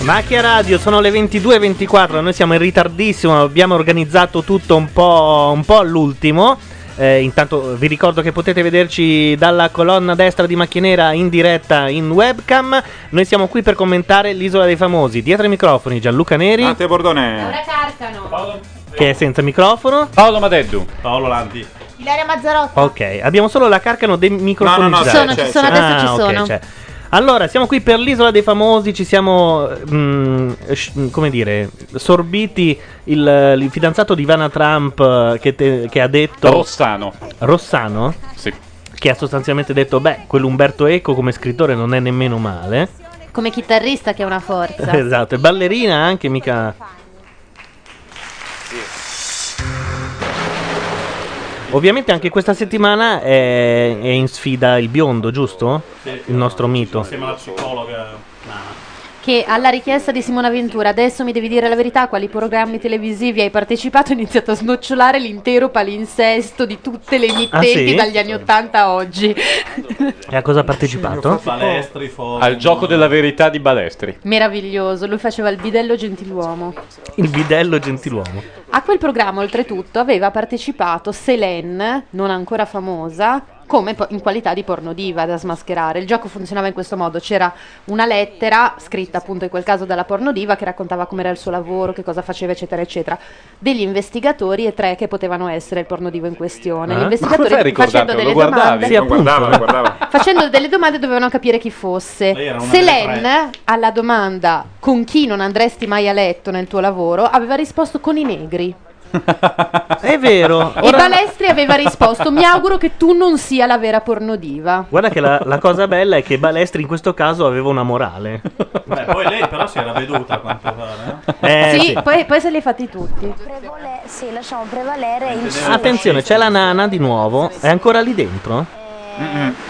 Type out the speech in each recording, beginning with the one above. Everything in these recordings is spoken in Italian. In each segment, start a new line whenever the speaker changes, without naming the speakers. Macchia Radio, sono le 22.24, noi siamo in ritardissimo, abbiamo organizzato tutto un po', un po all'ultimo. Eh, intanto vi ricordo che potete vederci dalla colonna destra di Macchinera in diretta in webcam. Noi siamo qui per commentare l'Isola dei Famosi. Dietro i microfoni Gianluca Neri.
Dante
Bordone.
Laura Carcano.
Che è senza microfono.
Paolo Madeddu.
Paolo Lanti.
Ilaria Mazzarotti.
Ok, abbiamo solo la carcano dei microfoni. Ah,
No, no, no, Ci sono, c'è, ci c'è, Esatto. sono, c'è. adesso ci
ok,
sono.
c'è. Allora, siamo qui per l'isola dei famosi, ci siamo, mm, sci- come dire, sorbiti il, il fidanzato di Ivana Trump eh, che, te- che ha detto...
Rossano.
Rossano? Sì. Che ha sostanzialmente detto, beh, quell'Umberto Eco come scrittore non è nemmeno male.
Come chitarrista che è una forza.
Esatto, e ballerina anche mica... Ovviamente anche questa settimana è, è in sfida il biondo, giusto?
Sì.
Il nostro mito.
Insieme alla psicologa.
Che alla richiesta di Simona Ventura, adesso mi devi dire la verità, a quali programmi televisivi hai partecipato, ho iniziato a snocciolare l'intero palinsesto di tutte le emittenti
Ah, sì?
dagli anni 80 a oggi.
E a cosa ha partecipato?
Balestri,
Al gioco della verità di Balestri.
Meraviglioso, lui faceva il bidello gentiluomo.
Il bidello gentiluomo.
A quel programma, oltretutto, aveva partecipato Selene, non ancora famosa, come po- in qualità di pornodiva da smascherare. Il gioco funzionava in questo modo: c'era una lettera scritta appunto in quel caso dalla pornodiva che raccontava com'era il suo lavoro, che cosa faceva, eccetera, eccetera. Degli investigatori e tre che potevano essere il pornodivo in
Eh?
questione. Gli investigatori facendo delle domande.
Eh? Sì, appunto.
Facendo delle domande dovevano capire chi fosse.
era una delle
Selene, alla domanda con chi non andresti mai a letto nel tuo lavoro, aveva risposto con i negri.
È vero.
E
Ora-
Balestri aveva risposto: Mi auguro che tu non sia la vera pornodiva.
Guarda che la, la cosa bella è che Balestri in questo caso aveva una morale.
Beh, poi lei però si era veduta a quanto pare.
Eh,
sì,
sì.
Poi, poi se li hai fatti tutti.
Sì, lasciamo prevalere il suo.
Attenzione, c'è la nana di nuovo. È ancora lì dentro?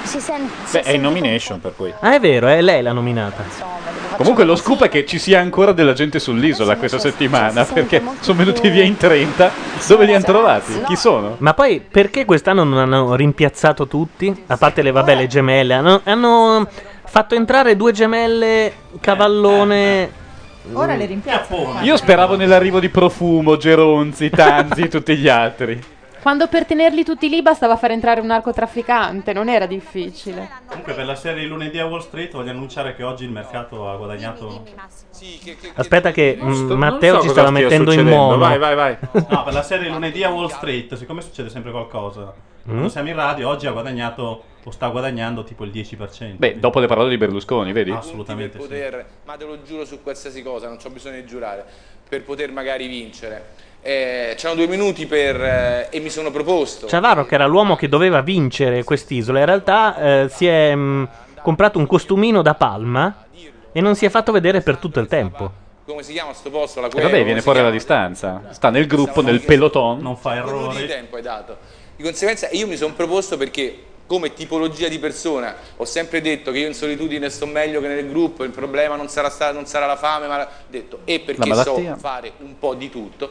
Si sente.
Beh, è in nomination per cui.
Ah, è vero, è lei la nominata.
Comunque lo scoop è che ci sia ancora della gente sull'isola questa settimana perché sono venuti via in 30. Dove li hanno trovati? Chi sono?
Ma poi perché quest'anno non hanno rimpiazzato tutti? A parte le, vabbè, le gemelle. Hanno, hanno fatto entrare due gemelle
Eh,
cavallone.
Mm.
Ora le rimpiazzo.
Io speravo nell'arrivo di Profumo, Geronzi, Tanzi e tutti gli altri.
Quando per tenerli tutti lì bastava far entrare un narcotrafficante, non era difficile.
Comunque per la serie di lunedì a Wall Street voglio annunciare che oggi il mercato ha guadagnato...
Aspetta, che
Non
mm,
sto-
Matteo
non so
ci
cosa
stava
stia
mettendo in
succedendo,
mono.
vai, vai, No, per la serie di lunedì a Wall Street, siccome succede sempre qualcosa,
Mm?
quando siamo in radio oggi ha guadagnato o sta guadagnando tipo il 10%.
Beh, dopo le parole di Berlusconi, vedi?
Assolutamente
per poter, ma te lo giuro su qualsiasi cosa, non c'ho bisogno di giurare, per poter magari vincere. Eh, c'erano due minuti per, eh, e mi sono proposto.
Ciavaro, che era l'uomo che doveva vincere quest'isola, in realtà eh, si è mh, comprato un costumino da palma e non si è fatto vedere per tutto il tempo.
Come si chiama sto posto? La
E
Quero,
Eh, vabbè, viene
come si
fuori
chiama?
alla distanza. Sta nel gruppo, nel peloton. Non
fa
Due minuti di tempo hai dato. Di conseguenza io mi sono proposto perché come tipologia di persona ho sempre detto che io in solitudine sto meglio che nel gruppo, il problema non sarà, sta- non sarà la fame, ma la- detto, e perché
La
so
malattia.
fare un po' di tutto,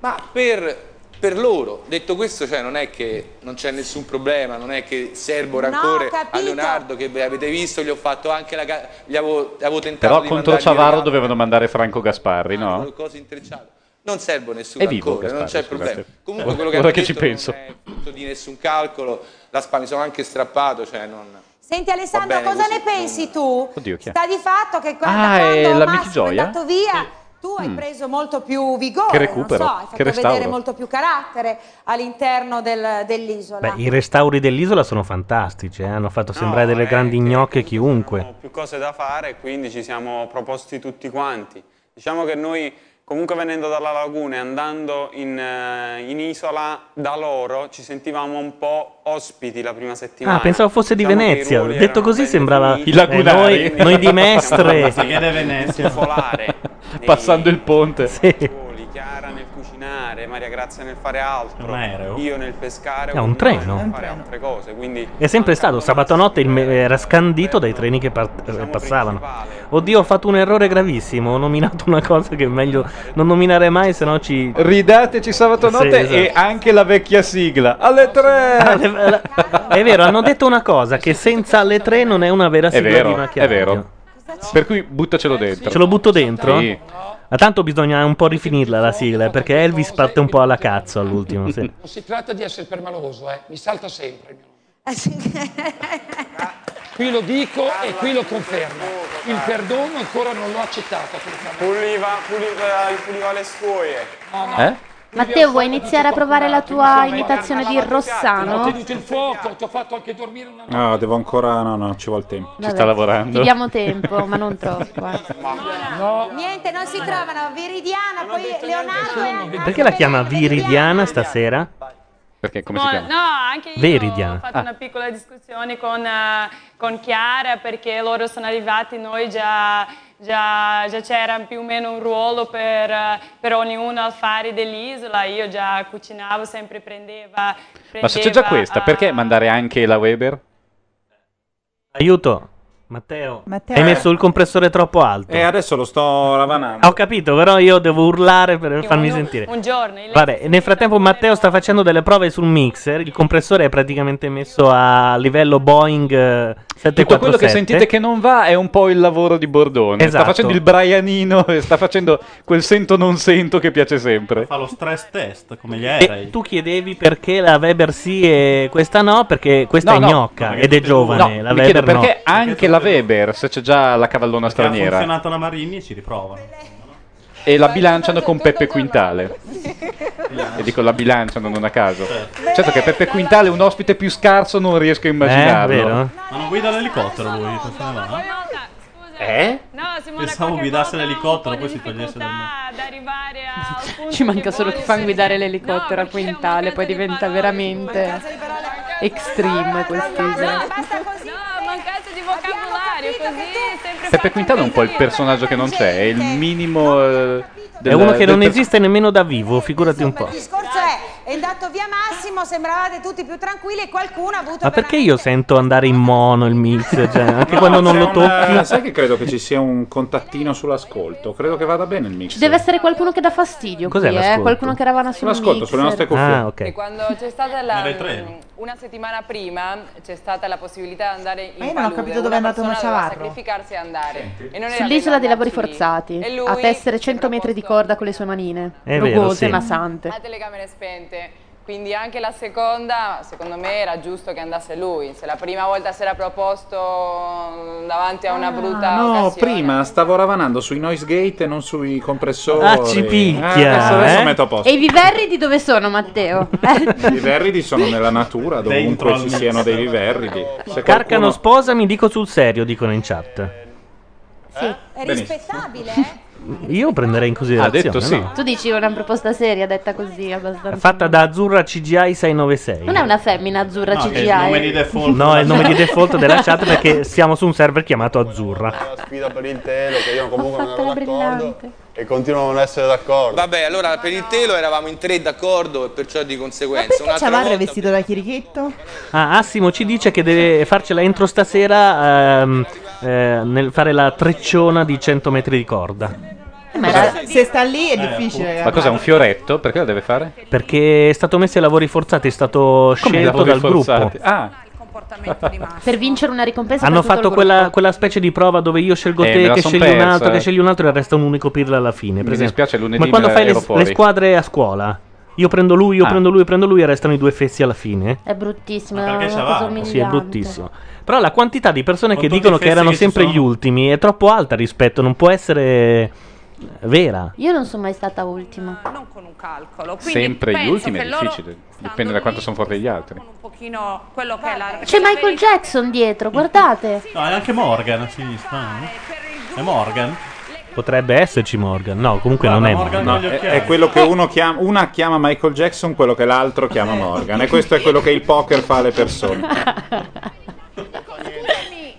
ma per, per loro, detto questo, cioè non è che non c'è nessun problema, non è che servo rancore a Leonardo che beh, avete visto, gli ho fatto anche la ca- gli avevo, avevo tentato
Però
di
contro
mandargli
Ciavaro
regalo,
dovevano mandare Franco Gasparri,
Eh,
no?
cose intrecciate. Non servo nessun
Ah. È vivo
rancore, non c'è
Gasparri,
problema.
scusate.
Comunque quello che
Ora
hanno
che ci
detto non
penso.
frutto di nessun calcolo, la spa mi sono anche strappato, cioè non...
Senti Alessandro,
Va bene,
cosa
così,
ne pensi tu?
Oddio, chi è?
Sta di fatto che qua-
Ah,
da
è
quando
la
Massimo
Michi Gioia?
è andato via, tu hai
Mm.
preso molto più vigore,
Che recupero,
non so, hai
che
fatto
restauro.
vedere molto più carattere all'interno del- dell'isola.
Beh, i restauri dell'isola sono fantastici, eh, hanno fatto sembrare delle grandi gnocche chiunque.
più cose da fare, quindi ci siamo proposti tutti quanti. Diciamo che noi, comunque venendo dalla laguna e andando in, eh, in isola da loro, ci sentivamo un po' ospiti la prima settimana.
Ah, pensavo fosse di
Diciamo che i
Venezia.
ruoli
Detto
erano
così
ben
sembrava
definiti.
I lagunari. eh, noi- noi di Mestre.
Siamo andati
Venezia.
a Folare,
Passando il ponte.
Chiara nel cucinare, Maria Grazia
ragazze nel fare altro,
Un aereo?
io nel pescare,
oh. È un
ognuno
treno.
nel fare altre cose, quindi
È sempre stato, sabato notte il me- era scandito dai treni che par- eh, passavano. Oddio, ho fatto un errore gravissimo, ho nominato una cosa che è meglio non nominare mai, se no ci...
Ridateci sabato notte
Sì,
e
esatto.
anche la vecchia sigla. Alle tre!
Ah, È vero, hanno detto una cosa, che senza le tre non è una vera
È
sigla di
vero, è
macchia.
vero. Per cui buttacelo dentro.
Ce lo butto dentro?
Sì.
Ma tanto bisogna un po' rifinirla la sigla, eh, perché Elvis parte un po' alla cazzo all'ultimo, sì.
Non si tratta di essere permaloso, eh. mi salta sempre. il mio
Eh,
nome. qui lo dico e qui lo confermo. Il perdono ancora non l'ho accettato.
puliva, puliva, puliva le scuoie.
Eh?
Matteo, vuoi iniziare a provare la tua imitazione di
Ho
Rossano?
tenuto il fuoco, ti ho fatto anche dormire una notte.
No, devo ancora. No, no, ci vuole tempo.
Vabbè, sta lavorando. ti diamo tempo, ma non troppo, eh.
Niente, non si trovano. Viridiana, poi Leonardo e Anna.
Perché la chiama Viridiana stasera?
Perché come
No, no, anche io
Veridiana.
ho fatto
Ah.
una piccola discussione con, eh, con Chiara perché loro sono arrivati, noi già, già- già c'era più o meno un ruolo per, eh, per ognuno al fare dell'isola, io già cucinavo, sempre prendeva...
Ma se c'è già
prendeva,
questa,
eh,
perché mandare anche la Weber?
Aiuto, Matteo.
Matteo.
Hai messo il compressore troppo alto.
Eh.
Ah,
E adesso lo sto ravanando.
Ho capito, però io devo urlare per farmi sentire.
un giorno il-
Vabbè, nel frattempo Matteo sta facendo delle prove sul mixer. Il compressore è praticamente messo a livello Boeing eh, 747.
Tutto quello che sentite che non va è un po' il lavoro di Bordone.
Esatto.
Sta facendo il Brianino e sta facendo quel sento non sento che piace sempre.
Fa lo stress test come gli
E
aerei.
tu chiedevi perché la Weber sì e questa no, perché questa
No,
è
no.
gnocca ed è giovane.
No,
la
mi chiedo
Weber no.
perché anche la Weber, se c'è già la cavallona
Che ha
straniera,
funzionato la Marini e ci riprovano.
e la bilanciano con Peppe Quintale. E dico la bilanciano non a caso. Certo che Peppe Quintale è un ospite più scarso, non riesco a immaginarlo.
Eh, vero?
Ma non guida l'elicottero lui, se se ne va?
Eh?
No, Simona,
Pensavo guidasse l'elicottero, poi si togliesse dal
Ci manca solo che fa guidare l'elicottero a quintale, poi diventa veramente extreme quest'isola.
no, mancanza di vocabolario, così sempre
Peppe Quintale è un po' il personaggio che non c'è, è il minimo. eh,
È
del-
uno che
del
non
pers-
esiste nemmeno da vivo, figurati un po'.
Il discorso è, è andato via Massimo, sembravate tutti più tranquilli e qualcuno ha avuto...
Ma perché io sento andare in mono il mixer? Cioè, anche
No,
quando non
c'è
lo
un-
tocchi.
Sai che credo che ci sia un contattino sull'ascolto. Credo che vada bene il mix.
Ci deve essere qualcuno che dà fastidio
Cos'è
qui, eh?
l'ascolto?
Qualcuno che ravana sul
Sull'ascolto,
mixer.
sulle nostre cuffie.
Ah, ok.
E quando c'è stata la mm,
Era il treno.
una settimana prima c'è stata la possibilità di andare in
Eh, Ma io non ho
palude.
capito dove è andato
persona doveva
Naciavarro.
sacrificarsi e andare. E non era
Sull'isola dei
bello
lavori
andarci lì.
forzati,
E
a
lui
tessere 100 metri di corda con le sue manine,
È vero,
rugose
sì.
ma sante.
a telecamere spente. Quindi anche la seconda, secondo me, era giusto che andasse lui. Se la prima volta si era proposto mm, davanti a
Ah,
una brutta
No,
occasione.
prima stavo ravanando sui noise gate e non sui compressori.
Ah, ci picchia,
Eh, adesso, adesso
eh?
metto a posto.
E i viverridi dove sono, Matteo?
I verridi sono nella natura,
Dentro
dovunque
al
ci
mix.
siano dei viverridi. Se
Carcano
qualcuno-
sposa, mi dico sul serio, dicono in chat.
Eh,
È
Benissimo.
rispettabile,
Io prenderei in
Ha
considerazione.
detto sì.
no?
Tu dici una proposta seria, detta così, abbastanza.
Fatta da Azzurra CGI 696.
Non è una femmina azzurra CGI.
No, è il nome di default della chat perché siamo su un server chiamato Azzurra.
La sfida per il telo, che io comunque non ero d'accordo
brillante.
e continuo a non essere d'accordo.
Vabbè, allora per il telo eravamo in tre d'accordo e perciò di conseguenza.
Perché c'è
Un'altra
madre
volta-
vestito da chirichetto?
Ah, Assimo ci dice che deve farcela entro stasera ehm, eh, nel fare la trecciona di 100 metri di corda.
Se sta lì è difficile.
Ma cos'è un fioretto? Perché lo deve fare?
Perché è stato messo ai lavori forzati, è stato
Come
scelto
lavori
dal
forzati?
gruppo.
Ah,
Per vincere una ricompensa
Hanno
per tutto
fatto
il
quella, quella specie di prova dove io scelgo
Eh, me
te,
la
che
son
scegli un
persa,
altro, che
eh.
scegli un altro e resta un unico pirla alla fine. per
Mi
esempio.
dispiace, lunedì
Ma quando
me-
fai le,
ero fuori.
le squadre a scuola, io prendo lui, io
Ah.
prendo lui, prendo lui e restano i due fessi alla fine.
È bruttissima,
Ma
è
perché
una
c'è
cosa
Varo?
umiliante.
Sì, è bruttissimo. Però la quantità di persone
Con
che
tutti
dicono
i
che
fessi
erano
che ci
sempre
sono.
gli ultimi è troppo alta rispetto, non può essere vera.
Io non sono mai stata ultima. Non con un calcolo.
sempre gli ultimi è difficile. Dipende da quanto sono forti gli altri.
pochino quello che è la
C'è Michael Jackson dietro, guardate.
No, è Ah, anche Morgan a sinistra.
Eh,
no? È Morgan?
Ah, Potrebbe esserci Morgan. No, comunque
Guarda,
non
Eh,
è
Morgan
No,
con
Morgan.
gli
è,
occhiali. Eh.
è quello che uno chiama, una chiama Michael Jackson, quello che l'altro chiama Morgan. E questo è quello che il poker fa alle persone.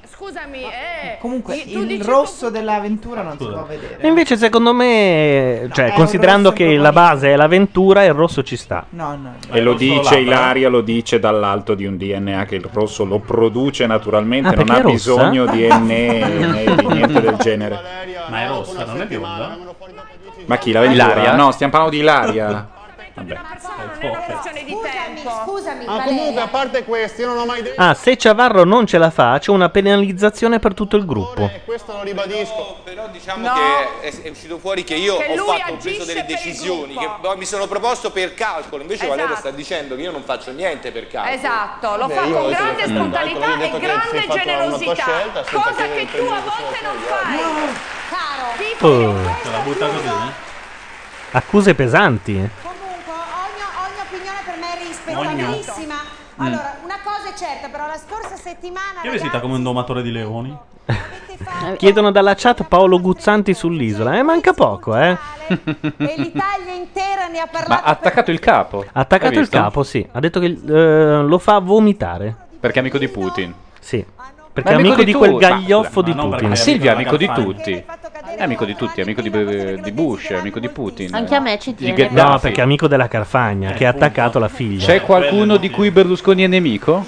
Scusami, eh.
Comunque,
di- tu
il
dici-
rosso dell'avventura non si può vedere.
E invece, secondo me, cioè,
è un
considerando
rosso
che la base è l'avventura, il rosso ci sta.
No, no.
E lo
Rosso
dice
labbra.
Ilaria, lo dice dall'alto di un DNA che il rosso lo produce naturalmente,
Ah,
non
perché
ha
è rossa?
bisogno di NE né di niente del genere.
Ma è rossa, non è bionda.
Ma chi? La eh?
Ilaria?
No, stiamo parlando di Ilaria. Vabbè.
Scusami, scusami,
Ah,
Valeria.
comunque, a parte questo, io non ho mai detto.
Ah, se Ciavarro non ce la fa, c'è una penalizzazione per tutto il gruppo.
Questo lo ribadisco.
Però diciamo che è, è uscito fuori che io
Che
ho
lui
fatto, ho preso
agisce
delle
per il
decisioni che
gruppo.
poi mi sono proposto per calcolo. Invece
Esatto.
Valeria sta dicendo che io non faccio niente per calcolo.
Esatto, lo
Beh,
fa
io
con
adesso
grande
faccio un calcolo,
spontaneità
io ho detto
e
che sei
grande
fatto una tua
generosità,
scelta senza
cosa
chiedere
che
il
tu a
permesso
volte non fai. Caro, tipo
Oh,
Se la butta così? eh?
accuse pesanti.
Ogni opinione per me è rispettabilissima. Allora, una cosa è certa, però la scorsa settimana
Che è vestita come un domatore di leoni?
Chiedono dalla chat Paolo Guzzanti sull'isola. Eh, manca poco, eh.
e l'Italia intera ne ha
Ma
parlato.
ha attaccato il capo.
Ha attaccato
Hai
il
visto?
capo, sì. Ha detto che eh, lo fa vomitare.
Perché è amico di Putin.
Sì. Perché è amico di quel gaglioffo di Putin.
Ma Silvia è amico di tutti. È amico di tutti, è amico di, di Bush, è amico di Putin.
Anche a me ci
Di
tiene.
No,
Gheddafi. Eh,
perché è amico della Carfagna, che ha attaccato la figlia.
C'è qualcuno di cui Berlusconi è nemico?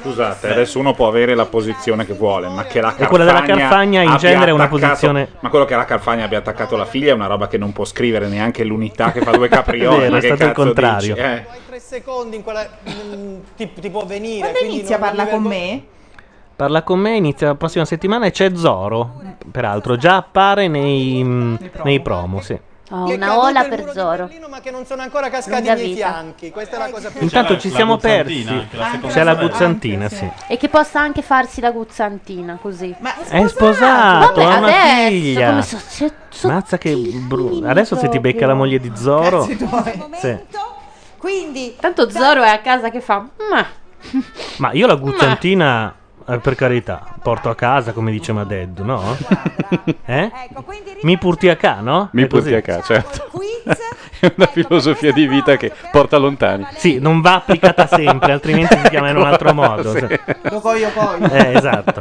Scusate, adesso uno può avere la posizione che vuole, ma che la
E
Carfagna
quella della Carfagna in
abbia
genere è una
attaccato-
posizione-
Ma quello che la Carfagna abbia attaccato la figlia è una roba che non può scrivere neanche l'unità che fa due caprioli.
Vero,
ma
è
che
stato il
cazzo
contrario.
dici? Eh.
Tre secondi in quella. mm, ti, ti può venire.
Quando
quindi
inizia a
non- non
parlare con
mi
me?
Parla con me, inizia la prossima settimana e c'è Zoro. Peraltro, già appare nei, mm, nei promo, sì.
Ho una ola per Zoro.
Ma che non sono ancora cascati
Lunga
ai miei
vita.
fianchi. Questa è la cosa più
Intanto
bella.
ci siamo persi.
Guzzantina, anche la seconda
C'è la
sorella.
Guzzantina, sì.
E che possa anche farsi la guzzantina così. Ma
È sposato,
Vabbè,
ha una
adesso,
figlia.
come so- se-
Mazza che brutto. Adesso se ti becca
proprio.
la moglie di Zoro.
Cazzi
Sì.
Quindi.
Tanto Zoro è a casa che fa. Ma.
Ma io la guzzantina, eh, per carità, porto a casa come dice Madeddu, no? Eh?
Ecco,
Mi purti a ca, no?
Mi
È così.
porti a casa, certo. È una filosofia di vita che porta lontani.
Sì, non va applicata sempre, altrimenti si chiama in un altro modo.
Sì.
sì.
Lo coglio poi.
Eh, esatto.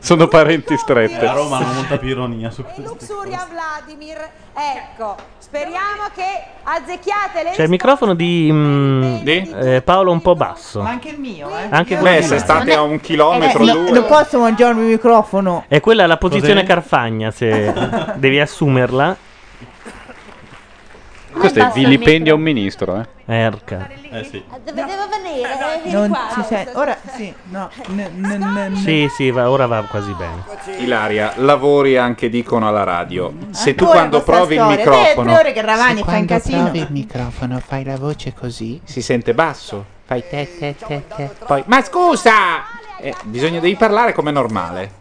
Sono parenti strette.
A Roma non monta più ironia su questo.
Luxuria Vladimir, ecco, speriamo che azzecchiate le
C'è il microfono di, mm, eh, Paolo un po' basso.
Ma anche il mio, eh.
Anche
Io- Eh,
quello
Beh,
di
se
là.
state a un chilometro,
No,
due.
non posso mangiarmi il microfono.
E quella è la posizione
Cos'è?
Carfagna, se devi assumerla.
Questo è il vilipendio a un ministro, eh.
Erca.
Eh sì.
Devo venire, eh, vieni
Non
qua. Eh,
si sente. Ora sì, no. n- n- n-
Sì, sì, va- ora va quasi bene.
Ilaria, lavori anche dicono alla radio. Se tu
Ancora
quando
Ah, questa
provi il
storia. Te-
microfono
Tre ore che Eh, Ravani
Se
fa un
quando
casino.
provi il microfono fai la voce così.
si sente basso, fai te te te te. Poi, ma scusa! Eh, bisogna devi parlare come normale.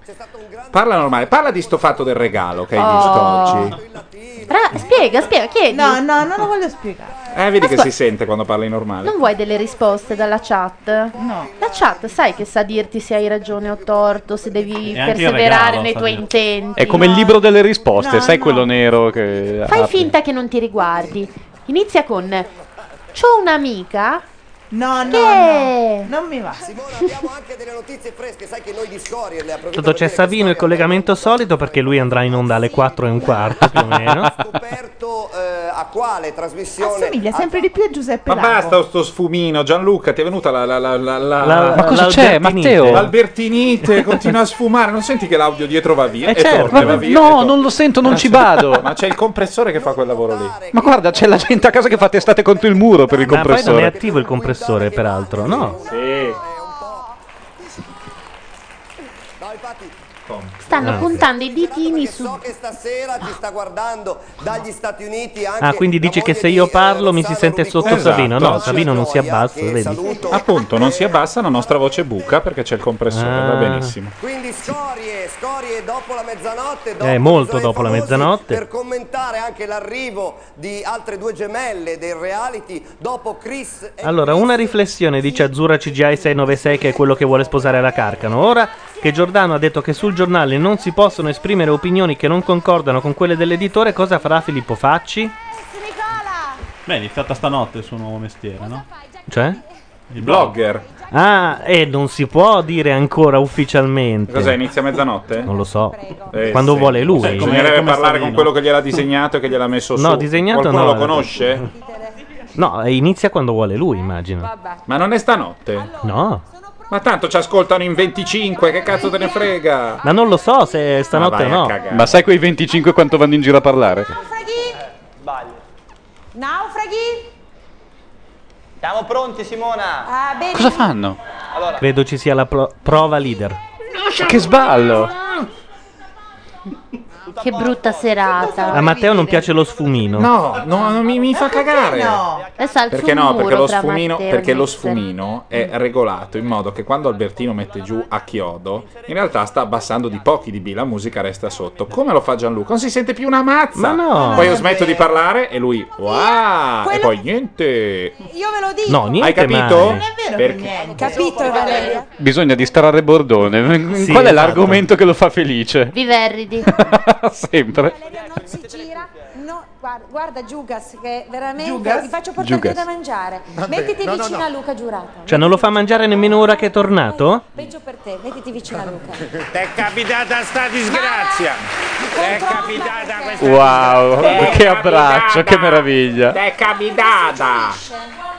Parla normale, parla di sto fatto del regalo che hai
Oh.
visto oggi.
Ra- spiega, spiega, chiedi.
No, no, non lo voglio spiegare.
Eh, vedi che
Ascol-
si sente quando parli normale.
Non vuoi delle risposte dalla chat?
No.
La chat sai che sa dirti se hai ragione o torto, se devi
E anche il
perseverare
regalo,
nei
sa
tuoi
dire.
intenti.
È come il libro delle risposte,
No,
sai
no.
quello nero che.
Fai
apri?
finta che non ti riguardi. Inizia con C'ho un'amica
No,
che
Non mi va.
Tanto c'è Savino il collegamento solito perché lui andrà in onda alle 4 e un quarto più o meno.
a quale trasmissione?
Assomiglia sempre di più a Giuseppe
Ma
Lago.
basta sto sfumino, Gianluca, ti è venuta la... la, la, la, la-
La- Ma cosa c'è, l'Albertinite? Matteo?
L'Albertinite continua a sfumare, non senti che l'audio dietro va via?
Eh,
E
certo.
torna,
Ma-
va via,
no,
e torna.
non lo sento, non
Eh,
ci
sì.
vado.
Ma c'è il compressore che fa quel lavoro lì.
Ma guarda, c'è la gente a casa che fa testate contro il muro per il
Ma poi non è
compressore.
attivo il compressore, peraltro, no?
Sì.
stanno
Ah.
puntando i ditini su
Che stasera ci sta guardando dagli Stati Uniti anche
Ah, quindi dici che se io parlo mi si sente sotto
Esatto.
Savino? No, Savino non si abbassa, vedi?
Appunto, non si abbassa la nostra voce buca perché c'è il compressore,
Ah.
va benissimo.
Quindi scorie, scorie dopo la mezzanotte, dopo
Eh, molto dopo la
famosi,
mezzanotte.
per commentare anche l'arrivo di altre due gemelle del reality dopo Chris e
Allora, una riflessione dice Azzurra CGI 696 che è quello che vuole sposare la Carcano. Ora che Giordano ha detto che sul giornale non si possono esprimere opinioni che non concordano con quelle dell'editore, cosa farà Filippo Facci?
Beh, è iniziata stanotte il suo nuovo mestiere, no?
Cioè?
Il
blogger.
Ah, e non si può dire ancora ufficialmente.
Cos'è? Inizia a mezzanotte? Eh,
Non lo so. Quando vuole lui.
Cioè, Bisognerebbe
Come
parlare con
Savino.
quello che gliel'ha disegnato e che gliel'ha messo su.
No, disegnato
Qualcuno
no.
lo conosce?
No, inizia quando vuole lui, immagino.
Ma non è stanotte?
No.
Ma tanto ci ascoltano in 25, che cazzo te ne frega?
Ma non lo so se
Ma
stanotte
vai a
no.
cagare.
Ma sai quei 25 quanto vanno in giro a parlare?
Naufraghi?
Siamo pronti, Simona?
Ah, bene.
Cosa fanno?
Allora,
Credo ci sia la pro- prova leader.
Ma che sballo!
Che brutta serata.
A Matteo non piace lo sfumino.
No, no, no, mi, mi fa cagare.
Adesso alzo
Perché
un
no?
muro
Perché lo
tra
sfumino,
Matteo e
perché lo
Nixon.
sfumino è regolato in modo che quando Albertino mette giù a chiodo, in realtà sta abbassando di pochi dB, la musica resta sotto. Come lo fa Gianluca? Non si sente più una mazza.
Ma no.
Poi io smetto di parlare e lui, wow! E
Quello-
poi niente.
Io ve lo dico.
No, niente Hai capito? mai. Non è
vero
Perché-
niente. Capito, Valeria?
Bisogna distrarre Bordone.
Sì,
Qual è
esatto.
l'argomento che lo fa felice?
Viverridi.
Sempre.
Non si gira. No, guarda, guarda Giugas che veramente
Giugas?
ti faccio portare
Giugas.
da mangiare.
Vabbè,
Mettiti
no, no,
vicino
no.
a Luca Giurato.
Cioè, non lo fa mangiare nemmeno ora che è tornato?
Peggio per te, mettiti vicino a Luca.
T'è capitata sta disgrazia! T'è capitata questa
Wow,
Eh,
che abbraccio, che meraviglia.
T'è capitata!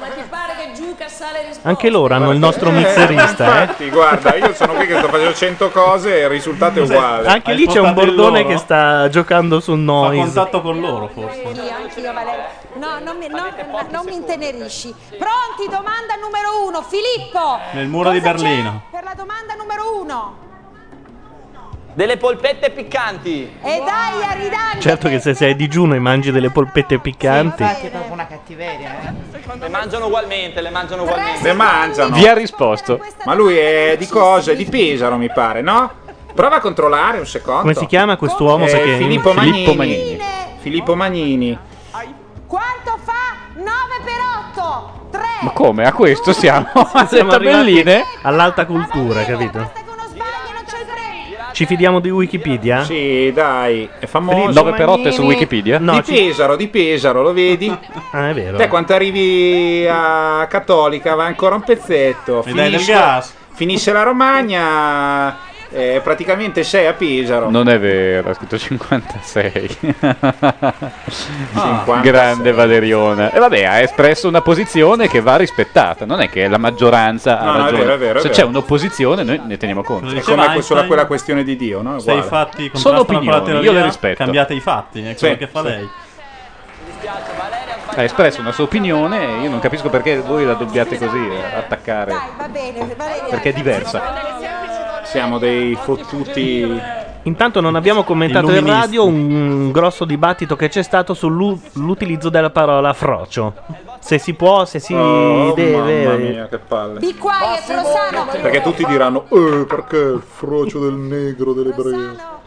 Ma ti pare che Giuca sale risposta?
Anche loro hanno il nostro mizzerista, eh.
Infatti, guarda, io sono qui che sto facendo 100 cose e il risultato è uguale.
Anche lì c'è un bordone che sta giocando su noise.
contatto con loro, forse.
Anch'io, anch'io, Valeria. No, non mi, no, no, non mi intenerisci. Pronti, domanda numero uno. Filippo,
Nel muro di Berlino.
per la domanda numero uno.
delle polpette piccanti.
E dai, Aridani.
Certo che se sei a digiuno e mangi delle polpette
Eh?
piccanti.
è proprio una cattiveria, eh. Le mangiano ugualmente, le mangiano ugualmente.
Le mangiano.
Vi ha risposto.
Ma lui è di cosa? È di Pesaro, mi pare, no? Prova a controllare un secondo.
Come si chiama quest'uomo?
Eh,
Perché-
Filippo Magnini.
Filippo Magnini.
Filippo Magnini.
Quanto fa 9 per 8?
Ma come? A questo siamo? Alle
Siamo arrivati
tabelline?
all'alta cultura, capito? Ci fidiamo di Wikipedia?
Sì, dai, è famoso.
Filippo 9 per 8 è su Magnini. Wikipedia? No,
di
ci-
Pesaro, di Pesaro, lo vedi?
Ah, è vero.
Te quando arrivi a Cattolica va ancora un pezzetto.
Mi dai del gas?
finisce la Romagna, eh, praticamente sei a Pesaro.
Non è vero, ha scritto 56.
Ah.
Grande Valeriona. E vabbè, ha espresso una posizione che va rispettata. Non è che la maggioranza
No,
ha
no, è
ragione.
vero, è vero, è
Se
vero.
c'è un'opposizione, noi ne teniamo conto.
È come sulla quella questione di Dio, no? È
Se i
uguale.
fatti
Sono
contrastano con la
opinioni,
teoria,
io le rispetto.
cambiate i fatti, è
Sì,
quello che fa
sì.
lei.
Ha espresso una sua opinione e io non capisco perché voi la dobbiate così eh, attaccare.
Va bene, Valeria.
Perché è diversa.
Siamo dei fottuti.
Intanto non abbiamo commentato in
Illuministi.
radio un grosso dibattito che c'è stato sull'utilizzo della parola frocio. Se si può, se si
Oh,
deve.
mamma mia, che palle.
Be quiet, Rossano.
Perché tutti diranno, eh, perché il frocio del negro dell'ebreo.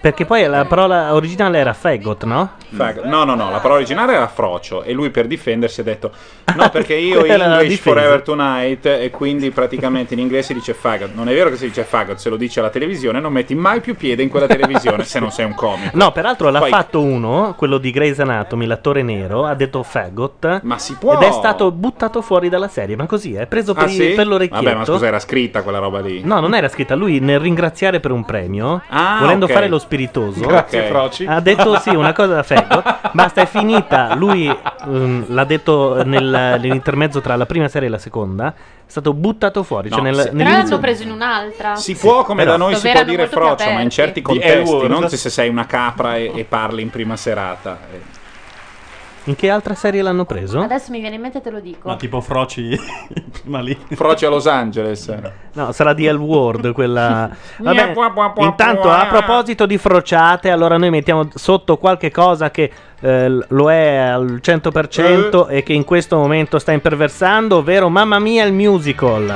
Perché poi la parola originale era fagot, no?
Fag- No, no, no, la parola originale era frocio e lui per difendersi ha detto no perché io
Quella era la
English
difesa.
forever tonight e quindi praticamente in inglese si dice fagot. Non è vero che si dice fagot, se lo dice alla televisione non metti mai più piede in quella televisione se non sei un comico.
No, peraltro l'ha
Poi-
fatto uno, quello di Grey's Anatomy, l'attore nero, ha detto fagot.
Ma si può?
Ed è stato buttato fuori dalla serie, ma così è preso per,
Ah,
i-
sì?
per l'orecchietto.
Vabbè, ma scusa, era scritta quella roba lì.
No, non era scritta. Lui nel ringraziare per un premio,
Ah,
volendo
ok.
fare lo spiritoso,
Grazie, Ok. Froci.
ha detto sì, una cosa da fagot. Basta, è finita. Lui ehm, l'ha detto nel- nell'intermezzo tra la prima serie e la seconda. È stato buttato fuori.
No,
cioè nel-
se-
nell'inizio-
Però l'hanno preso in un'altra.
Si può, come
però-
da noi si
Dove
può
erano
dire
molto più
frocio,
eh,
ma in
aperti.
certi
Di
contesti,
L-word.
non se sei una capra e, e parli in prima serata. Eh,
In che altra serie l'hanno preso?
Adesso mi viene in mente e te lo
Ecco.
dico.
Ma tipo Froci prima lì.
Froci a Los Angeles.
No, sarà di L Word quella. Vabbè,
Bua, bua, bua,
intanto
bua.
a proposito di frociate, allora noi mettiamo sotto qualche cosa che eh, l- lo è al 100%
Eh.
e che in questo momento sta imperversando, ovvero Mamma Mia il musical.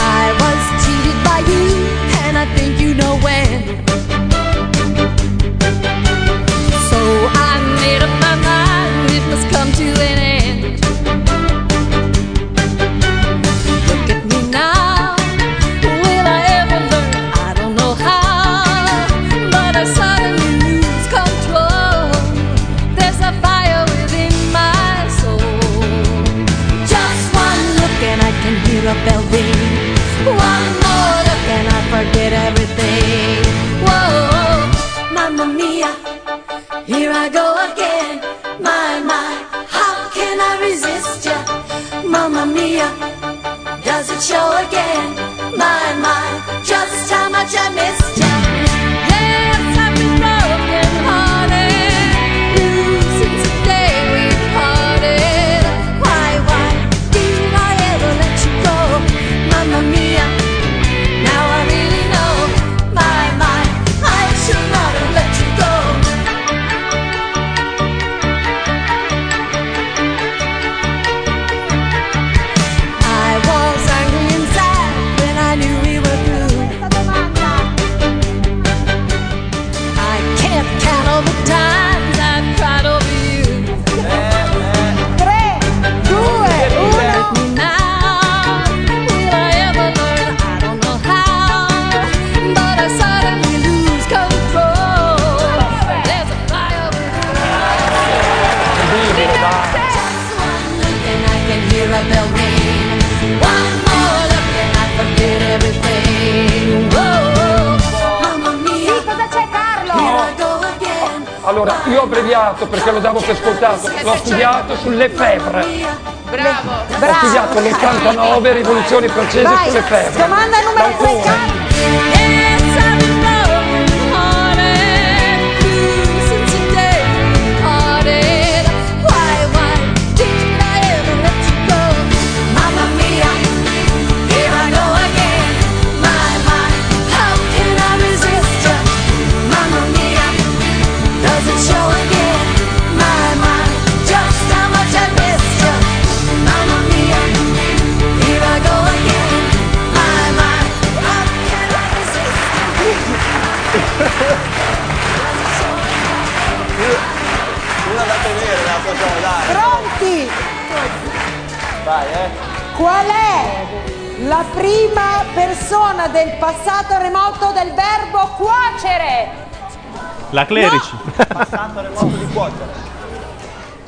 I was cheated by you, and I think you know when. So I made up my mind, it must come to an end. Look at me now, will I ever learn? I don't know how, but I suddenly lose control. There's a fire within my soul. can hear a bell ring. One more look and I forget everything. Whoa, mamma mia, here I go again. My, my, how can I resist ya? Mamma mia, does it show again? My, my, just how much I missed ya. Yes, I've been broken hearted. Ooh, since the day we parted. Why, why did I ever let you go? Mamma mia, now I really know. My, my, I should not have let you go. I was angry and sad when I knew we were through. I can't count all the times I've cried over you. Tre, due, uno. Now, will I ever learn? I don't know how, but I suddenly lose control. There's a fire Just one look and I can hear a bell ring. One more look and I forget everything. Whoa, mamma mia. Sì, cosa c'è Carlo? Here I go again.
Allora, io ho abbreviato perché lo davo per scontato. L'ho
certo.
studiato sulle febbre.
certo. Bravo.
Ho studiato l'89 rivoluzione francese
Vai,
sulle febbre.
domanda numero
L'autore.
Show again, my mind, just how much I missed you, Mamma mia. Here I go again, my mind, how can I resist?
Una da tenere, la facciamo dare.
Pronti?
Vai, eh.
Qual è la prima persona del passato remoto del verbo cuocere?
La
Eh.
Clerici.
Passato remoto di cuocere.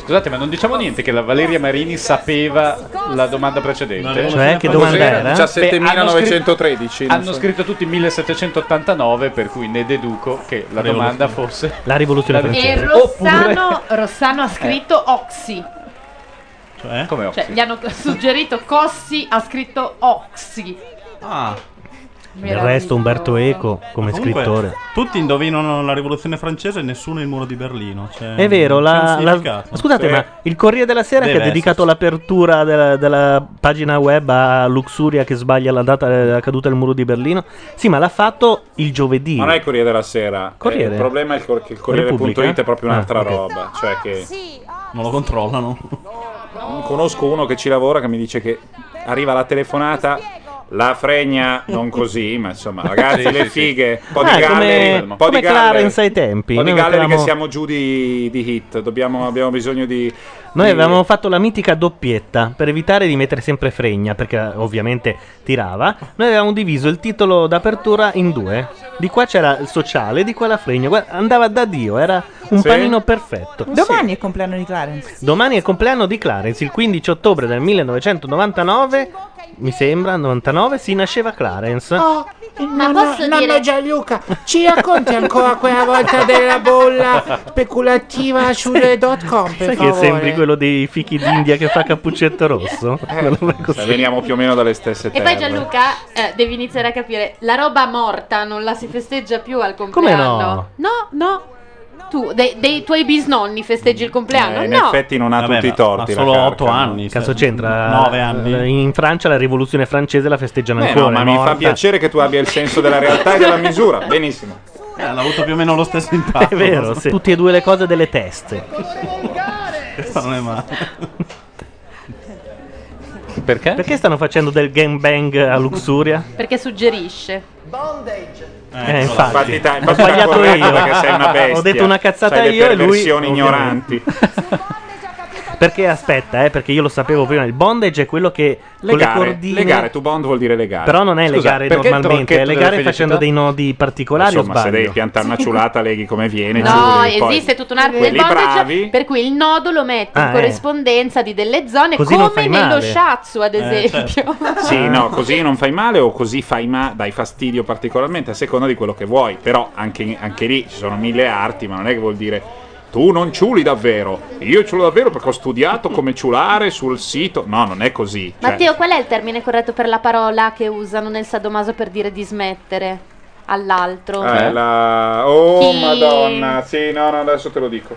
Scusate, ma non diciamo niente che la Valeria Marini sapeva la domanda precedente.
Cioè, che domanda era?
Beh, hanno
17.913.
scritto- Hanno scritto tutti 1789, per cui ne deduco che la domanda fosse
la rivoluzione
Oppure
E
Eh.
Rossano, Rossano ha scritto Oxy.
come ho?
Cioè, gli hanno suggerito Cossi, ha scritto Oxy.
Ah.
Del resto Umberto Eco come
Comunque,
scrittore.
Tutti indovinano la rivoluzione francese e nessuno il muro di Berlino. Cioè,
È vero,
c'è
la,
un
la-
significato.
scusate,
Eh,
ma il Corriere della Sera che
Deve
ha dedicato l'apertura della, della pagina web a Luxuria che sbaglia la data della caduta del muro di Berlino. Sì, ma l'ha fatto il giovedì.
Ma non è il Corriere della Sera.
Corriere?
Eh, il problema è il cor- che il Corriere.it
Repubblica?
è proprio un'altra
Ah, ok.
roba. Cioè che
non lo controllano.
Conosco uno che ci lavora che mi dice che arriva la telefonata. La fregna, non così, ma insomma, ragazzi,
Sì, sì,
le
sì.
fighe, un po'
Ah,
di galleri,
come-
un po'
come
di galleri.
Clarence ai tempi,
Un po' di
noi
galleri Oh, che
mettevamo-
siamo giù di, di hit, dobbiamo, abbiamo bisogno di...
Noi
di-
avevamo fatto la mitica doppietta per evitare di mettere sempre fregna, perché eh, ovviamente tirava. Noi avevamo diviso il titolo d'apertura in due. Di qua c'era il sociale, di qua la fregna. Guarda, andava da Dio, era un
Sì.
panino perfetto.
Domani è il compleanno di Clarence.
Domani è il compleanno di Clarence, il 15 ottobre del 1999, mi sembra, 99, si nasceva Clarence.
Oh, nonno,
posso
nonno
dire-
Gianluca, ci racconti ancora quella volta della bolla speculativa sulle dot com, per
Sai che
favore?
sembri quello dei fichi d'India che fa cappuccetto rosso?
Cioè, veniamo più o meno dalle stesse
E
terre.
poi Gianluca, eh, devi iniziare a capire, la roba morta non la si festeggia più al compleanno.
no?
No, no. Tu, dei, dei tuoi bisnonni festeggi il compleanno?
Eh, in
no.
effetti non ha
Vabbè,
tutti i
ma-
torti.
ha solo otto
anni.
Cazzo c'entra?
Nove anni.
Eh, In Francia la rivoluzione francese la festeggiano
Beh,
ancora.
Eh, no, ma
è
mi fa
morta.
piacere che tu abbia il senso della realtà e della misura. Benissimo.
Eh, hanno avuto più o meno lo stesso impatto.
È vero, sì. tutti e due le cose delle teste.
Questa non è male.
Perché? Perché stanno facendo del gangbang a Luxuria?
Perché suggerisce.
Eh, infatti,
Infatti, dai,
ho
infatti l'ha
sbagliato
corretto
io.
perché sei una bestia.
Ho detto una cazzata
C'hai le
io e lui.
perversioni
ovviamente.
ignoranti.
Perché aspetta, eh, perché io lo sapevo prima, il bondage è quello che con le
Legare,
cordine
legare, tu bond vuol dire legare.
Però non è
certo. Scusa,
legare
perché il
normalmente,
tronchetto
è legare
della
facendo
felicità?
dei nodi particolari o
Insomma, se
sbaglio?
devi piantare una ciulata, leghi come viene.
No,
giù, e poi-
esiste tutta un'arte del
quelli
bondage
bravi-
per cui il nodo lo metti
Ah,
in
eh.
corrispondenza di delle zone
Così non
come
fai
nello
male.
shatsu ad
Eh,
esempio.
Sì, no, così non fai male o così fai ma- dai fastidio particolarmente a seconda di quello che vuoi. Però anche, anche lì ci sono mille arti, ma non è che vuol dire tu non ciuli davvero. Io ciulo davvero perché ho studiato come ciulare sul sito. No, non è così. Cioè,
Matteo, qual è il termine corretto per la parola che usano nel sadomaso per dire di smettere all'altro?
eh, la- Oh,
Chi-
madonna. Sì, no, no, adesso te lo dico.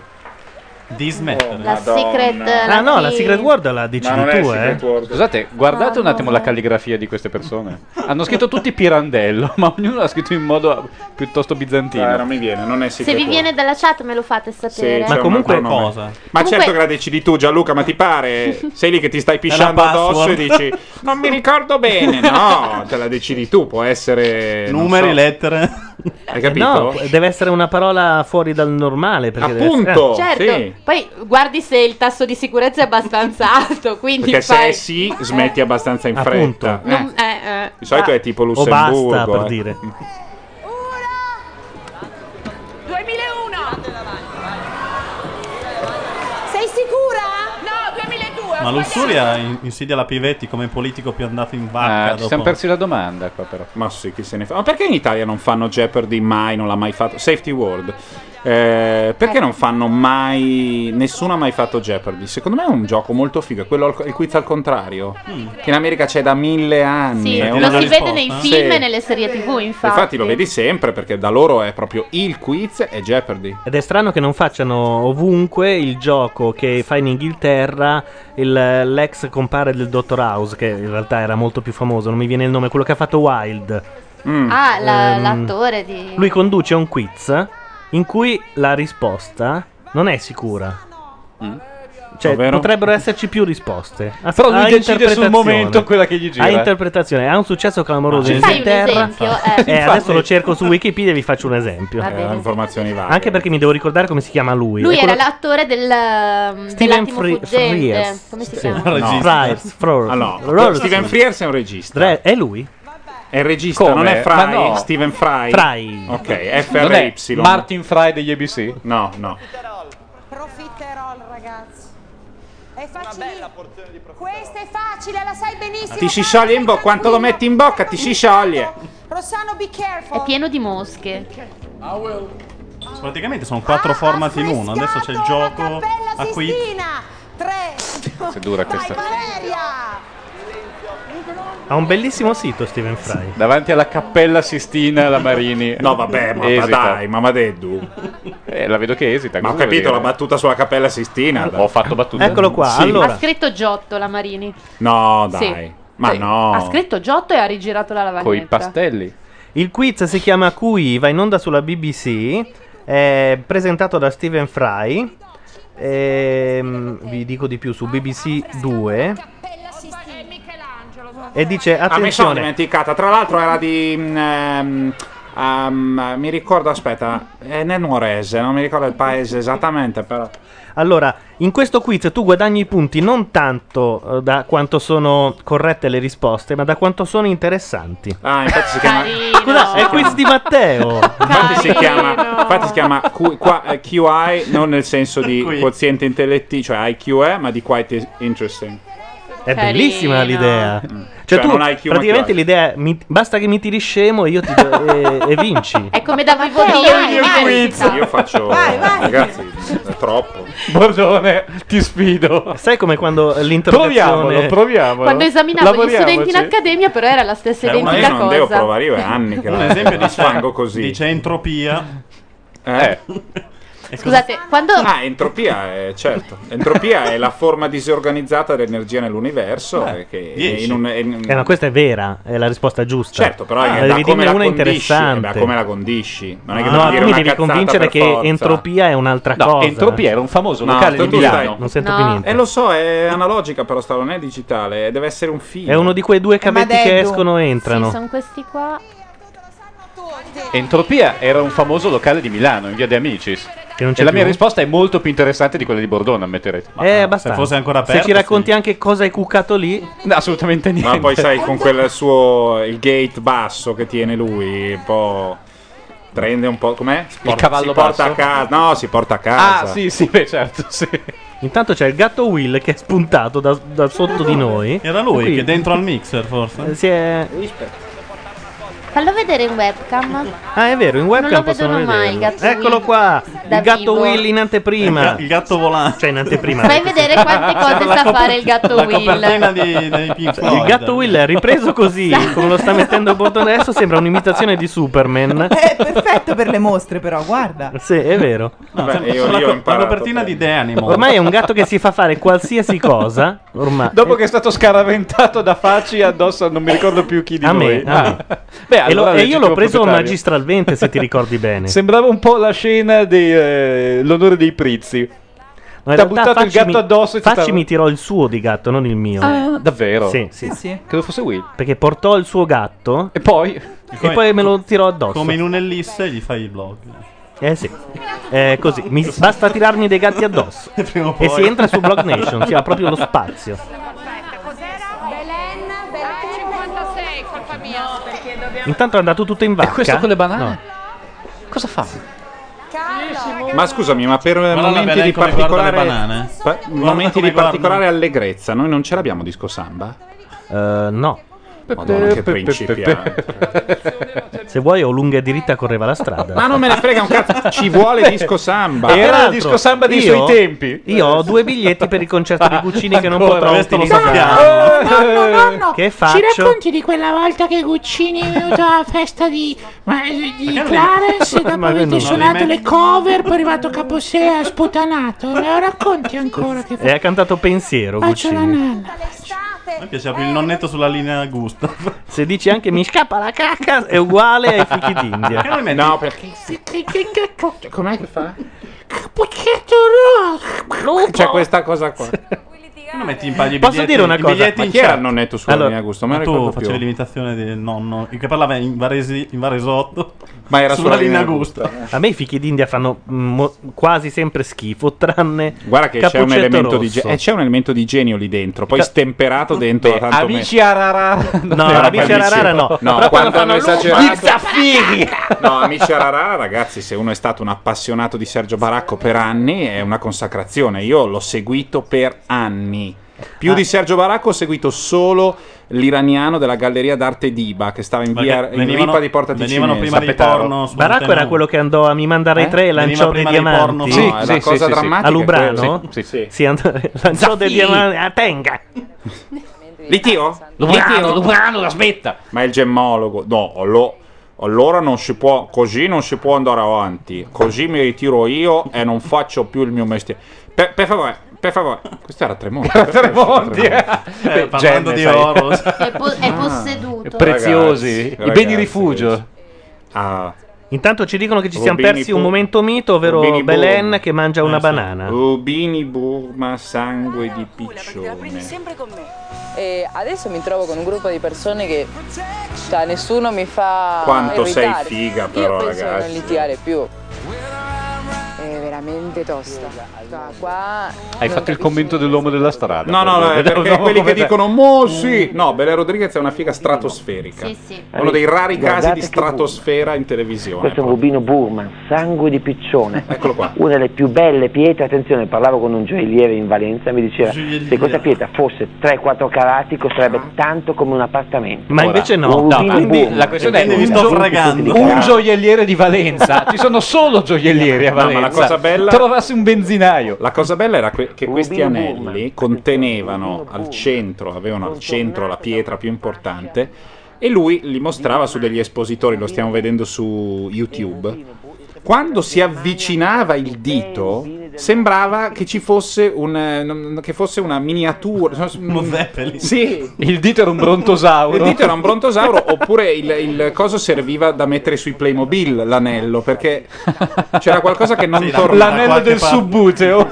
Oh,
Dismettere.
La secret-
Ah no, la Secret World la dici
Ma non è
tu, eh.
Secret World. Scusate, guardate
Ah,
un attimo la calligrafia di queste persone. Hanno scritto tutti Pirandello, ma ognuno l'ha scritto in modo piuttosto bizantino.
Eh, non mi viene, non è
Se vi viene dalla chat me lo fate sapere.
cosa. Ma
Comunque-
certo che la decidi tu, Gianluca, ma ti pare? Sei lì che ti stai pisciando
È la password.
addosso e dici non mi ricordo bene. No, te la decidi tu, può essere non
Numeri,
so.
lettere.
Hai capito?
No, p- deve essere una parola fuori dal normale. Perché deve
Appunto,
essere-
Certo, poi guardi se il tasso di sicurezza è abbastanza alto, quindi
Perché se
fai...
è sì, smetti abbastanza in
Appunto.
fretta.
Non-
Eh.
eh, eh.
Di solito
Ah.
è tipo
O
Lussemburgo.
basta, per
eh.
dire.
2001! Sei sicura? No, 2002!
Ma Lussuria in- insidia la Pivetti come politico più andato in vacca.
Ah, ci
dopo.
siamo persi la domanda qua però. Ma sì, chi se ne fa. Ma perché in Italia non fanno Jeopardy mai, non l'ha mai fatto? Safety World. Eh, perché non fanno mai. Nessuno ha mai fatto Jeopardy? Secondo me è un gioco molto figo. È quello al- il quiz al contrario. Che in America c'è da mille anni.
Mm. Sì,
è
lo
una
si
risposta.
vede nei film
Sì.
e nelle serie tv, infatti.
Infatti lo vedi sempre perché da loro è proprio il quiz e Jeopardy.
Ed è strano che non facciano ovunque il gioco che fa in Inghilterra il- l'ex compare del Dottor House, che in realtà era molto più famoso, non mi viene il nome, quello che ha fatto Wild.
Mm.
Mm.
Ah, la-
Ehm,
l'attore di...
Lui conduce un quiz in cui la risposta non è sicura. Cioè,
Mm. Ovvero?
potrebbero esserci più risposte. A-
Però
a
lui decide sul
interpretazione.
momento quella che gli gira. eh.
A interpretazione, ha un successo clamoroso
Ci
in
fai un
Inghilterra.
esempio?
Eh,
Eh.
adesso lo cerco su Wikipedia e vi faccio un esempio.
Va bene. Eh,
informazioni varie.
Anche perché mi devo ricordare come si chiama lui.
Lui
È
era
quello-
l'attore del um,
Steven
dell'attimo
Fri-
fuggente.
Frears.
Come si
Sì.
chiama?
Eh, No, Frears, Frears.
Ah, no.
Frears.
Steven Frears è un regista.
Dre- è lui?
È il regista,
Come?
non è
Ma
Fry,
no.
Steven Fry.
Fry.
Ok,
Non è
FRY.
Martin Fry degli ABC?
No, no.
Profiterol, ragazzi. È facile. Questa è facile, la sai benissimo.
Ti si scioglie in bocca, quanto lo metti in bocca ti si scioglie.
Rossano, be careful.
È pieno di mosche.
Praticamente sono quattro format in uno. Adesso c'è il gioco a quiz.
Se dura questa.
Ha un bellissimo sito Steven Fry.
Davanti alla cappella Sistina la Marini.
No, vabbè, ma- ma dai, mamma Deddu.
Eh, la vedo che esita.
Ma ho
cosa
capito
vuol
la
dire?
battuta sulla Cappella Sistina.
Ho fatto battuta.
Eccolo qua,
Sì.
Ha scritto Giotto la Marini.
No,
Sì.
dai. Ma no.
Ha scritto Giotto e ha rigirato la lavagnetta.
pastelli. Il quiz si chiama Cui, va in onda sulla BBC, è presentato da Steven Fry. ehm, vi dico di più su BBC 2 e dice
Ah, mi sono
Eh, attenzione
dimenticata. Tra l'altro era di. mm, ehm, ehm, mi ricordo, aspetta, è nel nuorese, non mi ricordo il paese esattamente, però.
allora in questo quiz tu guadagni i punti non tanto eh, da quanto sono corrette le risposte ma da quanto sono interessanti
Ah, infatti si chiama.
Scusa, è il quiz di Matteo
Infatti si chiama, infatti si chiama Q- qua- eh, QI, non nel senso di
Qui.
quoziente intellettivo, cioè IQE, ma di quite interesting.
È bellissima l'idea. Cioè,
Cioè,
tu
non hai chiuso
praticamente
occhiali.
l'idea è mi- basta che mi tiri scemo e io ti do- e, e vinci.
È come da vivo io
Io faccio. Ragazzi, è troppo.
Bordone, ti sfido. Sai come quando l'interrogazione
Proviamolo, proviamolo.
Quando esaminavo gli studenti in accademia, però era la stessa
Eh, ma
identica
io non
cosa.
devo provare, io è anni che
Un
la-
esempio cioè,
la
dice-
sfango così.
dice entropia.
Eh.
Scusate, quando
Ah, entropia è certo. Entropia è la forma disorganizzata dell'energia nell'universo.
Beh,
eh, che è
dieci.
in un- è in-
Eh, ma questa è vera, è la risposta giusta.
Certo, però
Ma
è da
devi
come
dirne
la
una
condisci, eh,
interessante.
da come la condisci. Non è che
no,
devi
tu
dire
mi
una
devi
cazzata
convincere
per
che
forza.
entropia è un'altra
No,
cosa.
Entropia era un famoso locale di
tu
Milano.
stai- Non sento
No.
più niente.
Eh lo so, è analogica però sta, non è digitale, deve essere un film.
È uno di quei due cavetti che escono e entrano.
Sì, sono questi qua.
Entropia era un famoso locale di Milano, in via De Amicis.
c'è
e la mia
più?
risposta è molto più interessante di quella di Bordone, ammetterete.
Eh, abbastanza.
Se fosse ancora
Se
aperto,
ci racconti anche cosa hai cuccato lì.
assolutamente niente.
Ma poi sai, con quel suo il gate basso che tiene lui, un po'. Prende un po'. Com'è? Si porta-
cavallo
si porta
basso?
a casa. No, si porta a casa.
Ah, sì, sì, beh, certo, sì.
Intanto c'è il gatto Will che è spuntato da, da sotto di noi.
Era lui che dentro al mixer, forse.
Eh, Si è...
Fallo vedere in webcam.
Ah, è vero, in webcam
Non lo
possono
vedono mai, il
vederlo.
gatto
Eccolo
Will
qua,
da
il gatto
vivo.
Will in anteprima.
Il, gatto volante.
Cioè in anteprima.
Fai vedere quante cose sa fare il gatto
la
Will.
copertina di- dei Pink
Cioè, il
Floyd.
gatto Will è ripreso così, come lo sta mettendo Bordone adesso, sembra un'imitazione di Superman.
Perfetto per le mostre, però, guarda.
Sì, è vero.
No, sembra- sulla co- la copertina di The Animal.
Ormai è un gatto che si fa fare qualsiasi cosa. Ormai.
Dopo che è stato scaraventato da Faci addosso, a non mi ricordo più chi di
A
noi.
me, a me.
Ah. Beh,
e, lo-
allora
e io l'ho
legittimo
preso
proprietario.
magistralmente, se ti ricordi bene.
Sembrava un po' la scena dell'onore dei prizzi.
No, in
T'ha
realtà
buttato il
Facci
gatto
mi-
addosso e ti
Facci
t'ha-
mi tirò il suo di gatto, non il mio.
Ah, davvero?
Sì, sì.
Sì, Credo fosse Will.
Perché portò il suo gatto.
E poi?
E poi me lo tirò addosso.
Come in un'ellisse gli fai il blog.
Eh sì. Eh, così. Mi- basta tirarmi dei gatti addosso.
Prima o
e
poi.
si entra su Block Nation, si ha proprio lo spazio.
Belen, Belen 56, colpa mia. No, perché dobbiamo...
Intanto è andato tutto in vacca.
questo con le
banane?
Cosa fa? Ma scusami, ma per
Guarda la
momenti
Belen
di
come guarda le
particolare
banane.
pa-
Guarda
momenti
come
di
guarda.
particolare allegrezza, noi non ce l'abbiamo disco samba?
Eh, no.
Madonna, che
Pe- pe-
principiante.
Se vuoi o lunga e diritta correva la strada.
Ma non me ne frega un cazzo, ci vuole disco samba.
Ah, peraltro, io- Io ho due biglietti per il concerto di Guccini che non
Ah, Ancora,
potrò
questo lo
utilizzare.
sappiamo. Nonno,
nonno,
Che
Ci
faccio?
racconti di quella volta che Guccini è venuto alla festa di, ma- eh, di Clarence e dopo
Ma che
avete
non-
suonato
non li
le cover, poi è arrivato Caposea e ha sputanato. Me lo racconti ancora che
E ha cantato Pensiero
Ah,
faccio la
Guccini.
nanna?
A me piaceva più il nonnetto sulla linea Gustav.
Se dici anche mi scappa la cacca è uguale ai fichi d'India.
No, perché
Cioè, Com'è che fa? Capuccetto rock!
c'è questa cosa qua?
Non metti in palio i
Posso
biglietti-
dire una
i
cosa?
biglietti
Ma
in
chi era
chat?
il nonnetto sulla linea Gustav? Non
ma
me lo
tu
ricordo più.
facevi l'imitazione del nonno il che parlava in, varesi, in varesotto.
Ma era
sulla, linea Gustav.
eh.
A me i fichi d'India fanno mm, mo- quasi sempre schifo, tranne
Guarda che c'è un,
Cappuccetto
elemento di
Rosso.
ge- eh, c'è un elemento di genio lì dentro, poi
Ca-
stemperato dentro da tanto me-
Amici Ararara.
No,
la
amici
Ararara no.
No, quando
Però quando
hanno
fanno
esagerato.
Zaffiri!
No, amici Ararà, ragazzi, se uno è stato un appassionato di Sergio Baracco per anni, è una consacrazione. Io l'ho seguito per anni. Più
Ah.
di Sergio Baracco ho seguito solo l'iraniano della galleria d'arte Diba, che stava in
Ma
via
che
in
venivano-
ripa di Porta di
venivano prima dei porno su
Baracco era
Antenna
quello che andò a mi mandare
Eh?
i tre e
Veniva
lanciò dei
prima dei porno,
diamanti.
no, è una cosa drammatica
A Lubrano?
quella. Sì, sì.
Sì, and- lanciò dei
Zaffini.
diamanti. A tenga!
Li tiro?
Lubrano, Lubrano,
la smetta! Ma è il gemmologo. No, lo- allora non si può, così non si può andare avanti. Così mi ritiro io e non faccio più il mio mestiere. Per, per favore, per favore. Questo era Tremonti. Tremonti,
Eh, parlando di oro.
È, po- è
Ah.
posseduto.
preziosi, i beni di
rifugio. Ah.
Intanto ci dicono che ci siamo
Rubini
persi
Pu-
un momento mito, ovvero
Rubini Pu-
Belen che mangia una
Eh, sì.
banana.
Rubini Burma, sangue di piccione.
sempre con me. E adesso mi trovo con un gruppo di persone che cioè, nessuno mi fa
Quanto sei
irritare.
figa però,
Io penso di non
ragazzi.
litigare più. È veramente tosta. Qua, qua
Hai fatto il commento dell'uomo della strada.
No, no, no,
Proprio.
è
eh,
perché
No,
quelli che
come te.
dicono Mo sì. No, Belen Rodriguez è una figa stratosferica.
Sì, sì.
Uno dei rari
Guardate
casi di
che
stratosfera in televisione.
Questo è un rubino Burman, sangue di piccione.
Eccolo qua.
Una delle più belle pietre, attenzione, parlavo con un gioielliere in Valenza, mi diceva se questa pietra fosse 3-4 carati costerebbe tanto come un appartamento.
Ma invece no.
Un
No,
rubino
quindi
Burman.
la questione è-
Quindi
mi
da
sto
20
fregando.
punti di
Un
carati.
gioielliere di Valenza. Ci sono solo gioiellieri a
No, ma la
Valenza.
cosa bella-
Trovassi un benzinaio.
La cosa bella era que- che questi anelli contenevano al centro, avevano al centro la pietra più importante e lui li mostrava su degli espositori, lo stiamo vedendo su YouTube. Quando si avvicinava il dito, sembrava che ci fosse un eh, non- che fosse una miniatura. Uno
Zeppelin.
Sì.
Il dito era un brontosauro.
Il dito era un brontosauro, oppure il, il coso serviva da mettere sui Playmobil l'anello, perché c'era qualcosa che non
Sì, la-
tornava.
l'anello del subbuteo.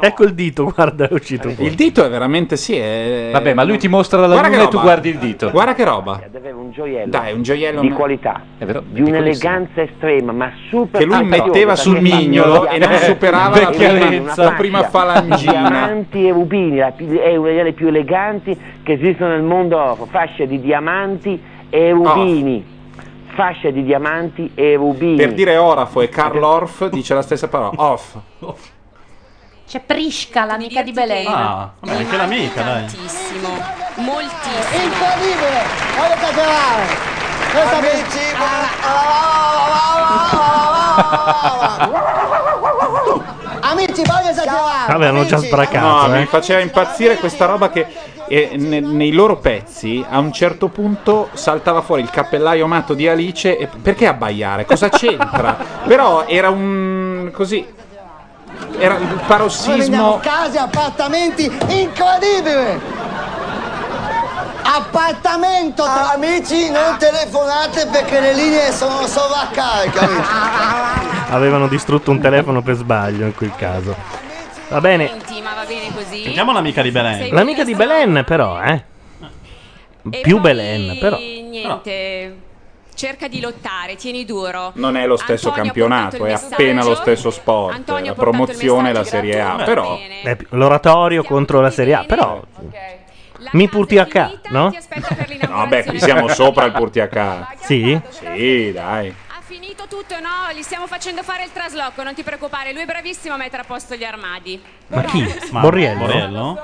ecco il dito, guarda, è uscito Il dito è veramente, sì, è...
Vabbè, ma lui ti mostra la
Guarda
luna
che
e tu
roba.
guarda il dito.
Guarda che roba.
Aveva un gioiello.
Dai, un gioiello
di
ma-
qualità,
È vero,
di un'eleganza estrema, ma super
Che lui
fastidiosa,
metteva sul
perché
mignolo
fa-
e non
eh,
superava la prima-
chiarezza.
la prima falangina.
Diamanti e rubini, la pi- è una delle più eleganti che esistono nel mondo, fascia di diamanti
Oh.
e rubini. Fascia di diamanti e rubini.
Per dire orafo e Karl Orff dice la stessa parola. Off.
C'è Prisca, l'amica di Belen.
Ah, vabbè, anche l'amica, dai.
Tantissimo. Moltissimo.
Incredibile! Voglio cantare! Questa Amici,
Amici, voglio esagerare.
Ah,
Vabbè, hanno già
sbracato,
No,
eh.
mi faceva impazzire questa roba che eh, ne- nei loro pezzi a un certo punto saltava fuori il cappellaio matto di Alice. E perché abbaiare? Cosa c'entra? Però era un. così. Era il
Noi vendiamo
parossismo.
case, appartamenti incredibili. Appartamento.
Ah.
Amici, non telefonate perché le linee sono sovraccariche,
Ah.
amici.
Avevano distrutto un telefono per sbaglio in quel caso. Va bene.
Ma va bene così.
Sentiamo l'amica di
Eh.
Belen.
L'amica di Belen, però, eh. Più Belen, però.
E niente. Cerca di lottare, tieni duro.
Non è lo stesso
Antonio ha
campionato,
portato il
è
messaggio.
appena lo stesso sport.
Antonio ha
la
portato il
promozione e la
messaggio
Serie A.
gratuito.
Però.
Beh, l'oratorio contro la Serie A, però. Mi Purtiacà, no?
No, beh, qui siamo sopra il Purtiacà.
Sì?
Sì, dai.
Ha finito tutto, no? Gli stiamo facendo fare il trasloco, non ti preoccupare. Lui è bravissimo a mettere a posto gli armadi.
Ma chi?
Ma-
Borriello?
Borriello?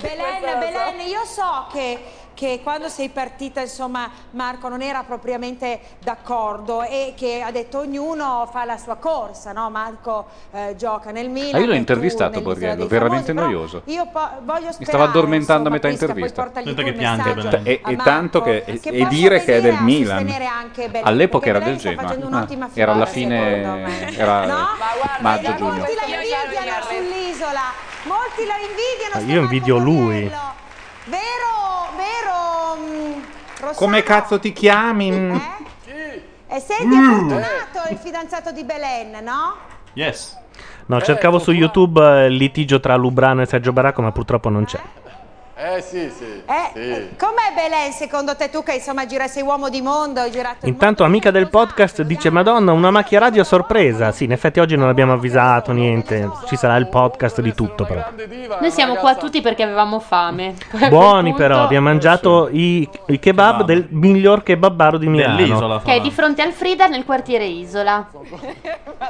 Belen, Belen, io so che, che quando sei partita, insomma, Marco non era propriamente d'accordo e che ha detto ognuno fa la sua corsa, no? Marco eh, gioca nel Milan.
Ah, io l'ho
e tu
intervistato
nell'Isola
Borriello,
dei
veramente
Famosi, però
noioso.
Io po- voglio sperare,
Mi stava addormentando a
insomma,
metà
Prisca, poi
intervista.
portagli
Detto
tu
che
un
piange,
messaggio
Belen. E-
a
e
Marco,
tanto che- e- e
possa
dire che è
venire
del
a
Milan.
sostenere anche Belen,
All'epoca
perché
era
Belen
del
sta
Genoa.
facendo un'ottima
Ah, Era alla
figura, secondo me.
fine, era maggio-giugno.
Molti la invidiano
eh.
sull'isola, molti la invidiano.
Ah, Io invidio lui.
Vero, vero, mm, Rossano?
Come cazzo ti chiami? Mm.
Eh? E senti, è
Mm.
fortunato il fidanzato di Belen, no?
Yes.
Eh,
No, cercavo su YouTube eh, il litigio tra Lubrano e Sergio Baracco, ma purtroppo non c'è.
Eh sì, sì.
Eh,
Sì.
Com'è Belen secondo te tu che insomma gira, sei uomo di mondo, hai girato il
Intanto amica del podcast dice Madonna, una macchia radio a sorpresa. Sì, in effetti oggi non abbiamo avvisato niente. Ci sarà il podcast di tutto però.
Noi siamo qua tutti perché avevamo fame.
Cioè,
Poi a
Buoni
quel punto-
però, abbiamo mangiato i, i kebab del miglior kebabaro di Milano.
Dell'isola,
Che è di fronte al Frida nel quartiere Isola.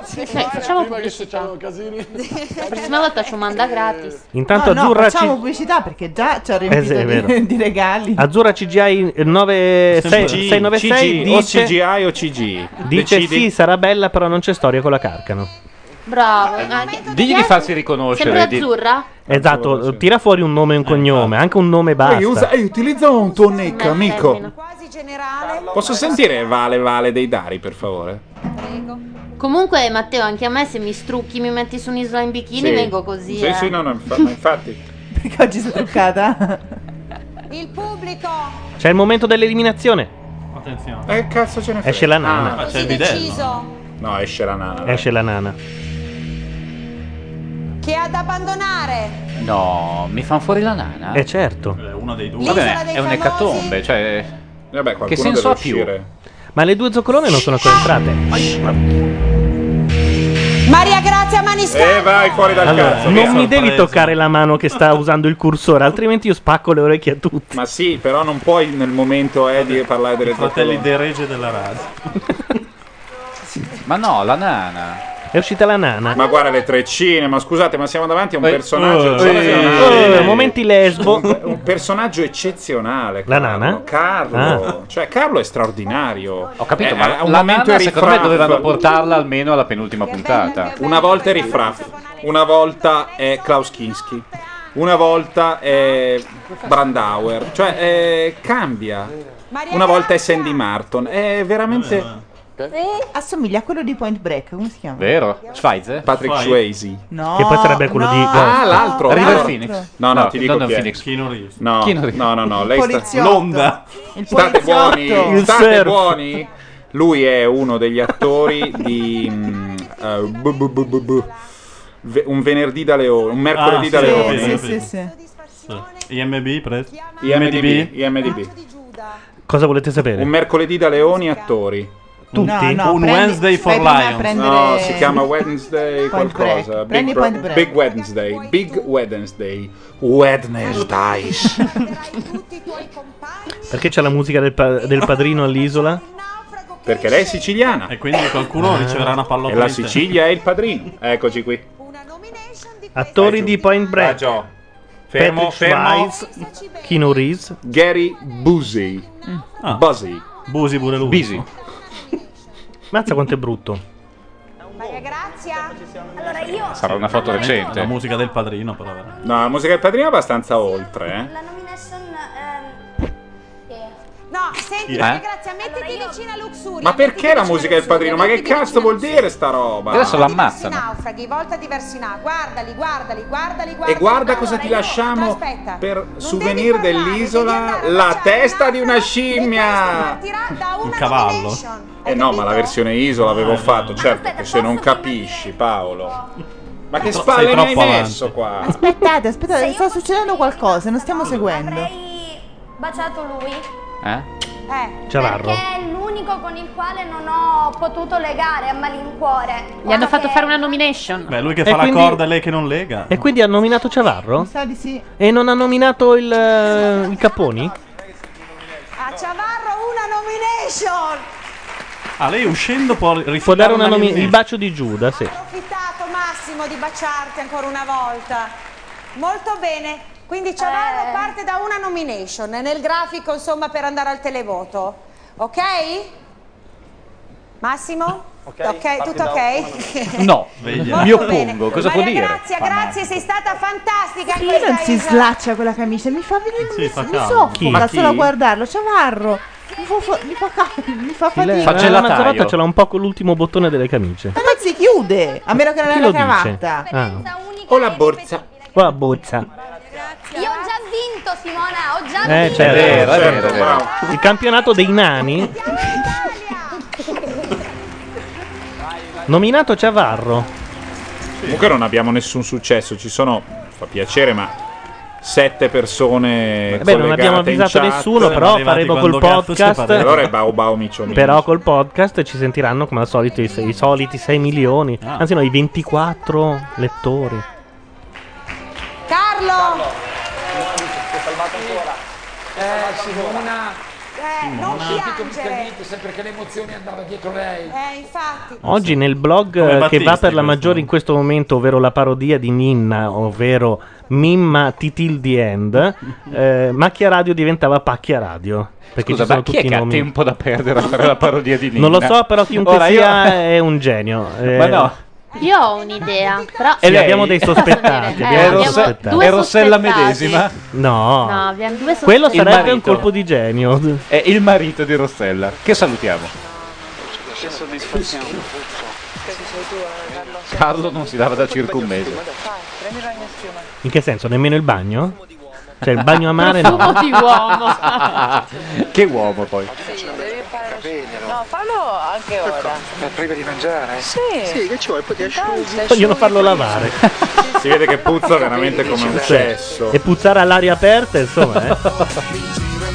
Sì,
Noi facciamo
prima che
pubblicità.
succedano casini.
La prossima volta ci manda gratis.
Intanto
no, no,
Azzurra
facciamo
ci...
pubblicità perché già ci ha
Eh sì,
riempito
è vero.
di, di regali.
Azzurra CGI 9, sei-
CG,
696
CG, o
dice,
CGI o CG.
dice
Decidi.
sì, sarà bella però non c'è storia con la carcano.
Bravo. Ah,
Digli di farsi riconoscere.
Sembra
di- Eh,
azzurra?
Esatto, tira fuori un nome e un cognome, anche un nome basta.
utilizza un tonic, amico.
Quasi generale.
Posso sentire Vale Vale dei Dari, per favore?
Comunque, Matteo, anche a me se mi strucchi, mi metti su un'isola in bikini,
Sì.
vengo così.
Sì,
eh.
sì, no, no, infa- ma infatti.
Perché oggi sei truccata?
Il pubblico
C'è il momento dell'eliminazione.
Attenzione.
Eh, cazzo ce ne frega?
Esce la nana.
Ah,
così deciso
No, esce la nana. dai.
Esce la nana.
che ha da abbandonare.
No, mi fan fuori la nana.
Eh certo.
Uno dei due.
Va bene,
L'isola dei
è un'ecatombe, cioè
Vabbè, qualcuno
che senso
deve
ha più?
uscire.
Ma le due zoccolone non sono ancora entrate.
Maria Grazia Maniscalco.
Eh, vai fuori dal
Allora,
cazzo.
non mi devi toccare la mano che sta usando il cursore, altrimenti io spacco le orecchie a tutti.
Ma sì, però non puoi nel momento eh, di parlare delle
Fratelli
zoccolone.
del Rege della radio.
Ma no, la nana.
È uscita la nana.
Ma guarda le treccine, ma scusate, ma siamo davanti a un
Eh,
personaggio
eh,
eccezionale.
eh, momenti lesbo.
Un, un personaggio eccezionale.
La
Carlo.
nana?
Carlo. Cioè, Carlo è straordinario. Ho
Ah. Capito, ma Eh, la nana secondo me dovevano portarla almeno alla penultima puntata.
Una volta eri Fraff, una volta è Klaus Kinski, una volta è Brandauer, cioè eh, cambia. Una volta è Sandy Martin, è veramente...
Assomiglia a quello di Point Break, come si chiama?
Vero? Schweizer?
Patrick
Schweizer.
Swayze.
No, Che poi sarebbe quello di- no,
Ah, l'altro.
no,
River
l'altro.
Phoenix. No, no, ti dico
Donald
chi è.
Phoenix.
No,
Keanu Reeves.
no, no, no, lei sta...
poliziotto. L'onda.
Il
State
poliziotto.
buoni,
esatto.
Il
state
surf.
buoni. Lui è uno degli attori di mm, eh, bu- bu- bu- bu- bu. Ve- un venerdì da leone, un
Ah,
mercoledì
Ah,
da leone.
sì. IMB preso?
IMDb,
Ah,
IMDb.
Cosa volete sapere?
Un mercoledì da leoni attori.
Tutti? No, no,
Un prendi- Wednesday for vai prima a Lions. prendere-
No, si chiama Wednesday
Point
qualcosa.
Break. Prendi
Big, Bro-
Point Break.
Big Wednesday. Big Wednesday. Wednesday.
Perché c'è la musica del, pa- del padrino all'isola?
Perché lei è siciliana. E
quindi qualcuno riceverà una pallotta
E la
di te.
Sicilia è il padrino. Eccoci qui.
Attori di Point Break.
Ah, Fermo,
Patrick
fermo.
Swayze, Keanu Reeves. Ah.
Gary Busey. Busey.
Busey pure lui.
Busey.
Mazza quanto è brutto.
Sarà una foto recente.
La musica del padrino, però. veramente.
No, la musica del padrino è abbastanza oltre, eh.
La nomination... eh,
No, senti,
Eh?
Grazia, mettiti vicino a Luxuria.
eh. Ma perché la
mettiti
musica del padrino? Ma che cazzo vuol dire sta roba?
Adesso
vicino ai
l'ammazzano.
Naufraghi, volta diversi naufraghi. Guardali, guardali, guardali, guardali.
E guarda cosa ti lasciamo
Aspetta.
per souvenir dell'isola, la testa di una scimmia. Un
cavallo.
Eh no, ma la versione isola avevo fatto, certo che se non capisci, Paolo. Ma che
Sei
spalle mi hai
troppo avanti.
messo qua?
Aspettate, aspettate, sta succedendo qualcosa, non stiamo seguendo.
Baciato lui.
Eh?
Eh.
Ciavarro.
Perché è l'unico con il quale non ho potuto legare a malincuore.
Gli hanno fatto fare una nomination.
Beh, lui che
E
fa
quindi-
la corda e lei che non lega.
E quindi ha nominato Ciavarro?
Sa di sì.
E non ha nominato il, eh, il Capponi?
A Ciavarro una nomination!
Ah, lei uscendo può rifiutare
Può dare una nomi-
nomination.
il bacio di Giuda, sì.
Approfittato Massimo di baciarti ancora una volta. Molto bene. Quindi Ciavarro
Eh.
parte da una nomination nel grafico, insomma, per andare al televoto. Ok? Massimo? Ok,
parte
tutto
da
ok?
No,
Veglia.
mi oppongo. Cosa
Maria
può dire?
Grazia, grazie, sei stata fantastica in
Lui non
questa
si
isola.
slaccia quella camicia, mi fa venire
Sì,
mi,
fa
mi
caldo. Chi?
soffoca
Ma
solo a
chi?
guardarlo, Ciavarro. Mi fa, fa- mi fa ca- mi fa
Lei-
fatica.
la Mazzarotta ce l'ha un po' con l'ultimo bottone delle camicie.
Ma non si chiude, a meno che non
Chi
è
lo
la
dice?
cravatta.
Ah.
Ah.
O la borsa. O la borsa.
Io ho già vinto, Simona, ho già
Eh,
vinto.
certo,
vero, è
certo.
vero, è vero.
Il campionato dei nani, nominato Ciavarro.
Comunque non abbiamo nessun successo, ci sono, fa piacere, ma sette persone
Vabbè, non
collegate
abbiamo
in
avvisato
chat.
nessuno, Siamo però arrivati faremo col quando cazzo si podcast. parla.
Allora è Bau Bau Micio Micio.
Però col podcast ci sentiranno come al solito i, se- i soliti 6 milioni,
Ah.
anzi no, i 24 lettori.
Carlo!
salvato ancora.
Eh, Simona.
Eh, non
ha
piangere.
capito fisicamente, sempre che le emozioni andavano dietro lei.
Eh, infatti.
Oggi nel blog
Come
eh, che
Battisti,
va per la
questo.
maggiore in questo momento, ovvero la parodia di Ninna, ovvero Mimma Titil the End, eh, Macchia Radio diventava Pacchia Radio. Perché
Scusa,
ci sono
ma chi è
tutti i
che ha
nomi.
tempo da perdere a fare la parodia di Nina?
Non lo so, però chiunque
Ora, io-
sia è un genio. eh,
Ma no.
Io ho un'idea, però...
sì, abbiamo dei sospettati.
Eh,
abbiamo dei
abbiamo
sospettati.
due È Rossella sospettati. medesima?
No.
No, abbiamo due sospettati.
Quello
Il
sarebbe un
marito.
colpo di genio.
È il marito di Rossella, che salutiamo.
Che soddisfazione.
Carlo non si lava da circa un mese.
In che senso? Nemmeno il bagno? Cioè il bagno a mare no.
Profumo di uomo.
che uomo poi.
No, fallo anche ora.
Prima di mangiare? Sì. Sì, che ci vuole? Poi ti asciughi.
Vogliono farlo lavare.
Si vede che puzza veramente come un
Cioè,
cesso.
E puzzare all'aria aperta, insomma, eh.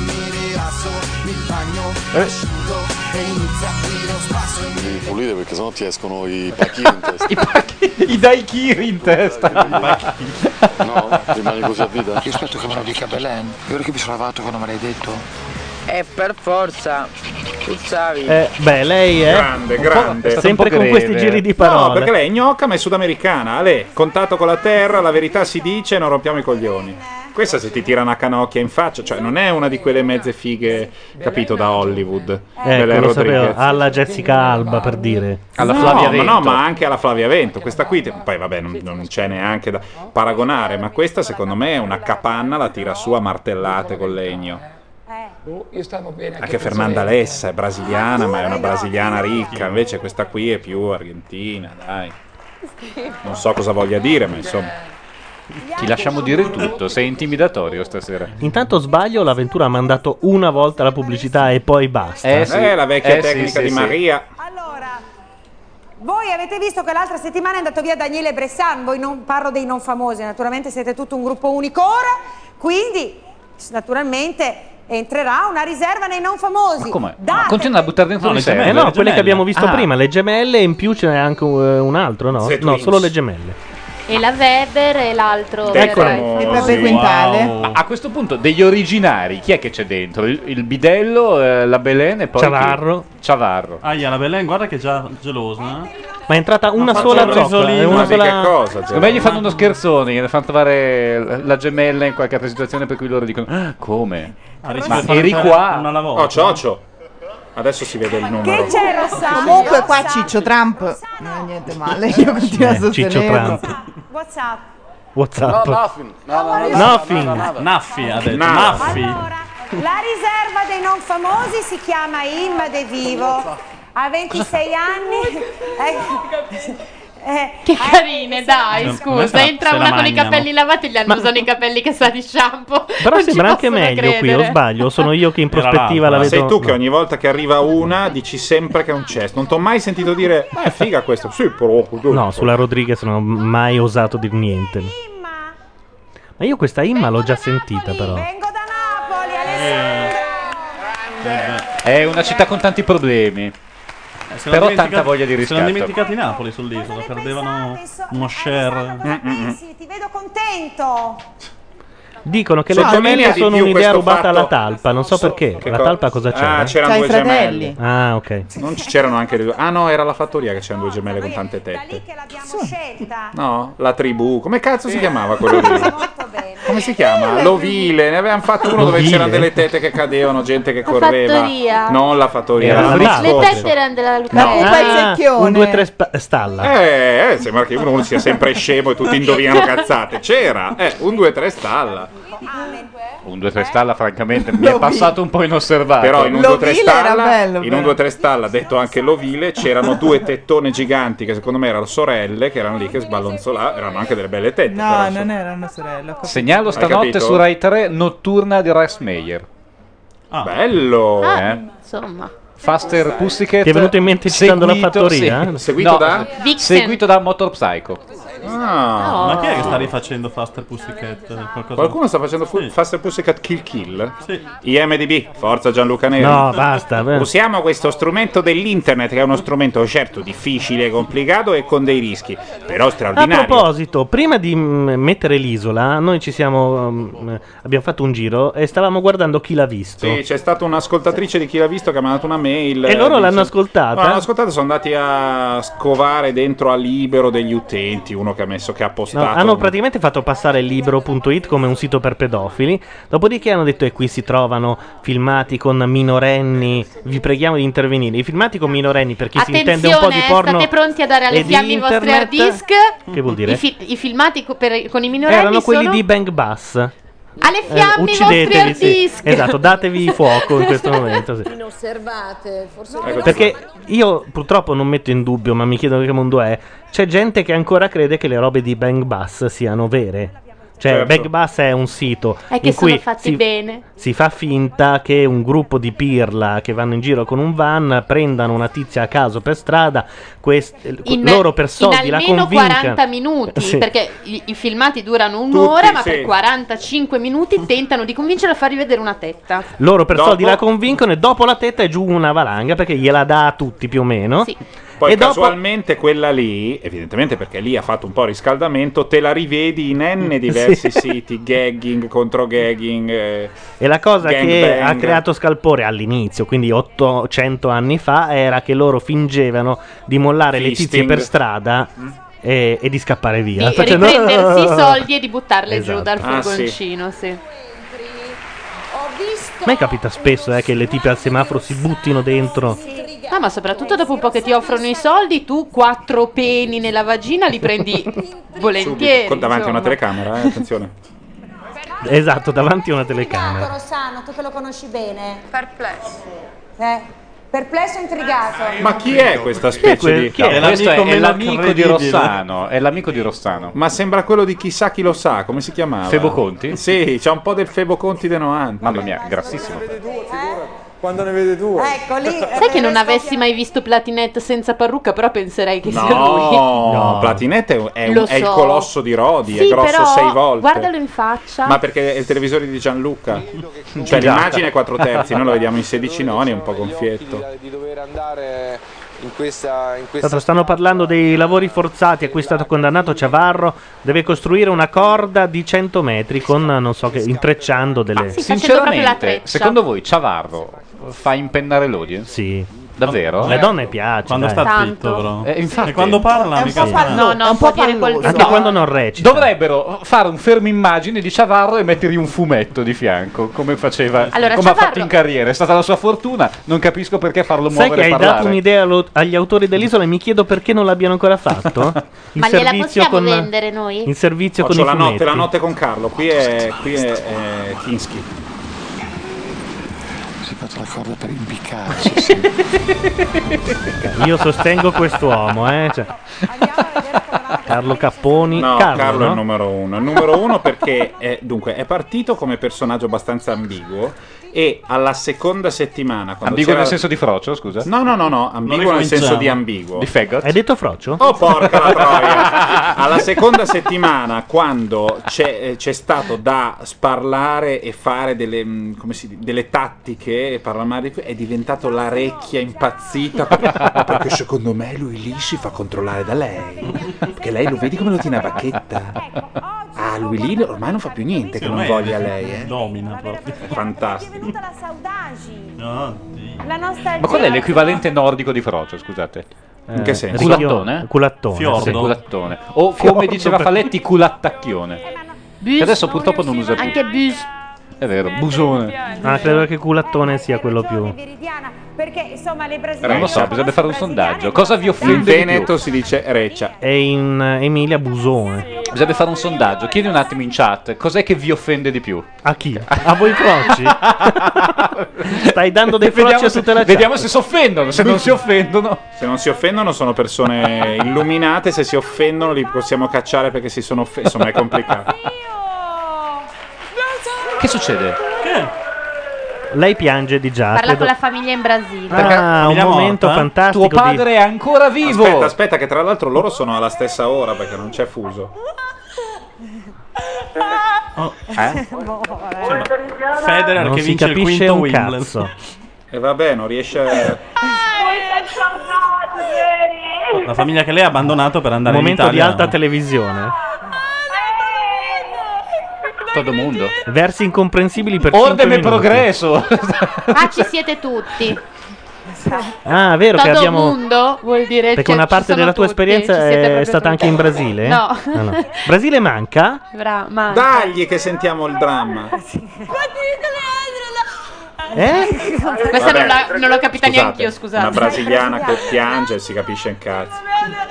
Eh.
Devi pulire perché sennò ti escono i pacchini in testa.
I, pacchi- i daiquiri in testa.
No, rimani così a vita. Io aspetto che me lo dica Belen. Io ora che mi sono lavato quando me l'hai detto.
E per forza. Puzzavi.
Eh, beh, lei è
grande,
un po'
grande.
sempre con questi giri di parole.
No, perché lei è gnocca, ma è sudamericana. Ale, contatto con la terra, la verità si dice, non rompiamo i coglioni. Questa se ti tira una canocchia in faccia, cioè non è una di quelle mezze fighe, capito, da Hollywood.
Ecco,
Belen
lo sapevo,
Rodriguez.
alla Jessica Alba per dire.
no, ma No, ma anche alla Flavia Vento. Questa qui, te- poi vabbè, non, non c'è neanche da
Eh.
paragonare, ma questa secondo me è una capanna, la tira su a martellate col legno.
Boh, Io stavo bene anche,
Anche Fernanda Lessa è brasiliana, ma è una brasiliana ricca. Invece questa qui è più argentina, dai. Non so cosa voglia dire, ma insomma.
Ti lasciamo dire tutto, sei intimidatorio stasera.
Intanto sbaglio, l'avventura ha mandato una volta la pubblicità e poi basta.
Eh sì, Eh, la vecchia eh sì, tecnica sì, di sì.
Maria.
Voi avete visto che l'altra settimana è andato via Daniele Bressan, voi non parlo dei non famosi, naturalmente siete tutto un gruppo unico ora, quindi naturalmente entrerà una riserva nei non famosi.
Ma come? Ma continua a buttare dentro le Ah.
Eh no, quelle che abbiamo visto prima, le gemelle, e in più ce n'è anche un eh, un altro, no?
The
No,
Twins.
solo le gemelle.
E la Weber e l'altro.
Ecco,
Eccolo.
E Peppe Quintale.
Wow. A questo punto, degli originari, chi è che c'è dentro? Il, il bidello, eh, la Belen e poi. chi?
Ciavarro.
Ciavarro.
Aia, la Belen, guarda che è già gelosa. eh.
Ma è entrata una
Ma
sola
faccio
zoccola,
risolino.
eh, una
Ma di che
sola...
cosa, Giacomo?
Secondo me gli fanno uno scherzone, gli fanno trovare la- la gemella in qualche altra situazione per cui loro dicono "Ah, come?
Ah,
Ma
risparmiare
eri qua.
una alla volta.
Oh, Ciocio. Adesso si vede il numero.
Che c'è Rossano?
Comunque qua Ciccio Trump non è niente male, io continuo a
Eh, Ciccio
sostenerlo.
Trump.
WhatsApp.
WhatsApp.
Ah,
Naffi, ha detto.
No.
Naffi. Eh,
La riserva dei non famosi si chiama Imma De Vivo. Ha 26 anni. Eh,
Che carine, dai,
Cioè,
scusa.
se la-
Entra
se la
una con i
mangiano.
capelli lavati e gli hanno usato i capelli che sa di shampoo.
Però
Non ci
sembra anche
possono
meglio qui, o
credere.
sbaglio? Sono io che in prospettiva la
Ma
vedo...
Sei tu che
no.
ogni volta che arriva una dici sempre che è un cesto. Non ti ho mai sentito dire, ma è figa questo. Sì, però.
No, sulla Rodriguez non ho mai osato dire niente. Ma io questa Imma l'ho già sentita però.
È una città con tanti problemi.
Eh, Se
Però
l'hanno
tanta
dimenticati-
voglia di
Se l'hanno
riscatto.
dimenticati Napoli sull'isola, perdevano uno share.
Mm,
Sì, ti vedo contento.
Dicono che le
Sottolinea
gemelle
di
sono
più
un'idea
questo
rubata alla
fatto-
talpa, non so perché. La talpa cosa eh? c'era?
Ah, c'erano due gemelle.
Ah, ok.
Non ci c'erano anche le due. Ah, no, era la fattoria che c'erano due gemelle con tante tette.
Abbiamo scelta.
No, la tribù. Come cazzo si chiamava quello lì? Come si chiama?
Eh,
L'ovile. Ne avevamo fatto uno dove
L'ovile?
c'erano delle tette che cadevano, gente che correva.
fattoria.
Non la fattoria.
Era la
era
Le
un
tette erano della Luca
No.
Renzi.
un 2 3 stalla.
Eh, eh, sembra che uno sia sempre scemo e tutti indovinano cazzate. C'era, eh, un 2-3 stalla.
Ah,
Un 2-3 stalla, francamente, mi è passato un po' inosservato.
Però in un 2-3 stalla, in un 2-3 stalla, detto anche l'ovile, c'erano due tettone giganti che secondo me erano sorelle che erano lì che sballonzolavano, erano anche delle belle tette.
No, non era una sorella. ho capito.
Segnalo stanotte su Rai 3 notturna di Rex Meyer.
Bello! eh.
Ah, insomma.
Faster Pussycat.
Ti è venuto in mente citando la fattoria? Seguito
da?
Vixen.
Seguito da Motor Psycho.
Ah.
Ma chi è che sta rifacendo Faster Pussycat? eh, Qualcosa?
Qualcuno sta facendo fu- Faster Pussycat Kill Kill? IMDB, forza Gianluca Neri.
No, basta, beh.
Usiamo questo strumento dell'internet che è uno strumento certo difficile, complicato e con dei rischi, però
A
straordinario.
proposito, prima di mm, mettere l'isola, noi ci siamo mm, abbiamo fatto un giro e stavamo guardando chi l'ha visto.
Sì, c'è stata un'ascoltatrice di chi l'ha visto che ha mandato una mail.
E loro
eh,
l'hanno
dice-
ascoltata?
No, l'hanno ascoltata, sono andati a scovare dentro a libero degli utenti, uno che ha messo che ha
No,
postato.
hanno praticamente fatto passare libro.it come un sito per pedofili, dopodiché hanno detto e qui si trovano filmati con minorenni, vi preghiamo di intervenire. I filmati con minorenni per chi si intende un po' di
Attenzione, eh,
porno
state pronti a dare
e
alle
di
fiamme i vostri hard
internet?
disk.
Che vuol dire?
I, fi- i filmati co- per- con i minorenni
erano quelli
sono
di Bang Bass.
alle
Eh,
fiamme i vostri hard
uccidetevi, sì.
disk.
Esatto, datevi fuoco in questo momento,
Ecco,
sì.
Inosservate, forse
Ecco, Perché io purtroppo non metto in dubbio, ma mi chiedo che mondo è. C'è gente che ancora crede che le robe di Bang Bass siano vere. Cioè,
Certo.
Bang Bass è un sito
È che
in cui
sono fatti
si,
bene.
si fa finta che un gruppo di pirla che vanno in giro con un van prendano una tizia a caso per strada, quest- eh,
In,
loro per soldi
in
la
almeno
convincano.
40 minuti
Sì.
perché i, i filmati durano un'ora ma
sì.
per 45 minuti tentano di convincerla a fargli vedere una tetta
Loro per soldi la convincono e dopo la tetta è giù una valanga perché gliela dà a tutti più o meno.
Poi
e dopo
casualmente quella lì, evidentemente perché lì ha fatto un po' riscaldamento, te la rivedi in N diversi
Sì.
siti, gagging, contro gagging. eh,
E la cosa che
gangbang.
ha creato scalpore all'inizio, quindi 800 anni fa, era che loro fingevano di mollare le
Fisting. Mm.
tizie per strada e, e di scappare via.
di
Facendo-
riprendersi i soldi e di buttarle
Esatto.
giù dal
Ah, sì.
furgoncino sì.
A me capita spesso eh, che le tipe al semaforo si buttino dentro.
No, ma soprattutto dopo un po' che ti offrono i soldi, tu quattro peni nella vagina li prendi
subito,
volentieri.
con- davanti a una
insomma.
telecamera, eh, attenzione.
Esatto, davanti a una telecamera.
Rossano, tu che lo conosci bene.
Perplesso.
Eh? Perplesso o intrigato?
Ma chi è questa specie
que-
di
chi è? È
Questo
l'amico meno credibile. È l'amico di Rossano.
Ma sembra quello di chissà chi lo sa, come si chiamava?
Febo Conti?
Sì, c'è un po' del Febo Conti dei 90. Mamma mia, grassissimo.
Quando ne vede due.
Ecco lì.
Sai che non avessi mai visto Platinette senza parrucca, però penserei che sia lui.
No, Platinette è, un-
Lo
è il
so.
colosso di Rodi, è
Sì,
grosso
però,
sei volte.
Guardalo in faccia.
Ma perché è il televisore di Gianluca? Cioè
Esatto.
l'immagine è 4 terzi, noi lo vediamo in 16 noni, è un po' gonfietto.
di dover andare in questa, in
Tra
questa
l'altro stanno parlando dei lavori forzati a cui è stato condannato Ciavarro. Deve costruire una corda di 100 metri con, non so che, intrecciando
Ah,
delle...
sì, facendo proprio la treccia.
secondo voi Ciavarro fa impennare l'audience?
Sì.
Davvero?
Alle donne piace,
Quando
dai.
sta
Tanto.
zitto, però.
Eh, infatti.
e quando parla,
È un
mica
po'
sta-
No, no, può dire qualcosa.
Anche quando non recita.
Dovrebbero fare un fermo immagine di Ciavarro e mettergli un fumetto di fianco, come faceva
Allora,
come ha
Ciavarro-
fatto in carriera. È stata la sua fortuna, non capisco perché farlo
Sai
muovere
che
e
hai
parlare.
dato un'idea allo- agli autori dell'isola e mi chiedo perché non l'abbiano ancora fatto? Il
Ma gliela
servizio
possiamo
con-
vendere noi?
Il servizio
Oh,
con
c'ho
i
la
fumetti.
notte, la notte con Carlo, qui è, qui è, è Kinski.
Si è fatto la corda per impiccarsi.
Io sostengo quest'uomo, eh. cioè. Carlo Capponi.
No, Carlo,
Carlo,
è
no?
il numero uno. Il numero uno perché è, dunque, è partito come personaggio abbastanza ambiguo e alla seconda settimana... quando
Ambiguo
c'era-
nel senso di frocio, scusa?
No, no, no, no, ambiguo nel
ricominciamo.
senso di ambiguo.
Di faggot?
Hai detto frocio?
Oh, porca la troia! ah, Alla seconda settimana, quando c'è, eh, c'è stato da sparlare e fare delle, mh, come si dice, delle tattiche, e parlare di- è diventato l'arecchia impazzita. perché- perché secondo me lui lì si fa controllare da lei. Perché lei lo vedi come lo tiene a bacchetta. Ah, lui lì ormai non fa più niente che non
ormai
voglia lei. Eh.
Domina proprio.
Fantastico.
La saudagi.
No,
La nostalgia.
Ma qual è
eh,
l'equivalente nordico di frocio, scusate? Eh,
In che senso?
Culattone?
Culattone.
Fiordo.
sì.
Culattone. O come
Fiordo
diceva
per-
Faletti, culattacchione. Che adesso purtroppo non usa più.
Anche Bus.
È vero, busone.
Ah, credo che culattone sia quello più.
Perché insomma
Eh,
le brasiliane.
Non lo so, bisogna fare un sondaggio. Cosa vi offende
In
di più?
Veneto si dice reccia.
E in eh, Emilia Busone.
Bisogna fare un sondaggio. Chiedi un attimo in chat cos'è che vi offende di più.
A chi? A voi froci? Stai dando dei
Vediamo
froci a
se-
tutta la chat.
vediamo se si offendono, se non si offendono.
Se non si offendono sono persone illuminate, se si offendono li possiamo cacciare perché si sono offesi. Insomma, è complicato.
Che succede?
Lei piange di già.
Parla
credo-
con la famiglia in Brasile.
Ah, un
Famiglia
momento
morta?
fantastico.
Tuo padre
di...
è ancora vivo.
Aspetta, aspetta, che tra l'altro loro sono alla stessa ora perché non c'è fuso. Eh?
Federer
Non
che
si
vince il
capisce
quinto
un
Wimbledon.
cazzo.
E vabbè, non riesce a...
La famiglia che lei ha abbandonato per andare
Momento
in
di
Italia.
alta televisione.
Todo mondo.
Versi incomprensibili per
Ordem
5
e progresso.
Ah, ci siete tutti.
Esatto.
Ah, è vero che
Todo
abbiamo
mondo vuol dire
perché
cioè,
una
ci
parte
sono
della tua
tutti, ci
esperienza
siete
è
proprio
stata
tutti.
anche in Brasile?
No.
Ah, Brasile manca?
Bra- ma-
Dagli che sentiamo il dramma.
Eh?
Questa
Vabbè,
non, la- non l'ho capita
scusate,
neanche io, scusate.
Una brasiliana che piange si capisce in cazzo.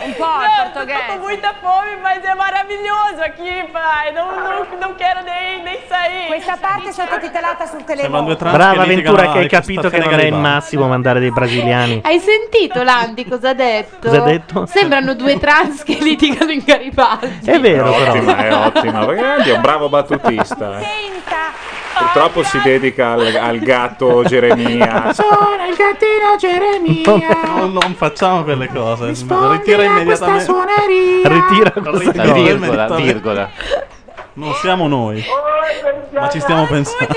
Un po' portoghese.
muita fome, mas é maravilhoso aqui, pai. Não, não, não quero nem, nem sair.
Questa parte è stata titolata sul telefono.
due trans
Brava
che litigano
Ventura che
alla
hai
"Ecco,
capito che
stazione
non è il
Garibaldi.
massimo mandare dei brasiliani.
Hai sentito Landi cosa ha detto?
Cosa ha detto?
Sembrano due trans che litigano in Garibaldi.
È vero
È ottima,
però.
è ottima. Ragazzi, è un bravo battutista. eh. Purtroppo si dedica al, al gatto Geremia.
Sono il gattino Geremia.
No, non facciamo quelle cose. Ritira
Tira questa
immediatamente.
suoneria.
Ritira
questa
cosa. Virgola, virgola.
Non siamo
Oh,
noi. Ma ci stiamo pensando.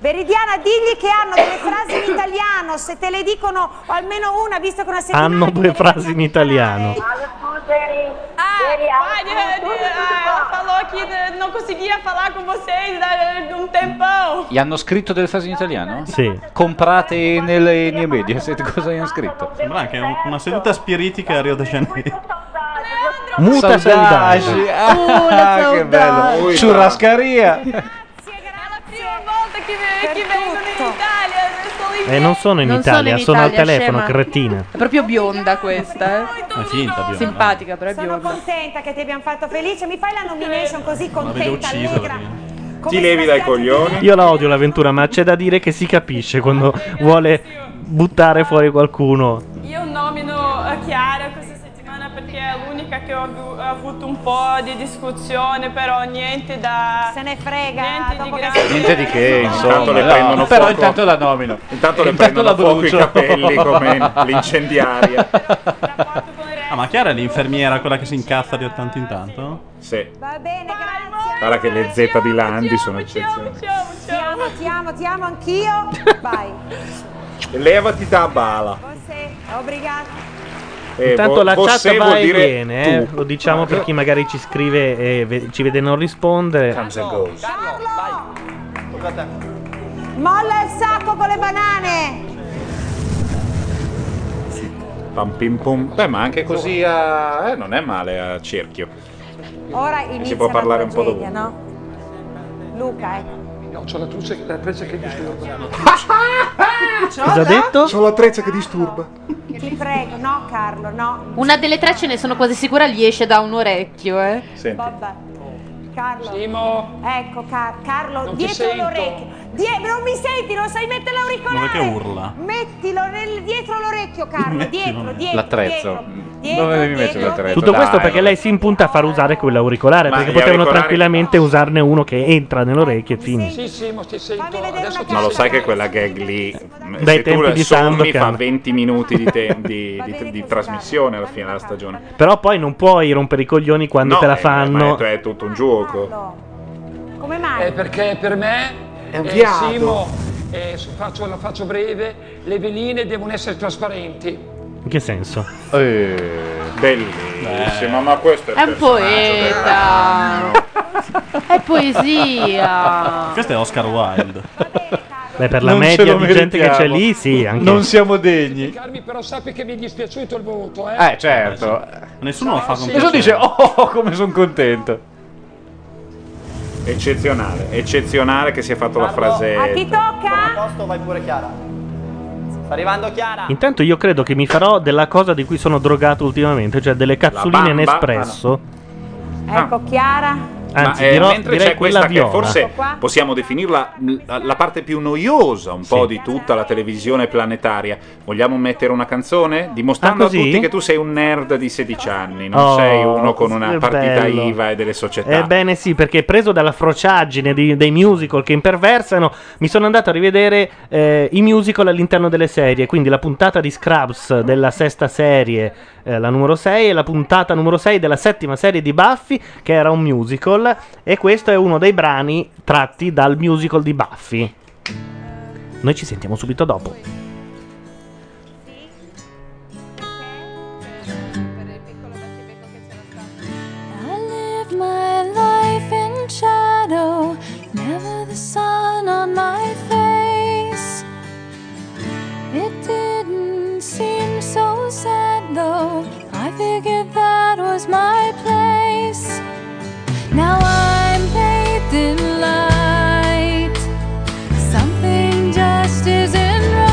Veridiana, digli che hanno delle frasi in italiano, se te le dicono almeno una, visto che una settimana...
Hanno due frasi in italiano.
Ah.
Pai, eh, eh, ela falou que eh, não conseguia falar com vocês há um tempão.
Gli hanno scritto delle frasi in italiano?
Sì.
Comprate nelle mie media. Senti cosa gli hanno scritto?
Sembra anche un- una seduta spiritica a Rio de Janeiro.
Muta
Saudade.
saudade.
Ah, che bello. Churrascaria.
Volta que, ve- que vengo na Itália, eu estou em
Eh, non sono in
Non sono
Italia,
in
sono al
Italia,
telefono,
scema.
cretina.
È proprio bionda questa, eh.
È finta, Biondo.
Simpatica, però è
Sono
bionda.
contenta che ti abbiamo fatto felice, mi fai la nomination così
L'avete
contenta,
ucciso.
allegra.
praticamente.
Ti levi dai coglioni.
Io la odio l'avventura, ma c'è da dire che si capisce quando vuole buttare fuori qualcuno.
Io nomino eh, Chiara questa settimana perché è l'unica che ho avu- avuto un po' di discussione, però niente da... Se ne frega, niente di grande.
Niente di che, insomma.
Intanto le
no,
prendono
Però
fuoco-
intanto la nomino.
Intanto le prendono fuoco i capelli come l'incendiaria.
Ah, ma Chiara è l'infermiera, quella che si incazza di tanto in tanto?
Sì. Guarda che le Z di Landi sono eccezionali.
Ti amo, ti amo, ti amo anch'io. Vai.
Levati da bala.
Você, obrigada.
Eh,
Intanto
vo-
la chat
você vuol
va e
dire
viene, eh.
tu.
lo diciamo per chi magari ci scrive e ve- ci vede non rispondere.
Molla il sacco con le banane.
Pam pim pum. Beh, ma anche così a... eh, non è male a cerchio.
Ora inizia
può
la
parlare un po'
tragedia, no? Luca, ecco.
No, c'ho la truce, la treccia che disturba.
Cosa ha detto?
C'ho la treccia che disturba.
Ti prego, no Carlo, no.
Una delle tre ce ne sono quasi sicura gli esce da un orecchio, eh.
Vabbè. Carlo. Ecco Car- Carlo,
Non ti
dietro
sento.
l'orecchio. Die- non mi senti, non sai mettere
Ma
l'auricolare.
perché urla?
Mettilo nel- dietro l'orecchio, Carlo.
Mettilo
Dietro,
nel-
dietro.
L'attrezzo.
Dietro,
Dove devi mettere l'attrezzo?
Tutto questo
Dai.
perché lei si impunta a far usare quell'auricolare,
Ma
perché
gli
potevano
auricolari-
tranquillamente usarne uno che entra nell'orecchio e finisce.
Sì, sì, ma ti sento. Adesso ti
Ma lo sai che quella gag lì,
Dai
se tu
tempi
la
di
sommi, fa
Sandokan.
20 minuti di, te- di- di- di trasmissione alla fine della stagione.
Però poi non puoi rompere i coglioni quando
No,
te la
eh, ma
fanno.
È, è tutto un gioco.
Come mai?
Eh, perché per me,
È un
eh,
viado.
Simo, eh, so- faccio, la faccio breve, le veline devono essere trasparenti.
In che senso?
bellissimo, Eh, ma questo
È un poeta. È
Ah.
poesia.
Questo è Oscar Wilde.
Beh, per la media di gente che c'è lì, sì, anche.
Non siamo degni.
Carmi, però sappi che mi è dispiaciuto il voto, eh.
Eh, certo.
Nessuno lo fa con
Nessuno dice,
piacere.
oh, come sono contento.
Eccezionale, eccezionale che si è fatto la
A chi
frase.
tocca?
posto vai pure Chiara. Sta arrivando Chiara.
Intanto io credo che mi farò della cosa di cui sono drogato ultimamente, cioè delle
bamba? Ah,
cazzoline in espresso.
Ecco Chiara.
Anzi,
ma eh,
dirò-
mentre
direi
c'è
quella
questa che
viola.
forse possiamo definirla la, la parte più noiosa un po' di tutta la televisione planetaria, vogliamo mettere una canzone? Dimostrando
Ah,
a
così?
tutti che tu sei un nerd di 16 anni, non
Oh,
sei uno con una
che
partita
bello.
IVA e delle società.
Ebbene Eh, sì, perché preso dalla frociaggine di- dei musical che imperversano, mi sono andato a rivedere eh, i musical all'interno delle serie, quindi la puntata di Scrubs della sesta serie, eh, la numero 6, e la puntata numero 6 della settima serie di Buffy, che era un musical, e questo è uno dei brani tratti dal musical di Buffy. Noi ci sentiamo subito dopo.
I lived my life in shadow, never the sun on my face. It didn't seem so sad though, I figured that was my place. Now I'm bathed in light, something just isn't right.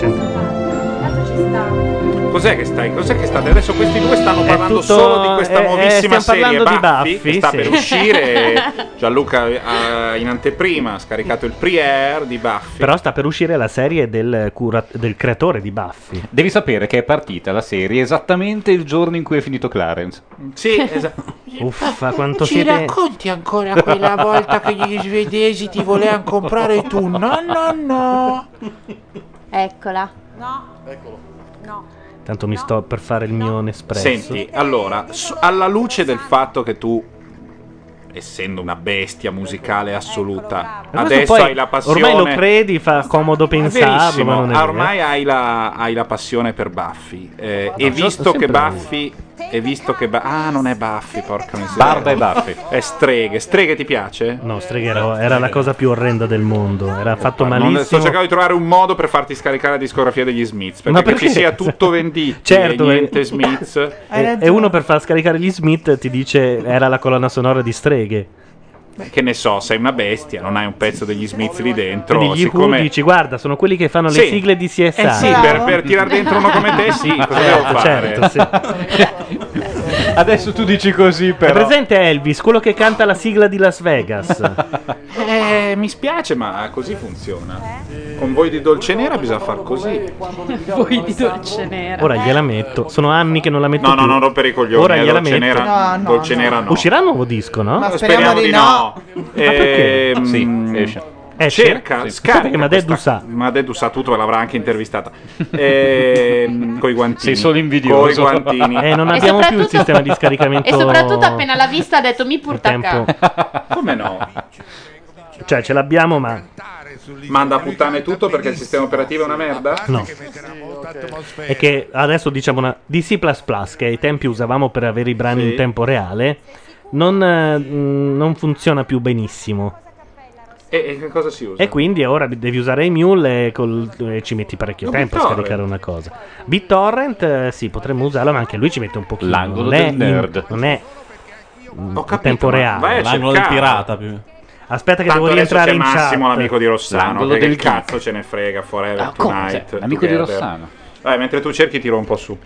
Cioè,
certo.
cos'è che stai? Cos'è che state? Adesso questi due stanno parlando
tutto-
solo di questa
eh, eh,
nuovissima
stiamo
serie
parlando di
Buffy,
Buffy,
che sta
sì.
per uscire. Gianluca ha in anteprima ha scaricato il pre-air di Buffy.
Però sta per uscire la serie del, cura- del creatore di Buffy.
Devi sapere che è partita la serie esattamente il giorno in cui è finito Clarence.
Sì, esatto.
Uffa, quanto
Ci
siete.
racconti ancora quella volta che gli svedesi ti volevano comprare tu? No, no, no.
Eccola.
No. Eccolo. No.
Tanto mi sto per fare il mio Nespresso.
Senti, allora, su- alla luce del fatto che tu, essendo una bestia musicale
Ecco,
assoluta,
Ma questo
adesso
poi
hai la passione.
Ormai lo credi, fa comodo
È
pensarlo.
verissimo,
Ma non è
ah,
vero.
ormai hai la, hai la passione per Buffy. eh, e
Madonna,
visto
sempre
che Buffy. E visto che. Ba- ah, non è Buffy, porca miseria.
Barba e Buffy.
È streghe. Streghe ti piace?
No, stregherò, era la cosa più orrenda del mondo. Era fatto
Cioè, Non- sto
malissimo.
cercando di trovare un modo per farti scaricare la discografia degli Smiths. Perché,
Ma perché?
che ci sia tutto vendito
Certo,
e
eh.
niente Smiths.
E, e uno per far scaricare gli Smith ti dice era la colonna sonora di streghe.
Che ne so, sei una bestia, non hai un pezzo degli Smiths lì dentro.
Quindi gli Who
siccome...
dici guarda, sono quelli che fanno le
Sì.
sigle di CSI.
Eh sì, per, per tirar dentro uno come te, sì, cosa devo
Certo,
fare?
certo, sì.
Adesso tu dici così,
È presente Elvis, quello che canta la sigla di Las Vegas.
Eh, mi spiace, ma così funziona. Con voi di dolce nera bisogna far così.
Ah?
Voi di dolce nera.
Ora gliela metto. Sono anni che non la metto
No,
più.
no, non rompere i coglioni,
Ora
eh,
gliela
Dolce
metto.
Nera- No, no, Dolce no. Nera no.
Uscirà un nuovo disco, no?
Ma speriamo Speriamo di di no. no.
Ma perché?
Ehm, Sì, esce.
Esce?
Cerca,
Sì.
scarica
Perché Madeddu sa.
Madeddu sa tutto, l'avrà anche intervistata. Ehm, coi guantini.
Sei solo invidioso.
Coi guantini.
Eh, non
E
abbiamo più il
soprattutto-
sistema di scaricamento.
E soprattutto appena l'ha vista ha detto mi
tempo.
purtacca.
Come no?
Cioè, ce l'abbiamo, ma
Manda a puttane tutto perché il sistema operativo è una merda?
No. è che adesso diciamo una DC che ai tempi usavamo per avere i brani
Sì.
in tempo reale, non, eh, mh, non funziona più benissimo.
E, e che cosa si usa?
E quindi ora devi usare i mule e, col- e ci metti parecchio
No,
tempo a
BitTorrent.
scaricare una cosa. BitTorrent, eh, sì, potremmo usarlo, ma anche lui ci mette un pochino.
L'angolo
non è
del nerd.
non è mm,
Ho capito,
tempo
ma
reale.
vai a L'angolo del cercare. pirata,
più. Aspetta che
Tanto
devo
adesso
rientrare
c'è
in chat.
Massimo, l'amico di Rossano.
L'angolo
Che
del
del cazzo ce ne frega, forever
Ah, come?
tonight.
Cioè, l'amico di
together.
Rossano.
Vai, mentre tu cerchi tiro un po' su.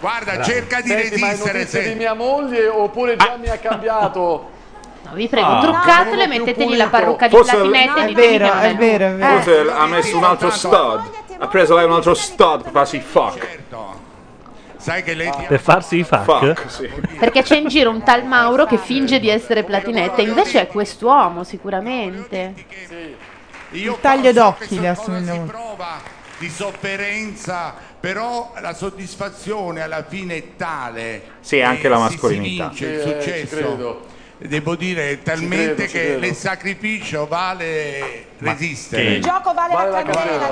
Guarda,
Bravo.
cerca di
Senti, ma è
resistere.
notizia
se-
di mia moglie oppure già mi ha cambiato?
No, vi prego,
Ah.
truccatelo
No,
e metteteli la
pulito.
parrucca di
Forse-
platinette.
No, è
e ditemi che
vero,
non
è
lui.
vero,
Eh.
Forse ha messo un altro stud. Ha preso lei un altro stud per farsi fuck.
Certo.
Sai che lei ti
Per farsi i fuck.
Fuck, sì.
Perché c'è in giro un tal Mauro che finge di essere platinette, invece è quest'uomo sicuramente.
Io
taglio
so
d'occhi
che so
le
cosa
assomiglia
si
molto.
prova di sofferenza, però la soddisfazione alla fine è tale.
Sì, anche
che
la
si-
mascolinità.
Si vince il
Sì, eh, ci
successo.
credo.
Devo dire, è talmente
credo, ci
che
credo.
il sacrificio vale resistere.
che-
Il gioco
vale,
la candela.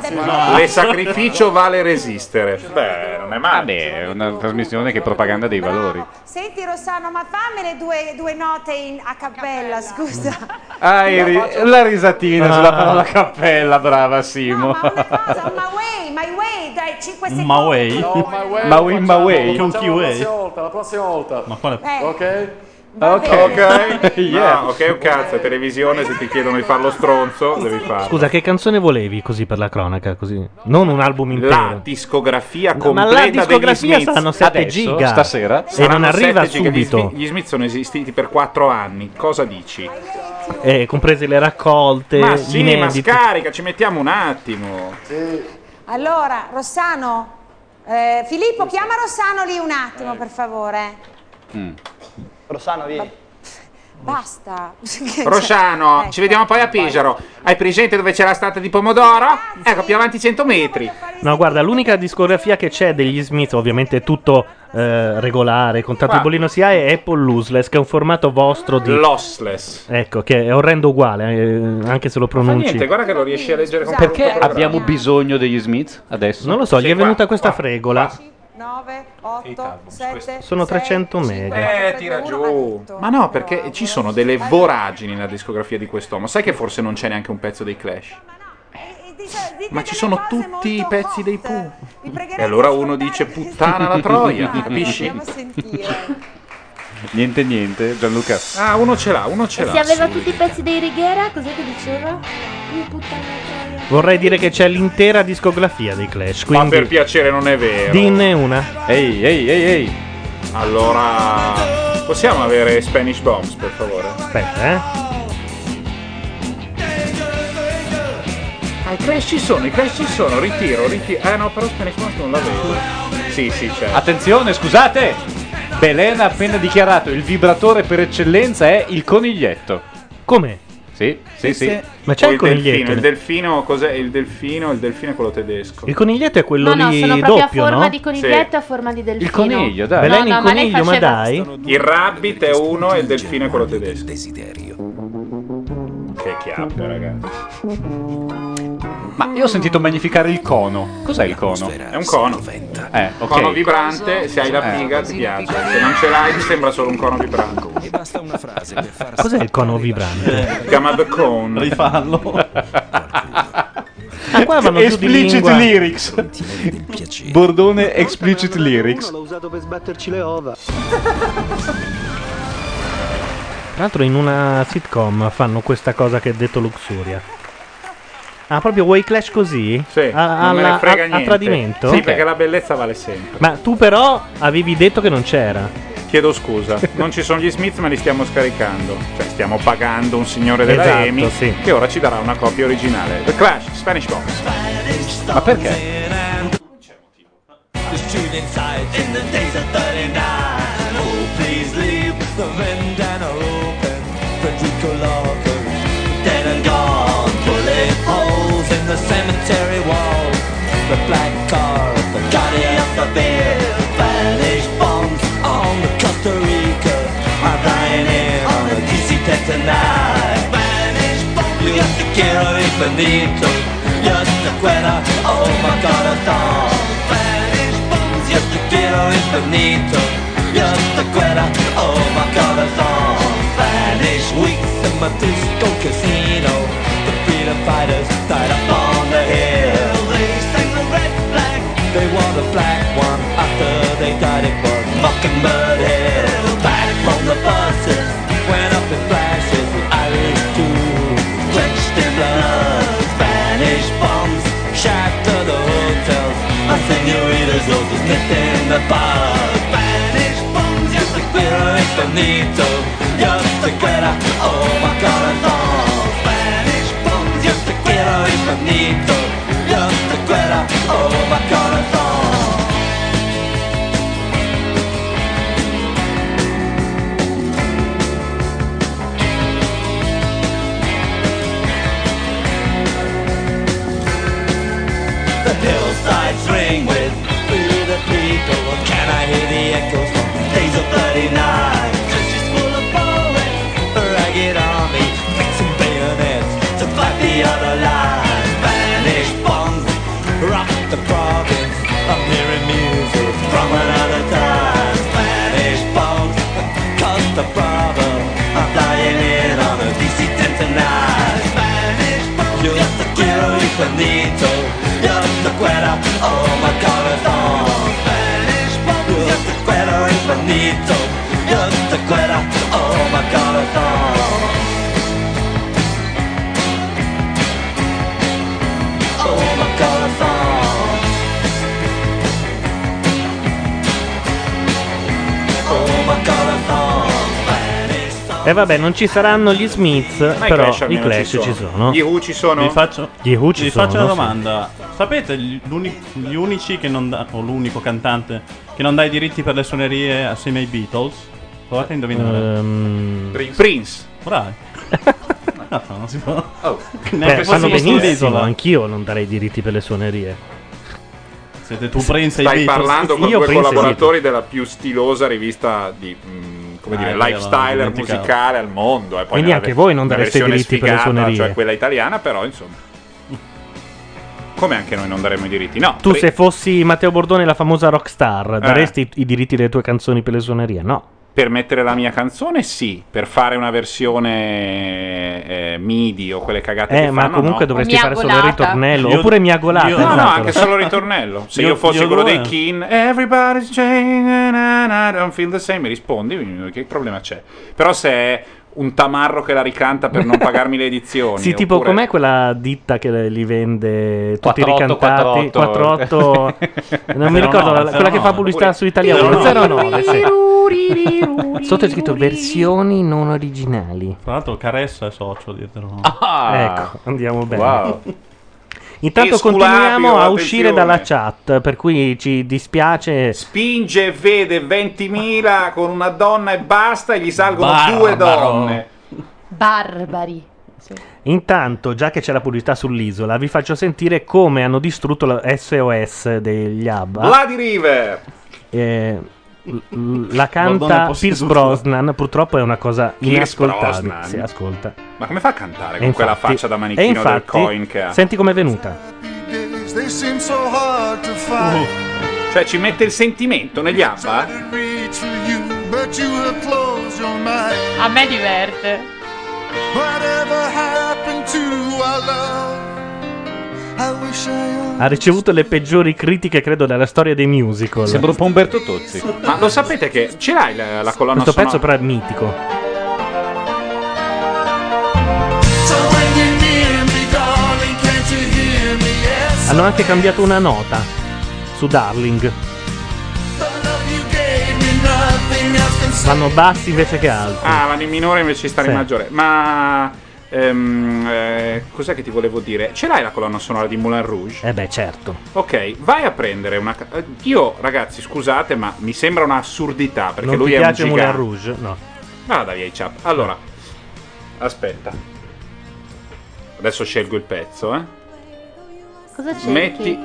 del
Le sacrificio vale resistere. Beh, non è male.
Vabbè, è una trasmissione che propaganda dei valori.
Senti Rossano, ma fammele due, due note in- a cappella, scusa.
Ah, i ri- la risatina sulla
Ah.
parola cappella, brava Simo.
Ma way, my way, dai, 5 secondi.
Ma way?
No, my way.
Ma way, ma way.
Lo facciamo la
Way.
prossima volta, la prossima volta. Ma
quale-
Eh.
Ok?
Ok,
Ok.
Yeah. No, ok, un cazzo, è televisione, se ti chiedono di farlo stronzo, devi farlo.
Scusa, che canzone volevi così per la cronaca? Così? Non un album
La
intero.
discografia
No,
completa
ma la
degli
discografia
Smiths.
saranno 7
Adesso,
giga.
stasera
E
saranno
non arriva
7 giga. Gli Smi-
subito.
Gli, Smith sono esistiti per 4 anni. Cosa dici?
Eh, comprese le raccolte,
ma
gli
sì,
inediti.
ma scarica, ci mettiamo un attimo.
Allora, Rossano, eh, Filippo, chiama Rossano lì un attimo, per favore.
Mm.
Rossano, vieni.
Basta. Cioè,
Rosciano,
Ecco.
ci vediamo poi a Pesaro. Hai presente dove c'è la statua di pomodoro? Ecco, più avanti 100 metri.
No, guarda, l'unica discografia che c'è degli Smith, ovviamente tutto eh, regolare, con tanto il bollino si ha, è Apple Looseless, che è un formato vostro di...
Lossless.
Ecco, che è orrendo uguale, eh, anche se lo
Ma
pronunci.
niente, guarda che lo riesci a leggere con
Perché
tutto il
abbiamo bisogno degli Smith adesso?
Non lo so, gli è venuta questa fregola.
9, 8, 7.
Sono 300 mega.
programma. Eh, tira giù. Ma no, perché ci sono delle voragini nella discografia di quest'uomo. Sai che forse non c'è neanche un pezzo dei Clash? Ma ci sono tutti i pezzi dei Pooh. E allora uno dice puttana la troia, capisci?
Niente, niente, Gianluca.
Ah, uno ce l'ha, uno ce
E
l'ha.
se aveva
sì.
tutti i pezzi dei Righiera, cos'è che diceva? Mi puttana troia.
Vorrei dire che c'è l'intera discografia dei Clash.
Ma per
Quindi
piacere non è vero.
dinne una.
Ehi, ehi, ehi, ehi. Allora. Possiamo avere Spanish Bombs, per favore?
Aspetta, eh.
Ah, i crash ci sono, i crash ci sono, ritiro, ritiro. Eh no, però Spanish Bombs non la vedo. Sì, sì, certo. c'è.
Attenzione, scusate! Belen ha appena dichiarato il vibratore per eccellenza è il coniglietto.
Come?
Sì, sì, sì.
Ma c'è
O
il
delfino,
coniglietto?
il delfino, cos'è? Il delfino, il delfino è quello tedesco.
Il coniglietto è quello
No, no,
lì
sono proprio a
doppio,
forma
no?
di coniglietto e a forma di delfino.
Belen
No,
il
no, ma lei
coniglio, ma
faceva-
dai.
Il rabbit è uno e il delfino è quello tedesco. Desiderio. Che chiappe, ragazzi.
Ma io ho sentito magnificare il cono. Cos'è il cono?
È un cono.
Eh, ok.
Cono vibrante, se hai la
Eh.
figa ti piace. Se non ce l'hai ti sembra solo un cono vibrante. E basta una frase per far
Cos'è il cono vibrante?
Si chiama The Cone.
Rifallo.
Ah, qua vanno giù di
Explicit
lingua.
lyrics. Bordone explicit lyrics.
L'ho usato per sbatterci le ova.
Tra l'altro in una sitcom fanno questa cosa che è detto Luxuria. Ah, proprio Way Clash così?
Sì,
A,
non me
alla-
ne frega
a- a
niente.
tradimento?
Sì, perché la bellezza vale sempre.
Ma tu però avevi detto che non c'era.
Chiedo scusa, non ci sono gli Smith ma li stiamo scaricando. Cioè stiamo pagando un signore della
Esatto,
EMI
sì.
che ora ci darà una copia originale. The Clash, Spanish Box.
Ma perché?
oh, Quiero infinito, yo te cuero, oh my corazón. Yo te quiero infinito Yo te quiero, oh my corazón Spanish weeks in my disco casino The freedom fighters died up on the hill They sang the red flag They wore the black one After they died it was Mockingbird Hill Back from the buses Went up in flashes The Irish too Drenched in blood Spanish bombs Shatter the hotels A senorita's lotus Nipped in the bar Spanish bombs Yo te quiero infinito Yo te quiero Oh my corazón Spanish bombs Yo te quiero infinito Yo te quiero Oh my corazón The hillsides ring with through the people. Well, can I hear the echoes from days of bloody night? Trenches full of bullets, a ragged army, fixing bayonets to fight the other line. Spanish bombs rock the province. I'm hearing music from another time. Spanish bombs cause the problem. I'm dying in on a DC tent tonight. Spanish bombs, yo te quiero infinito. Yo te quiero, oh my corazón. Spanish bombs, yo te quiero infinito. Yo te quiero, oh my corazón. Oh my corazón. Oh my corazón.
E vabbè, non ci saranno gli Smith,
Ma i
però
Clash
i
almeno
Clash ci sono.
Gli U ci sono?
Vi faccio,
Gli Who ci
vi
sono,
faccio una
sì.
domanda. Sapete gli, l'uni- gli unici che non da- o l'unico cantante che non dà i diritti per le suonerie assieme ai Beatles? Provate a indovinare.
Ehm,
Prince.
Bravi. no, non si può.
Oh.
beh, Eh, fanno benissimo,
l'isola.
anch'io non darei i diritti per le suonerie.
Siete tu Prince e i
Stai
Beatles.
parlando con
Io
due
Prince e i
collaboratori della più stilosa rivista di mh, come
Ah,
dire,
è vero,
lifestyle
dimenticavo.
musicale al mondo. E poi
Quindi
nella
anche
ve-
voi non
nella
dareste i
versione
diritti per le
sfigata,
suonerie.
Cioè quella italiana, però insomma. Come anche noi non daremo i diritti? No,
Tu
pri-
se fossi Matteo Bordone, la famosa rockstar,
Eh.
daresti i- i diritti delle tue canzoni per le suonerie? No.
per mettere la mia canzone sì, per fare una versione eh, MIDI o quelle cagate
Eh,
che
ma
fanno,
comunque
no.
dovresti fare solo il ritornello.
Io-
oppure mia golata.
No, no,
esatto.
anche solo il ritornello. Se io,
Io-
fossi
io
quello
due.
dei Kin, everybody's changing, and I don't feel the same, mi rispondi, che problema c'è? Però se è un tamarro che la ricanta per non pagarmi le edizioni.
Sì, tipo
oppure-
com'è quella ditta che li vende tutti
48,
ricantati?
48.
48 non mi
09,
ricordo la- quella che fa pubblicità su Italia 1 09 sì. Sotto è scritto versioni non originali.
Tra l'altro Caressa è socio dietro. Ah.
Ecco, andiamo bene. Intanto continuiamo a uscire dalla chat, per cui ci dispiace.
Spinge e vede 20.000 con una donna e basta e gli salgono
Barbaro.
due donne.
Barbari.
Intanto, già che c'è la pubblicità sull'isola, vi faccio sentire come hanno distrutto la SOS degli ABBA.
Bloody River.
Eh, l- l-
Madonna,
la canta
posso
Pierce
giusto?
Brosnan, purtroppo è una cosa
Pierce
inascoltabile.
Brosnan?
Sì, ascolta.
Ma come fa a cantare
E
con quella
infatti-
faccia da manichino
e infatti,
del coin che ha?
Senti com'è venuta.
They seem so hard to find.
Cioè ci mette il sentimento negli ABBA?
Reach for you, but you have closed your mind.
A me diverte.
Whatever happened to our love? I wish I
Ha ricevuto le peggiori critiche, credo, della storia dei musical.
Sembra un po' Umberto Tozzi. Ma lo sapete che ce l'hai la, la colonna
Questo
sonora?
pezzo però è mitico.
So when you're near me, darling, can't you hear me? Yes,
Hanno anche cambiato una nota su Darling.
the love you gave me, nothing else can
Vanno bassi invece che alti.
Ah, vanno in minore invece di stare
Sì.
in maggiore. Ma ehm, eh, cos'è che ti volevo dire? Ce l'hai la colonna sonora di Moulin Rouge?
Eh beh, certo.
Ok, vai a prendere una. ca- eh, Io, ragazzi, scusate, ma mi sembra un'assurdità perché
non
lui
ti
è un
piace
gigante.
Moulin Rouge? No.
Vada via, chat. Allora, aspetta. Adesso scelgo il pezzo, eh.
Cosa c'è?
Metti.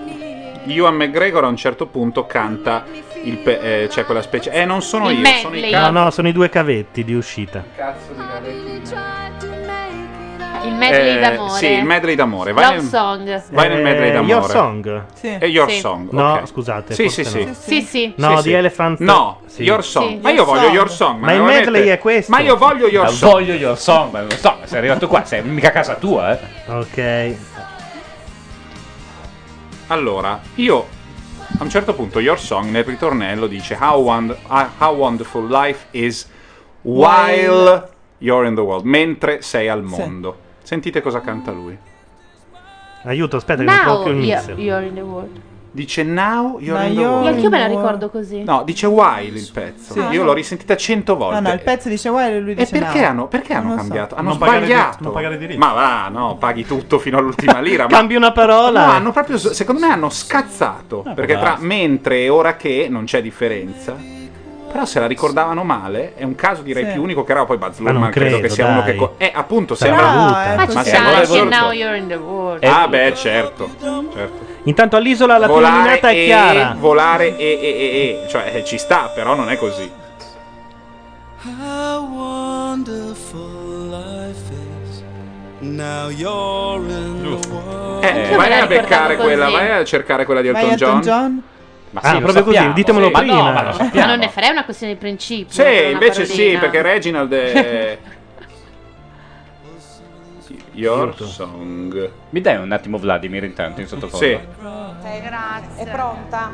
Ewan McGregor a un certo punto canta il pe- eh, c'è quella specie. Eh, non sono
Il
io, sono i
medley.
ca-
No, no, sono i due cavetti di uscita.
Cazzo di
Il medley
Eh,
d'amore.
Sì, il medley d'amore. Vai
Love
nel-
song.
Vai nel medley
Eh,
d'amore.
Your Song?
Sì.
E Your
Sì.
Song.
No,
ok.
scusate,
Sì,
forse
sì, sì.
no.
Sì, sì.
No,
Sì,
di
sì.
Elephant.
No,
sì.
Your Song.
Sì,
ma io
Your
voglio
Song.
Your Song.
Ma
me
il
lo
medley
mette-
è questo.
Ma io voglio Your
Ma
Song.
voglio
Your Song. Ma lo so, sei arrivato qua, sei mica casa tua, eh.
Ok.
Allora, io a un certo punto Your Song nel ritornello dice How, wond- ah, how wonderful life is while you're in the world, mentre sei al
Sì.
mondo. Sentite cosa canta lui.
Aiuto, aspetta, che non trovo
Now
più
you're,
l'inizio.
you're in the world.
Dice now you're in the world.
Io anch'io me la ricordo così.
No, dice while il pezzo.
Sì.
Io l'ho risentita cento volte.
No, no, il pezzo dice Wiley e lui dice
perché
no.
hanno- perché hanno
Non lo so.
cambiato? Hanno
Non pagare diritti,
sbagliato.
non pagare diritti.
Ma va, no, paghi tutto fino all'ultima lira. ma-
Cambi una parola.
No, hanno proprio, secondo me hanno scazzato.
Ah,
perché tra
darsi.
mentre e ora che non c'è differenza. Però se la ricordavano male, è un caso direi
Sì.
più unico che era poi Baz
Ma non
Luhrmann, credo,
credo,
che sia uno
dai.
che... co- eh, appunto,
Sarà
sembra...
voluta.
Ma ci
Ma
sta
sembra
anche
voluta.
Now You're in the World.
Ah beh, certo. certo.
Intanto all'isola la prima
Volare
minata è
e-
chiara.
Volare e, e, e, e, cioè eh, ci sta, però non è così.
How wonderful life is. Now you're in the world.
Eh, vai a beccare quella, vai a cercare quella di
Vai
Elton
Elton
John.
John?
Ma
Ah, proprio così, ditemelo
sì.
prima.
Ma no, ma lo
Ma
sappiamo.
non ne farei una questione di principio.
Sì,
per una
invece sì,
parolina.
perché Reginald è... Your Song.
Mi dai un attimo Vladimir intanto in sottofondo?
Sì.
Cioè, È pronta?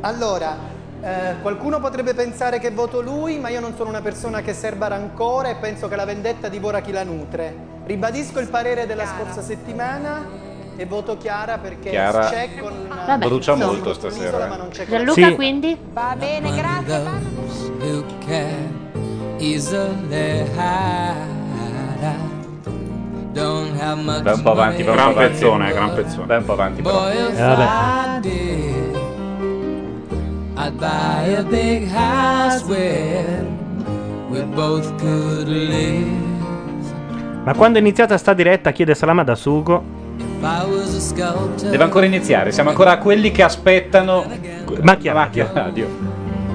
Allora, eh, qualcuno potrebbe pensare che voto lui, ma io non sono una persona che serba rancore e penso che la vendetta divora chi la nutre. Ribadisco il parere della scorsa settimana e voto Chiara perché
Chiara
c'è con
Vabbè, brucia insomma. molto stasera, eh.
ma
Cioè,
non c'è con-
Gianluca,
Sì.
quindi?
Va bene, grazie.
who can easily hide. I don't have much
Vai un po' avanti, vai un
Gran
po' avanti.
pezzone, gran pezzone.
Vai un po' avanti, però.
Boy, if
Eh, vabbè.
I did, I'd buy a big house where we both could live.
Ma quando è iniziata sta diretta chiede Salama da Sugo.
If I was a sculptor,
Deve ancora iniziare, siamo ancora a quelli che aspettano
Macchia
Macchia Radio.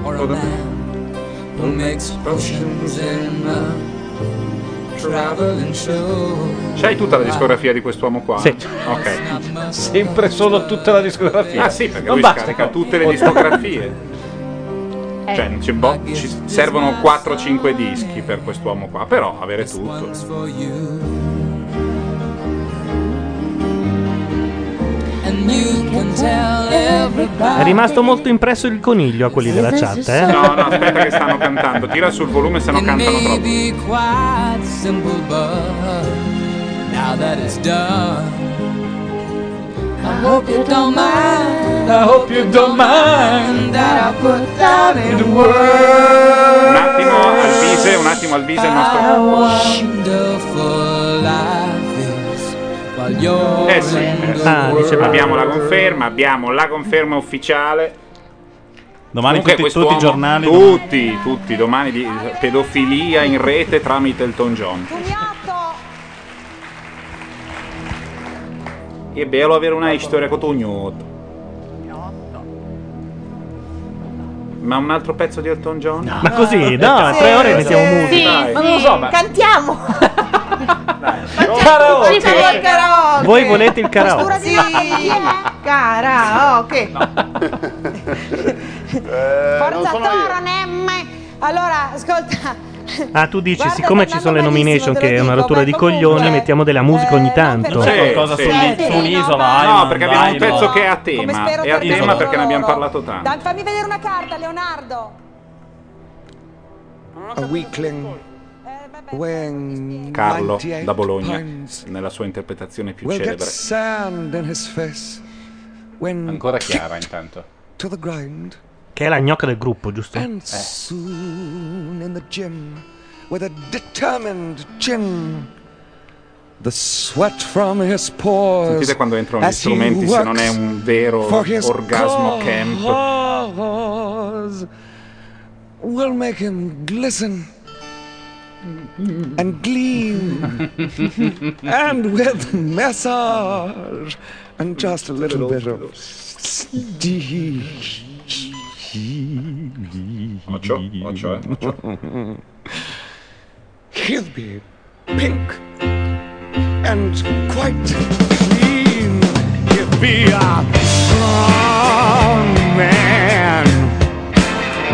or a man who makes potions in a traveling show.
C'hai tutta la discografia di quest'uomo qua?
Sì.
Ok.
Sempre solo tutta la discografia.
Ah sì, perché
Non
lui
basta,
scarica
no.
tutte le discografie. Cioè, ci, bo- ci servono 4-5 dischi per quest'uomo qua, però avere tutto.
And you
can tell everybody.
È rimasto molto impresso il coniglio a quelli della chat, eh?
No, no, aspetta che stanno cantando. Tira sul volume, se no cantano
May
troppo.
be quite simple, but now that it's done, I hope you don't mind. I hope you don't mind that I put that in words.
Un attimo al vise, un attimo al vise il
How
nostro.
wonderful life is while you're
Eh sì,
in
eh sì.
the world.
abbiamo la conferma, abbiamo la conferma ufficiale.
Domani
Comunque
tutti-
quest'uomo-
tutti i giornali,
Tutti, tutti, domani di pedofilia in rete tramite Elton John. È bello avere una storia con Tugnuto. Ma un altro pezzo di Elton John?
Ma così, no,
Sì,
tre ore
sì,
mettiamo
sì,
musica.
dai.
Dai.
Cantiamo!
Karaoke.
Facciamo il karaoke!
Voi volete il karaoke?
Sì! Karaoke!
Eh,
Forza Toro, Nemme. Allora, ascolta.
Ah, tu dici,
Guarda,
siccome ci sono le nomination, che è una rottura di coglioni, mettiamo della musica
Eh,
ogni tanto.
C'è qualcosa su, lì- su un'isola?
No,
Island,
perché abbiamo un
Island.
pezzo che è a tema.
spero
È a
tornino
tema
loro.
Eh, perché ne abbiamo parlato tanto.
Dan, fammi vedere una carta, Leonardo.
A weakling when
Carlo
98
da Bologna,
pounds
nella sua interpretazione più
will get
celebre.
sand in his face when
Ancora
kicked
Chiara intanto.
to the ground
Che è la gnocca del gruppo, giusto?
and
Eh.
soon in the gym with a determined chin the sweat from his pores
Sentite quando entrano gli
as he
strumenti se non è
works
un vero
for his
orgasmo camp.
cause will make him glisten and gleam and with massage and just a little bit of steam.
Occhio, occhio, eh, occhio.
He'll be pink and quite clean. He'll be a strong man.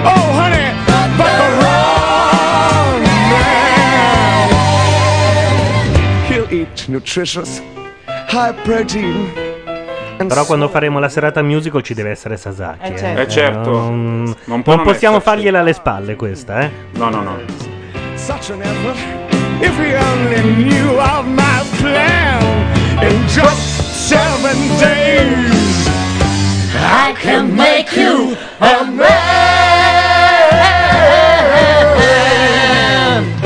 Oh, honey, but the wrong man. He'll eat nutritious, high protein.
Però quando faremo la serata musical ci deve essere
Eh,
Sasaki. Eh
certo.
Eh, certo.
Non,
Non
non
può non
possiamo
esserci.
fargliela alle spalle questa, eh?
No, no, no.
Such an effort. If we only knew of my plan in just seven days, I can make you a man.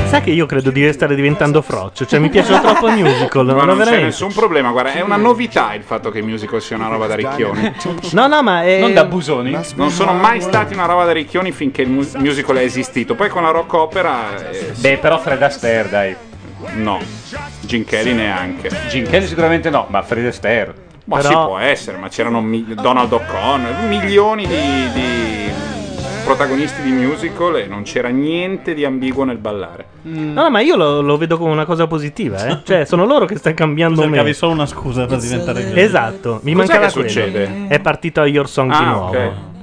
Sai che io credo di stare diventando froccio, cioè mi piace troppo il musical,
Ma
no,
non c'è
veramente.
nessun problema, guarda, è una novità il fatto che i musical sia una roba da ricchioni.
No, no, ma eh, è...
busoni. Non sono mai stati una roba da ricchioni finché il mu- musical è esistito. Poi con la rock opera. eh, Beh, però Fred Astaire, dai. No, Gin Kelly neanche. Gin Kelly sicuramente no, ma Fred Astaire. Ma
Però-
sì, può essere, ma c'erano mi- Donald O'Connor, milioni di, di protagonisti di musical e non c'era niente di ambiguo nel ballare.
Mm. No, no, ma io lo, lo vedo come una cosa positiva, eh? Cioè, sono loro che stanno cambiando me.
Cercavi solo una scusa per diventare gay.
Esatto, mi
Cos'è
mancava
che
quello.
succede?
È partito Your Song di
Ah,
nuovo.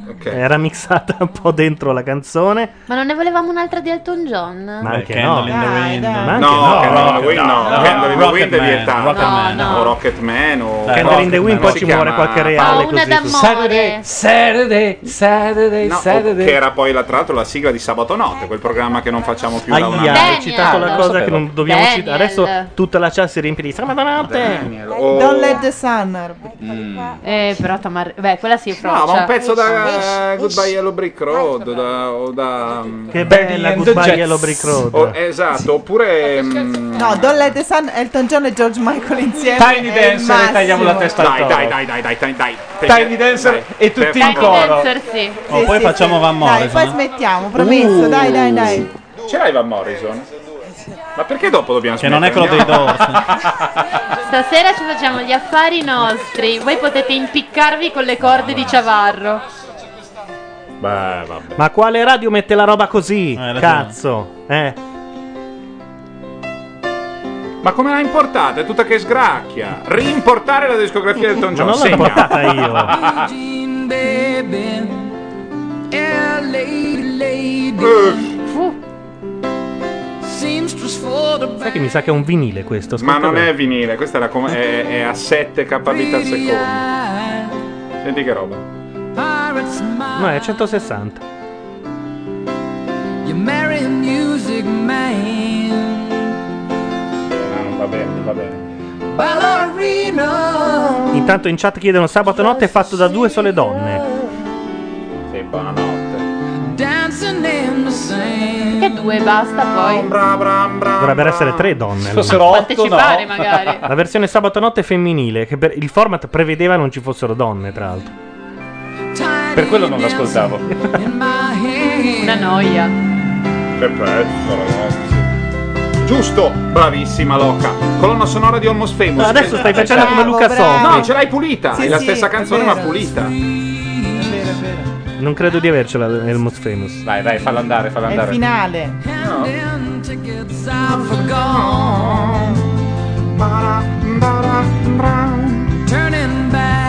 ok,
Era mixata un po' dentro la canzone.
Ma non ne volevamo un'altra di Elton John?
Ma anche
Candle in
no.
the Dai, Wind. dai.
Ma anche
No, Candle
no.
in the Wind no,
no,
Candle in the
Rocket
Wind è
Man,
vietato.
Rocket Man, no.
o Rocketman o
Candle in the
Rocketman,
Wind,
come
poi
si
ci muore
chiama?
qualche reale
una d'amore.
Saturday, Saturday, Saturday,
No, o-
Saturday.
che era poi la, tra l'altro la sigla di Sabato Notte, quel programma che non facciamo più da un
Aia,
anno.
hai citato la cosa che non dobbiamo citare. Adesso tutta la chat si riempie di sabato notte.
Daniel, oh.
Don't let the sun.
Mm.
Eh, però Tamar... Beh, quella sì è froccia.
No, ma
Cioè,
un pezzo da Goodbye Yellow Brick Road da, o da
Che bella
Daddy and
Goodbye
the Jets.
Yellow Brick Road.
Oh, esatto, oppure mm,
No, Don't Let the Sun, Elton John e George Michael insieme. è il massimo.
dai, dai, dai, dai, dai, dai, dai.
Tiny Dancer
Dai,
e tutti
per
in
favore.
coro.
sì.
Oh, poi facciamo Van
Dai,
Morrison,
poi
eh?
smettiamo, promesso.
Uh.
Dai, dai, dai.
Ce l'hai Van Morrison? Ma perché dopo dobbiamo
Che non è
smettere?
quello dei
Stasera ci facciamo gli affari nostri. Voi potete impiccarvi con le corde di Ciavarro.
Beh, vabbè. Eh,
Ma quale radio mette la roba così? Cazzo, eh.
Ma come l'ha importata? È tutta che sgracchia. Rimportare la discografia del Elton
Ma
John.
non l'ho
segna.
portata io.
Eugene, baby. LA lady. Seamstress for the
Sai che mi sa che è un vinile questo.
Ma
ascolta
non
bene.
è vinile, questa è, la com- è, è a 7 kbit al secondo. Senti che roba.
Pirates
No, è 160.
You marry a music man,
Ah, non va bene, non va bene.
ballerina.
Intanto in chat chiedono sabato notte è fatto da due sole donne.
Sì, buonanotte.
Dancing in the sand. Che due basta poi.
Dovrebbero essere tre donne. allora.
Fossero otto, Partecipare, no. magari.
La versione sabato notte è femminile, che per- il format prevedeva non ci fossero donne, tra l'altro.
Per quello non l'ascoltavo.
Una noia.
Perfetto, ragazzi. Giusto, bravissima Loca. Colonna sonora di Almost Famous. Eh,
No, adesso stai facendo come Luca Soffi.
No, ce l'hai pulita.
Sì,
è la
sì,
stessa
è
canzone,
vero.
ma pulita.
Non credo di avercela Elmos Famous.
Vai, vai, falla andare, falla
È il finale.
Handing tickets out for gone. Turning back.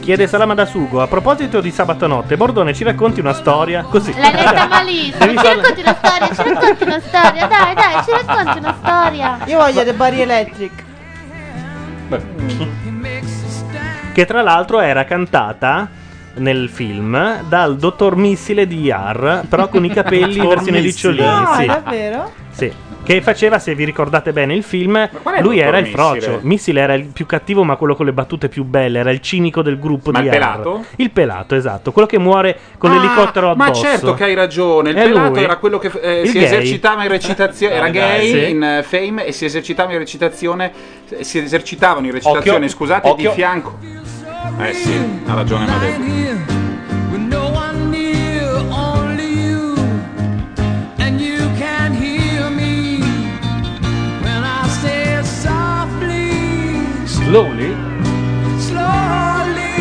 Chiede Salama da Sugo. A proposito di sabato notte, Bordone, ci racconti una storia? Così.
L'hai letta malissimo. Ci racconti una storia, ci racconti una storia. Dai, dai, ci racconti una storia.
Io voglio The Bari Electric.
Che tra l'altro era cantata nel film dal dottor Missile di Yar, però con i capelli in
Dottor
versione
Missile.
ricciolini.
No,
sì.
davvero?
Sì. Che faceva, se vi ricordate bene il film,
è il
lui
dottor
era il
Missile?
frocio. Missile era il più cattivo, ma quello con le battute più belle. Era il cinico del gruppo
Ma
di
il
Har.
pelato?
Il pelato, esatto. Quello che muore con
Ah,
l'elicottero
Ma
addosso.
certo che hai ragione. Il
È
pelato
lui.
era quello che eh,
Il
si
gay.
esercitava in recitazione. Era
Eh, dai,
gay
sì.
in eh, fame e si esercitava in recitazione. Si esercitavano in recitazione,
Occhio,
scusate,
occhio.
di fianco. Eh sì, ha ragione Madeo.
With no one near, only you. And you can hear me when I say it softly.
Slowly?
Slowly.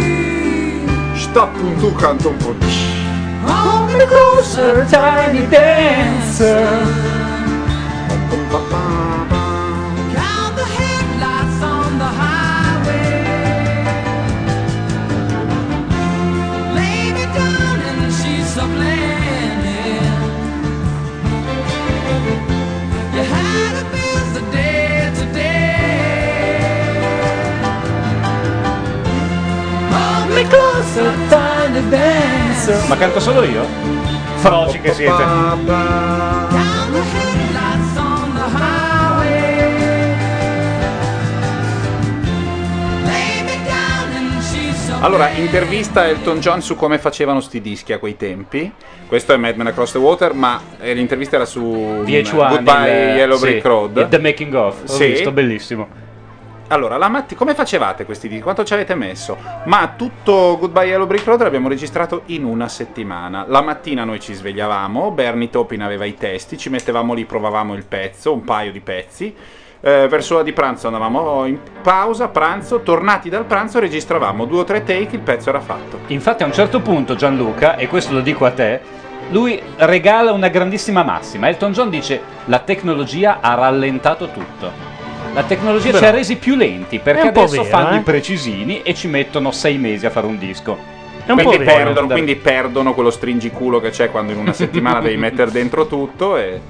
Sta punto canto un po'.
On the closer, tiny dancer. Count the headlights on the highway. Lay me down in the sheets of linen. You had a busy day today. Hold me closer, tiny dancer.
Ma canto solo io? Froci che siete.
Down the headlights on the highway. Lay me down and she's so
Allora, intervista Elton John su come facevano sti dischi a quei tempi. Questo è Mad Men Across the Water, ma eh, l'intervista era su
Dieci
mm,
anni.
Goodbye
il-
Yellow
sì,
Brick Road.
il The Making of. Ho
Sì.
visto, bellissimo.
Allora, la matti- come facevate questi dischi? Quanto ci avete messo? Ma tutto Goodbye Yellow Brick Road l'abbiamo registrato in una settimana. La mattina noi ci svegliavamo, Bernie Taupin aveva i testi, ci mettevamo lì, provavamo il pezzo, un paio di pezzi. Eh, verso l'ora di pranzo andavamo in pausa, pranzo, tornati dal pranzo registravamo due o tre take, il pezzo era fatto.
Infatti a un certo punto Gianluca, e questo lo dico a te, lui regala una grandissima massima. Elton John dice la tecnologia ha rallentato tutto. La tecnologia ci
Però-
ha resi più lenti
È
perché
un po'
adesso
vero,
fanno
eh?
i precisini e ci mettono sei mesi a fare un disco.
quindi,
Perché
perdono, quindi perdono quello stringiculo che c'è quando in una settimana devi mettere dentro tutto e...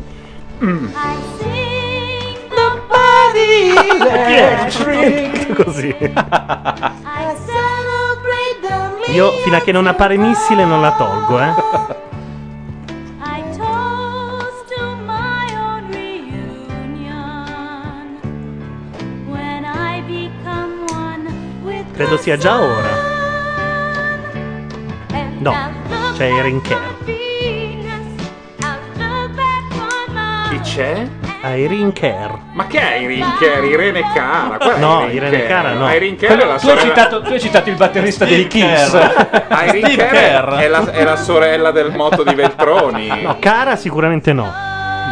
Eh, Così. Io fino a che non appare missile non la tolgo, eh.
I toast to my own reunion when I become one with
Credo sia già ora.
and
No,
I'll look
c'è Erin
back on
Kerr.
Venus, I'll look back on my
Chi c'è?
Ah, Irene Kerr.
Ma che è Irene Cara? Irene Cara? Qual è
No, Irene
Cara?
Cara no.
Irene Cara è la
tu, hai
sorella...
citato, tu hai citato il batterista dei Kiss.
Irene
Steve
Cara
Kerr.
È, la, è la sorella del moto di Veltroni.
No, cara sicuramente no.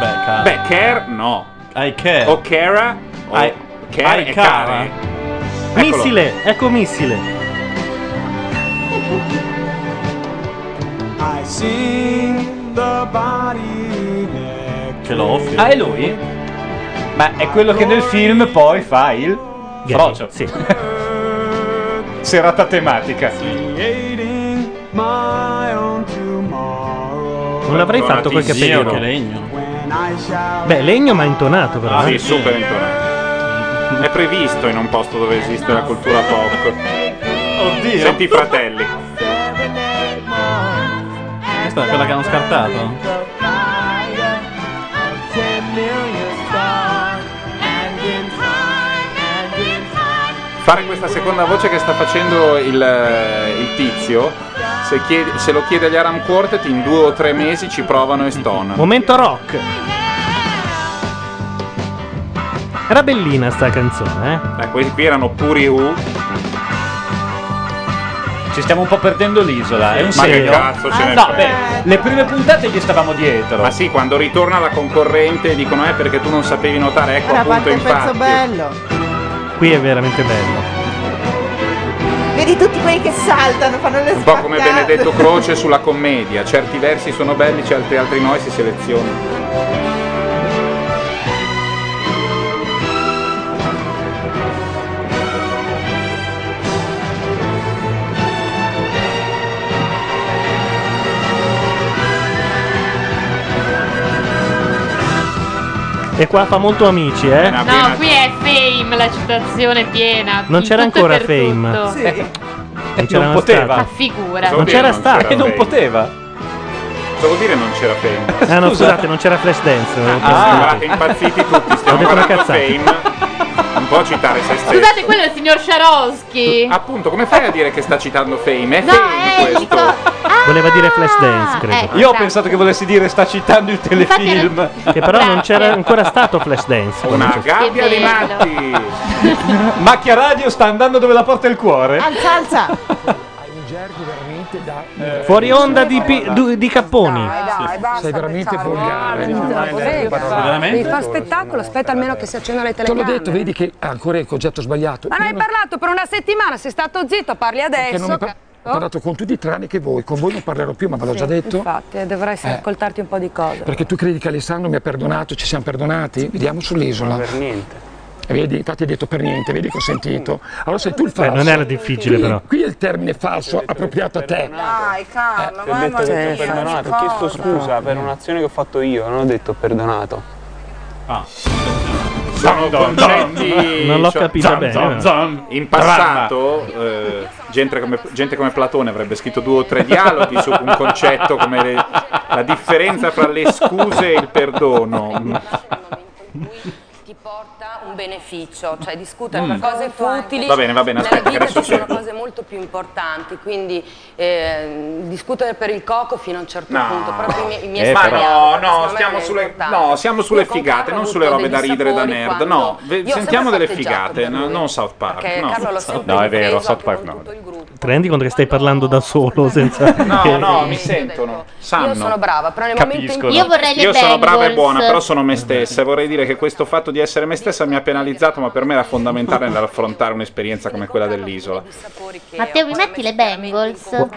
Beh, cara.
Beh, Care no.
I care.
O Cara o
I-
Care
I
e
Cara.
Care. Eccolo.
Missile, ecco missile.
I sing the body neck.
Ce l'ho offio.
Ah, è lui? Ma è quello che nel film poi fa il frocio.
Sì.
Serata tematica.
Non l'avrei fatto quel
Zio,
capellino.
che legno.
Beh, legno ma intonato però.
Ah,
eh.
sì, super intonato. È previsto in un posto dove esiste la cultura pop.
Oddio.
Senti i fratelli.
Questa è quella che hanno scartato.
Fare questa seconda voce che sta facendo il, il tizio, se, chiedi- se lo chiede agli Aram Quartet, in due o tre mesi ci provano e stonano.
Momento rock. Era bellina sta canzone, eh?
Eh, questi qui erano puri U.
Ci stiamo un po' perdendo l'isola, è un
Ma che
segno.
cazzo ce ne
Ah, no,
frega.
beh, le prime puntate gli stavamo dietro.
Ma sì, quando ritorna la concorrente dicono eh perché tu non sapevi notare, ecco
Era
appunto
parte il pezzo
infatti.
bello.
Qui è veramente bello.
Vedi tutti quelli che saltano, fanno le
Un po' come Benedetto Croce sulla commedia, certi versi sono belli, certi altri no e si selezionano.
E qua fa molto amici, eh?
Ah,
No, qui è Fame, la citazione piena.
Non
in
c'era
tutto e
ancora
per
Fame.
tutto. Ah,
Sì.
non
c'erano
poteva.
Ma
state.
figura.
Non c'era stato.
E non poteva.
Devo dire non c'era fame.
Eh,
Ah no, scusate, non c'era flash dance. avevo
Ah,
perso.
siete impazziti tutti,
Ho
stiamo
detto una
parlando fame.
cazzata.
Non può citare se stesso.
Scusate, quello è il signor Sharosky.
Appunto, come fai a dire che sta citando fame? È
No,
fame
è il
questo.
Ah, Voleva dire flash dance, credo.
ecco,
Io ho pensato che volessi dire sta citando il telefilm.
Che però non c'era ancora stato flash dance.
Una
gabbia
di
matti.
Macchia Radio sta andando dove la porta il cuore.
Alza, alza.
eh,
Eh, Fuori onda di, Pi- du- di Capponi.
Sei veramente volgare.
Veramente?
Devi fare spettacolo, aspetta almeno che si accendano le
Te l'ho
telecamere.
detto, vedi che ha ancora il concetto sbagliato.
Ma
Io
non hai
non-
parlato per una settimana, sei stato zitto, parli
che non
adesso.
mi par- Ho parlato con tutti tranne che voi, con voi non parlerò più, ma ve l'ho
Sì,
già detto.
Infatti, eh, dovrei
Eh.
ascoltarti un po' di cose.
Perché tu credi che Alessandro mi ha perdonato, ci siamo perdonati? Vediamo sull'isola. Per niente. Vedi, infatti hai detto per niente, vedi che ho sentito. Allora sei tu il falso.
non era difficile,
Qui-
però.
Qui è il termine falso appropriato a te.
Dai, Carlo,
Ti ho detto che ti ho
cioè,
perdonato, ho chiesto scusa per un'azione che ho fatto io, non ho detto ho perdonato.
Ah.
Sono concetti.
Non l'ho
cioè,
capita
zan,
bene. eh.
zan, zan. In passato, eh, gente, come, gente come Platone avrebbe scritto due o tre dialoghi su un concetto come le- la differenza tra le scuse e il perdono.
Ti porta un beneficio, cioè discutere
Mm.
per cose più utili.
Va bene, va bene, aspetta,
Nella
che
vita
adesso
ci sono
c'è.
cose molto più importanti, quindi eh, discutere per il coco fino a un certo
No.
punto. Proprio i miei, i miei
Eh,
sbagliati,
però-
perché
no, no,
secondo me
stiamo
non è
sulle,
importante.
no, siamo sulle
Io con
figate,
Carlo
non
ho
sulle
avuto
robe da
degli
ridere da
sapori
nerd.
quando-
No, ve-
Io ho
sentiamo
sempre
delle
saccheggiato
figate,
per
no,
lui.
non South Park.
Perché
no.
Carlo l'ho sempre
No, è vero,
difeso
South
anche
Park
con
no.
tutto il gruppo.
Ti rendi conto che stai parlando da solo senza...
No, no,
Sì,
mi
io
sentono. Sanno.
Io sono brava, però nel momento in
Capiscono.
cui
Io sono brava e buona, però sono me stessa. E vorrei dire che questo fatto di essere me stessa mi ha penalizzato, ma per me era fondamentale nell'affrontare un'esperienza come quella dell'isola.
Matteo, mi metti le Bengals?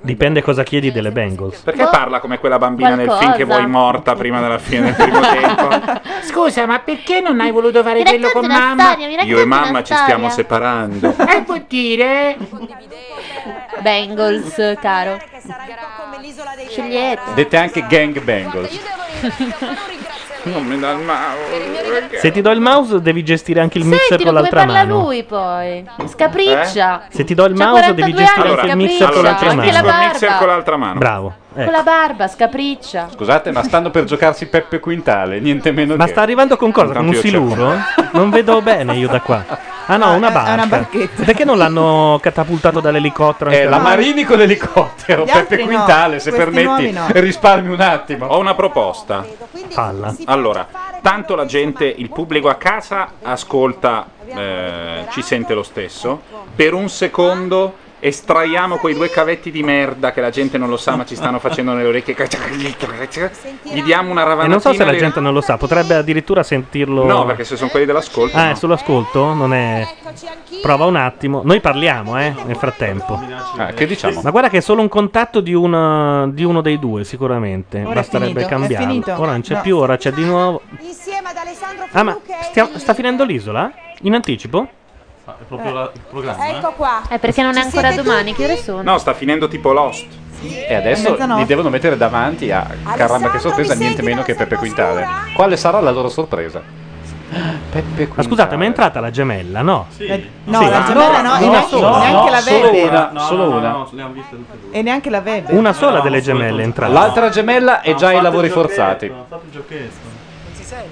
Dipende cosa chiedi delle Bengals.
Perché parla come quella bambina nel film
Qualcosa.
che vuoi morta prima della fine del primo tempo?
Scusa, ma perché non hai voluto fare
Mi
quello con
racconti una
mamma?
storia, mi
Io e mamma ci stiamo separando.
Eh, vuol dire?
Bengals, caro. Scegliete.
Dette anche gang bangles.
Non mi dà il mouse.
Se ti do il mouse devi gestire anche il mixer
Senti,
con
come
l'altra
parla
mano. Eh?
lui poi. Scapriccia.
Se ti do il
C'ha
mouse devi
42
gestire
anni,
anche il
scapriccia.
mixer con l'altra
Anche
mano.
la barba. Mixer con l'altra
mano.
Bravo. eh.
Con la barba, scapriccia.
Scusate, ma stanno per giocarsi Peppe Quintale, niente meno
Ma
che.
sta arrivando con cosa? Con un
Intanto io
siluro? Non vedo bene io da qua. Ah no, una barca.
una
Perché non l'hanno catapultato dall'elicottero?
Eh, la Marini con l'elicottero,
Gli
Peppe
altri no,
Quintale, se
questi
permetti,
nuovi no.
risparmi un attimo.
Ho una proposta.
Palla.
Allora, tanto la gente, il pubblico a casa ascolta, eh, ci sente lo stesso. Per un secondo estraiamo quei due cavetti di merda che la gente non lo sa ma ci stanno facendo nelle orecchie. Gli diamo una
E
ravanatina.
Eh, non so se la
di-
gente non lo sa, potrebbe addirittura sentirlo.
No, perché se sono quelli dell'ascolto.
Ah,
no.
è solo ascolto? Non è. Prova un attimo. Noi parliamo, eh, nel frattempo.
Ah, che diciamo?
Ma guarda che è solo un contatto di, una- di uno dei due, sicuramente.
Ora è
Basterebbe
finito, è
cambiarlo.
finito.
Ora non c'è
No.
più, ora c'è di nuovo.
Insieme ad Alessandro
Ah, ma stia- sta finendo l'isola? In anticipo?
È proprio la- il programma.
eh?
Ecco qua.
È Eh, perché non è ancora domani, che ore sono?
Eh, No, sta finendo tipo Lost.
E adesso
Mezzanotte.
li devono mettere davanti a caramba che sorpresa, niente meno che Peppe Quintale. Quale sarà la loro sorpresa?
Ma scusate, ma è entrata la gemella, no?
Eh, No, la gemella no, e neanche- neanche la verde.
solo una.
E neanche la Weber.
Una sola delle gemelle è entrata.
L'altra gemella è già ai lavori forzati.
Fate il giochetto.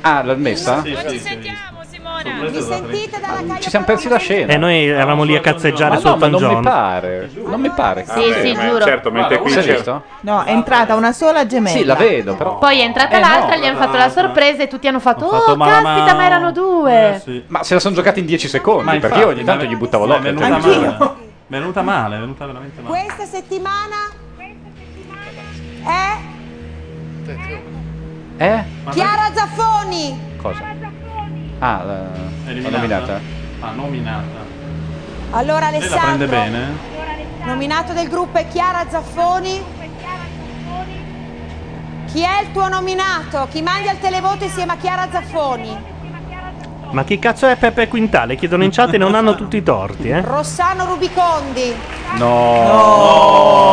Ah, l'ha messa?
Sì, sì, sì.
Mi sentite dalla calle?
Ci siamo persi la scena.
E Eh, noi eravamo lì a cazzeggiare
Ma
sul
no, ma non
pangione.
mi pare. Non mi pare.
Sì,
Eh,
sì, giuro.
mentre qui
certo, c'è-
No, è entrata una sola gemella.
Sì, la vedo, però.
Poi è entrata
Eh, no,
l'altra, gli hanno fatto la sorpresa e tutti hanno fatto: Oh, caspita, ma erano due.
Ma se la sono giocata in 10 secondi,
Ma
perché io
infatti,
ogni tanto
ma-
gli buttavo
sì,
l'occhio.
è venuta
altrimenti-
male. Venuta male, è venuta veramente male.
Questa settimana. È
Eh?
Chiara Zaffoni.
Cosa? Ah, la... l'ho nominata.
Ah, nominata.
Allora
Lei la prende
Alessandro,
bene?
nominato del gruppo è Chiara Zaffoni. Chi è il tuo nominato? Chi manda il televoto insieme a Chiara Zaffoni?
Ma chi cazzo è Peppe Quintale? Chiedono in chat e non hanno tutti i torti, eh?
Rossano Rubicondi.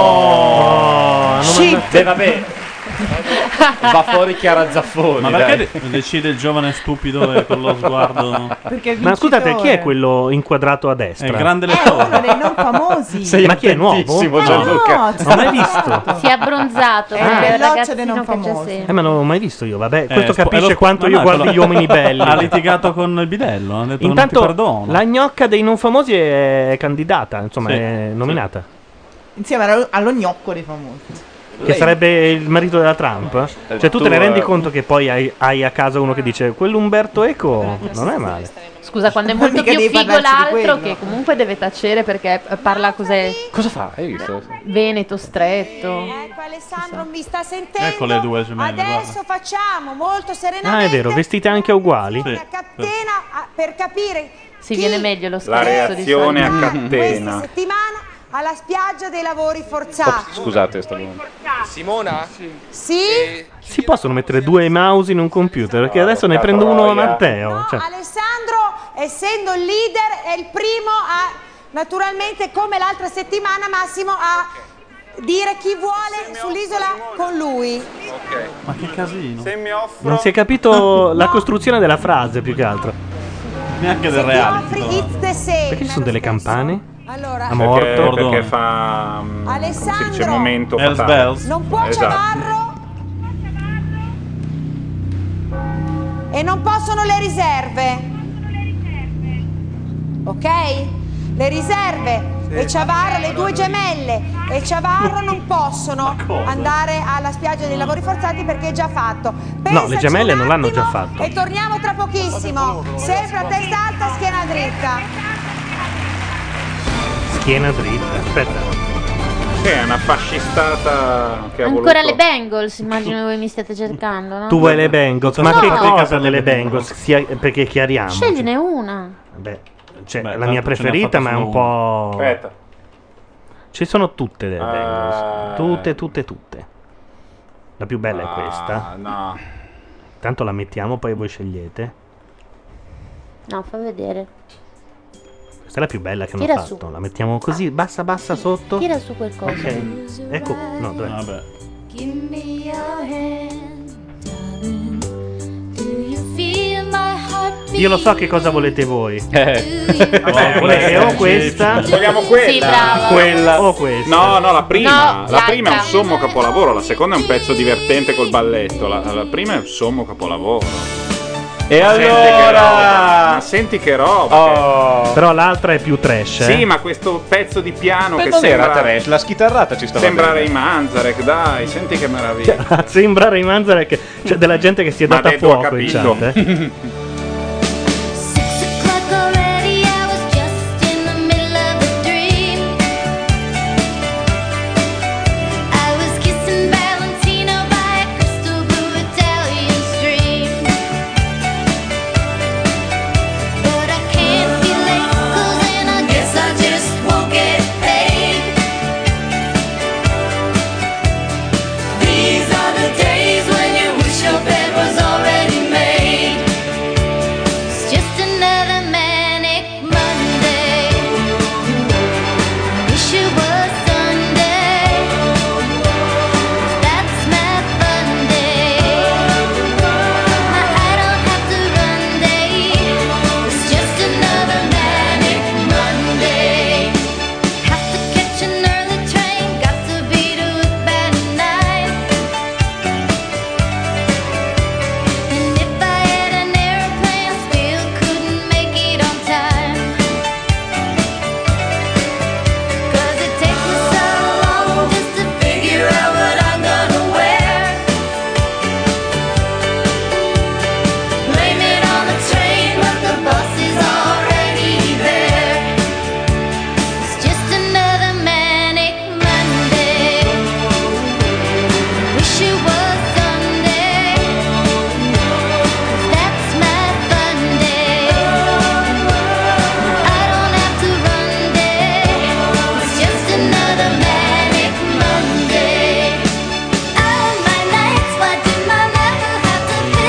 No.
No.
Shit.
Beh, Eh, vabbè. Va fuori Chiara Zaffoni.
Ma
dai.
perché de- decide il giovane stupido e con lo sguardo?
Perché
Ma scusate, chi è quello inquadrato a destra?
È il
Eh,
grande lettore.
non famosi.
Ma chi è
Boh.
nuovo? Ah,
attentissimo,
No.
Gianluca.
Non ho mai visto.
Si è abbronzato.
È il
proprio il
belloccio
ragazzino
dei non
che c'è
famosi.
sempre.
Eh, ma non l'ho mai visto io, vabbè. Questo
Eh, spo- è
capisce
lo-
quanto
no,
io
no,
guardo
quello-
gli uomini belli.
Ha litigato con il bidello. Ha detto non ti
Intanto
perdono.
la gnocca dei non famosi è candidata, insomma,
Sì,
è nominata.
Insieme allo, allo gnocco dei famosi.
Che sarebbe il marito della Trump? Cioè, tu te ne
tu,
rendi
eh,
conto che poi hai, hai a casa uno che dice quell'Umberto Eco non è male.
Scusa, quando è molto
Mica
più
devi
figo
parlarci di
l'altro,
quello.
che comunque deve tacere perché eh, parla cos'è?
Cosa fa? Hai visto?
Veneto stretto.
Ecco Alessandro mi sta sentendo.
Ecco le due gemelle,
Adesso facciamo molto serenamente
Ah, è vero, vestite anche uguali.
a- per capire
Si viene meglio lo
La
scherzo di
reazione a
solito. Mm.
catena.
settimana alla spiaggia dei lavori forzati.
Scusate, stavo.
Simona? Sì.
Si possono mettere due mouse in un computer? Perché adesso ne prendo uno a
troia.
Matteo. Cioè,
Alessandro, essendo il leader, è il primo a, naturalmente come l'altra settimana, Massimo, a dire chi vuole sull'isola con lui.
Ma che casino.
Se mi offro
non si è capito la costruzione della frase più che altro.
Neanche del
Free
reality.
it's the same.
Perché ci sono delle campane?
Allora,
A morto.
Perché,
Perdone.
perché fa. mm, Come si dice?
Alessandro.
Momento.
Bells,
fatale.
bells.
non può
Esatto.
Ciavarro e non possono le riserve. Ok? Le riserve e Ciavarro, le due gemelle e Ciavarro non possono andare alla spiaggia dei lavori forzati perché è già fatto.
No, le gemelle non l'hanno già fatto.
E torniamo tra pochissimo. Sempre a testa alta, schiena dritta.
Schiena dritta. Aspetta.
Sì, è una fascistata che ha
Ancora
voluto-
le Bengals, immagino voi mi stiate cercando, no?
Tu vuoi le Bengals? Ma
No.
che cosa delle Bengals? Sia- perché chiariamo.
Scegliene una.
Beh, cioè, la
tanto
mia
ce n'ha fatta
preferita, ma è
solo
un po'.
Aspetta.
Ci sono tutte delle
Ah.
Bengals. Tutte, tutte, tutte. La più bella è questa.
Ah, No.
Tanto la mettiamo, poi voi scegliete.
No, fa vedere.
Questa è la più bella che hanno
Tira
fatto. La mettiamo così, bassa, bassa sotto.
Tira su qualcosa.
Ok. Ecco, no, dov'è?
Give me your hand, darling. Do you feel my heartbeat?
Io lo so che cosa volete voi.
Vabbè,
volevo
Eh. sì.
Eh, questa.
Vogliamo quella.
Sì, brava.
Quella.
O questa.
No, no, la prima.
No,
la
l'altra.
prima è un sommo capolavoro, la seconda è un pezzo divertente col balletto. La, la prima è un sommo capolavoro.
E
Ma senti che
allora?
roba, Ma senti che roba. che-
Oh. Però l'altra è più trash. eh.
Oh. Sì, ma questo pezzo di piano
Beh,
che
non era
sembra
trash, la schitarrata ci stava
Sembra
bene.
Ray Manzarek, dai, senti che
Eh.
meraviglia.
Cioè, Sembra Ray Manzarek, cioè della gente che si è
Ma
data a
detto, ho
fuoco in
capito.
chat. eh.
Clock already, I was just in the middle of a dream. I was kissing Valentino by a crystal blue Italian stream. But I can't be late 'cause then I guess I just won't get paid. These are the days when you wish your bed was already made.
Oh,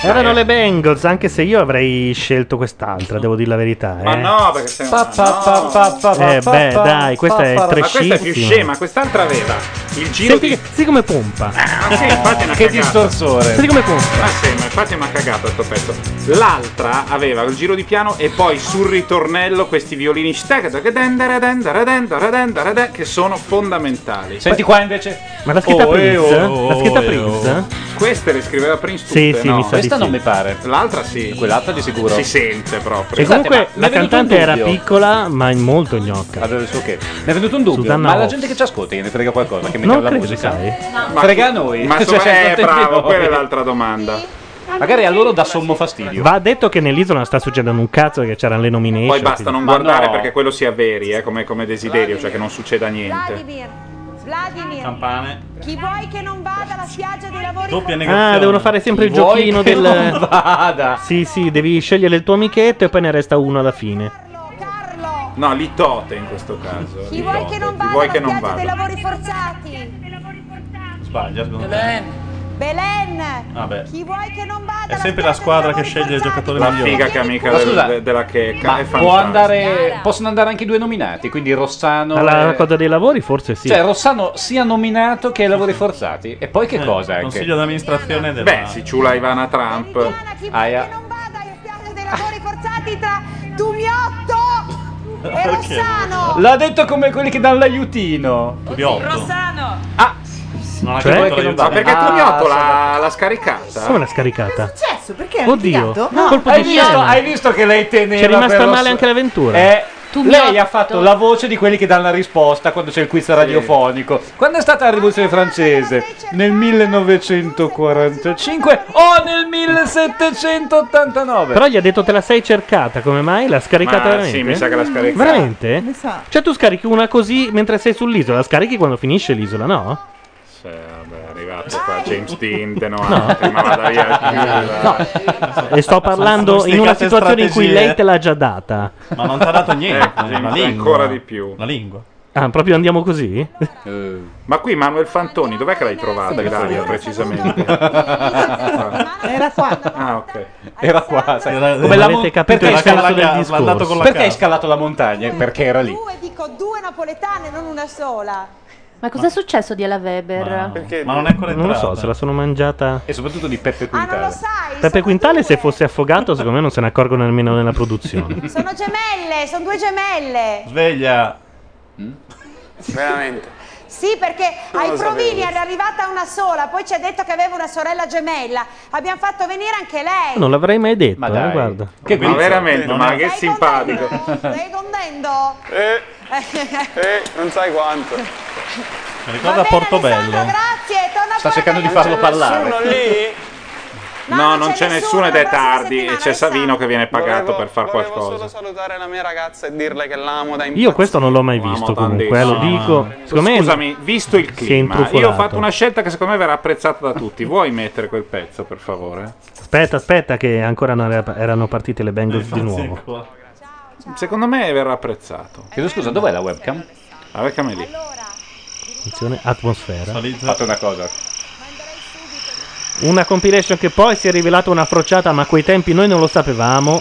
Erano le Bengals, anche se io avrei scelto quest'altra, devo dire la verità.
Ma
eh.
no, perché sei
Pa,
una...
pa,
no.
pa, pa, pa, pa, Eh, beh, pa, dai, questa pa, è pa, pa.
Ma questa è più
trescissima.
scema, quest'altra aveva il giro
Senti,
di...
senti come pompa.
Ah, sì, infatti è una
Che
cagata.
distorsore. Senti come pompa.
Ah, sì, ma infatti è una cagata sto pezzo. L'altra aveva il giro di piano e poi sul ritornello questi violini che sono fondamentali.
Senti qua invece.
Ma l'ha scritta
Oh, eh,
Prince?
oh,
l'ha scritta
eh,
Prince?
oh. Queste le scriveva Prince
Sì,
tutte,
sì,
no?
mi sa di Questa sì. non mi
pare. L'altra sì.
Quell'altra di sicuro.
Si sente proprio.
E comunque la cantante era
piccola
piccola, ma molto gnocca.
Aveva il suo che. Mi è venuto un dubbio,
Susanna
ma la
Hoff.
gente che ci ascolta, che ne frega qualcosa, che
Non
mettiamo la
credo,
musica.
sai.
Ma frega a noi.
Ma
Cioè,
insomma, eh,
contenti
bravo,
noi.
quella è l'altra domanda.
Magari a loro dà sommo fastidio.
Va detto che nell'isola non sta succedendo un cazzo perché c'erano le nomination.
Poi basta non
quindi-
guardare perché quello sia veri, eh, come, come desiderio, cioè che non succeda niente.
Vladimir, Vladimir.
Campane.
Chi vuoi che non vada alla spiaggia dei lavori?
Doppia
forzati?
negazione. Ah, devono fare sempre il
Vuoi
giochino
che
del
non vada.
Sì, sì, devi scegliere il tuo amichetto e poi ne resta uno alla fine.
No, litote in questo caso.
Chi vuoi
litote.
che non
Chi
vada
vuoi
alla
che non
spiaggia dei
vada.
lavori forzati?
Sbaglia, secondo me.
Belen. Belen.
Vabbè.
Chi vuoi che non vada
È sempre la squadra che sceglie il giocatore
La
migliore.
figa che è amica
Ma
del-
scusa,
de- della checca
Ma
è
può
fantastica.
andare, possono andare anche i due nominati, quindi Rossano.
Alla
e-
cosa dei lavori forse sì.
eh. Cioè, Rossano sia nominato che ai lavori forzati. E poi che
Eh,
cosa? Anche?
consiglio
d'amministrazione
della- Beh, si ciula Ivana Trump.
Forzati tra Tumiotto e Rossano.
L'ha detto come quelli che danno l'aiutino.
Rossano.
Ma
Cioè?
che vuoi che non
Ma
vada?
perché
Ah,
Tumiotto l'ha,
sono-
l'ha scaricata?
Come l'ha scaricata?
Successo, perché hanno
Oddio,
litigato?
colpo
hai
di
visto,
scena.
hai visto che lei teneva
C'è rimasta
per lo-
male anche l'avventura.
Eh,
Tumiotto.
lei ha fatto la voce di quelli che danno la risposta quando c'è il quiz radiofonico. Quando è stata la rivoluzione francese? Nel 1945 o nel 1789?
Però gli ha detto te la sei cercata, come mai? L'ha scaricata
Ma
veramente?
sì, mi sa che l'ha scaricata.
Veramente?
Mi sa.
Cioè tu scarichi una così mentre sei sull'isola, la scarichi quando finisce l'isola, no?
Sì, vabbè, è arrivato qua James Dean, De Noate, ma vada via.
No. E sto parlando in una situazione in cui lei te l'ha già data.
Ma non ti ha dato niente.
Eh,
la
ancora
lingua.
di più. Eh.
La lingua.
Ah, proprio andiamo così?
Ma qui Manuel Fantoni, dov'è che l'hai trovato, Ilaria, precisamente?
Era qua.
Ah, ok.
Era qua, sai.
Era-
Come la
avete
mon- perché
capito il
hai
senso
scalato,
del discorso.
mandato con la perché
Perché
hai
hai
scalato la
Eh,
montagna? Perché era lì.
Dico due napoletane, non una sola.
Ma cos'è successo di Ella Weber?
Ah.
Ma non è ancora Non lo so, se la sono mangiata.
E soprattutto di Peppe
Ah,
Quintale.
Peppe Quintale, se fosse affogato, secondo me non se ne accorgono nemmeno nella produzione.
Sono gemelle, sono due gemelle.
Sveglia.
Mm?
Veramente.
Sì, perché
Non
ai
lo
provini
sapevo.
era arrivata una sola, poi ci ha detto che aveva una sorella gemella. Abbiamo fatto venire anche lei.
Non l'avrei mai detto,
Ma
eh,
dai.
guarda.
Che
Ma veramente, ma che
Sei
simpatico.
contento? Sei contento?
Eh, eh, non sai quanto.
Mi ricorda Portobello.
Grazie, torna
Sta cercando di
Non
farlo
c'è
parlare.
nessuno lì?
No, non c'è nessuno ed è tardi e c'è Savino che viene pagato per far
Solo
qualcosa.
salutare la mia ragazza e dirle che l'amo da
Io questo non l'ho mai visto comunque, eh, lo dico. Secondo me
Ah. Scusami, visto il
si è
clima, io ho
intrufolato.
fatto una scelta che secondo me verrà apprezzata da tutti. Vuoi mettere quel pezzo, per favore?
Aspetta, aspetta, che ancora non era- erano partite le Bengals
Eh,
di nuovo.
Secondo me verrà apprezzato.
Chiedo scusa, dov'è la webcam?
La webcam è lì.
Attenzione, atmosfera.
Fate una cosa.
Una compilation che poi si è rivelata una frociata, ma a quei tempi noi non lo sapevamo.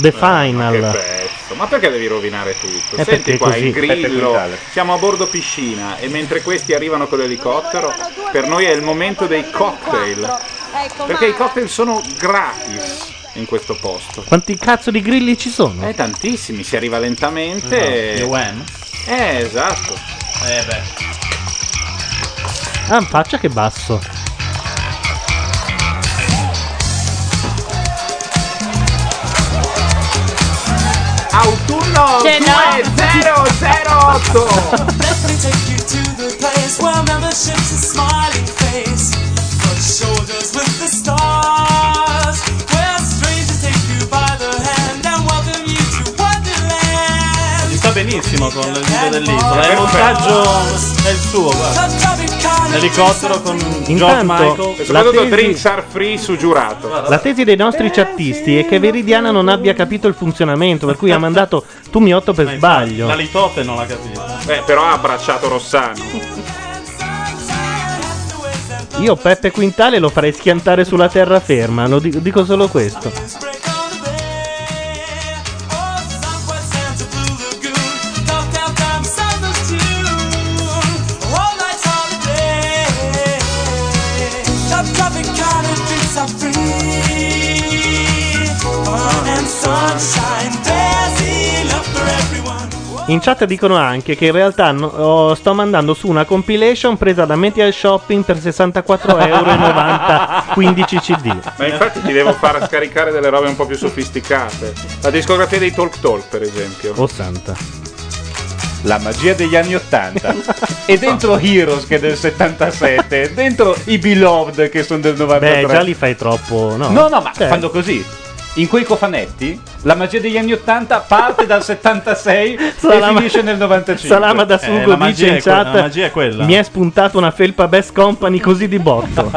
The
Che
Final.
pezzo. Ma perché devi rovinare tutto?
Eh, perché
Senti qua
così.
il
Peppe
grillo.
Quintale.
Siamo a bordo piscina e mentre questi arrivano con l'elicottero, per noi è il momento dei cocktail.
Ecco,
Perché i
Mara.
cocktail sono gratis in questo posto.
Quanti cazzo di grilli ci sono?
Eh, tantissimi, si arriva lentamente.
Esatto, gli
Wham. Eh, esatto.
Eh beh.
Ah, faccia che basso.
Oh,
Autunno
Cioè,
Che no.
2008.
Let me take you to the place where membership's a smiling face. Touch shoulders with the stars. Where strangers take you by the hand and welcome you to Wonderland.
Ci sta benissimo con le linee dell'isola. È eh. il montaggio è il suo, guarda. L'elicottero con George
Intanto-
Michael.
E soprattutto
La tesi-
drinks are free su giurato.
La tesi dei nostri chattisti è che Veridiana non abbia capito il funzionamento, per cui ha mandato Tumiotto per sbaglio.
La litote non l'ha capito.
Eh, però ha abbracciato Rossani.
Io Peppe Quintale lo farei schiantare sulla terraferma, lo dico, dico solo questo. In chat dicono anche che in realtà no- oh, sto mandando su una compilation presa da Media Shopping per 64,90 euro 15 CD.
Ma infatti ti devo far scaricare delle robe un po' più sofisticate. La discografia dei Talk Talk, per esempio.
Oh santa.
La magia degli anni 80. e dentro Heroes che è del 77, dentro i Beloved che sono del 93.
Beh, già li fai troppo, no?
No, no, ma
Cioè,
fanno così. In quei cofanetti la magia degli anni 80 parte dal 76 e
Salama-
finisce nel 95.
Salama
Eh,
da Sugo dice in chat: Mi è spuntata una felpa Best Company così di botto.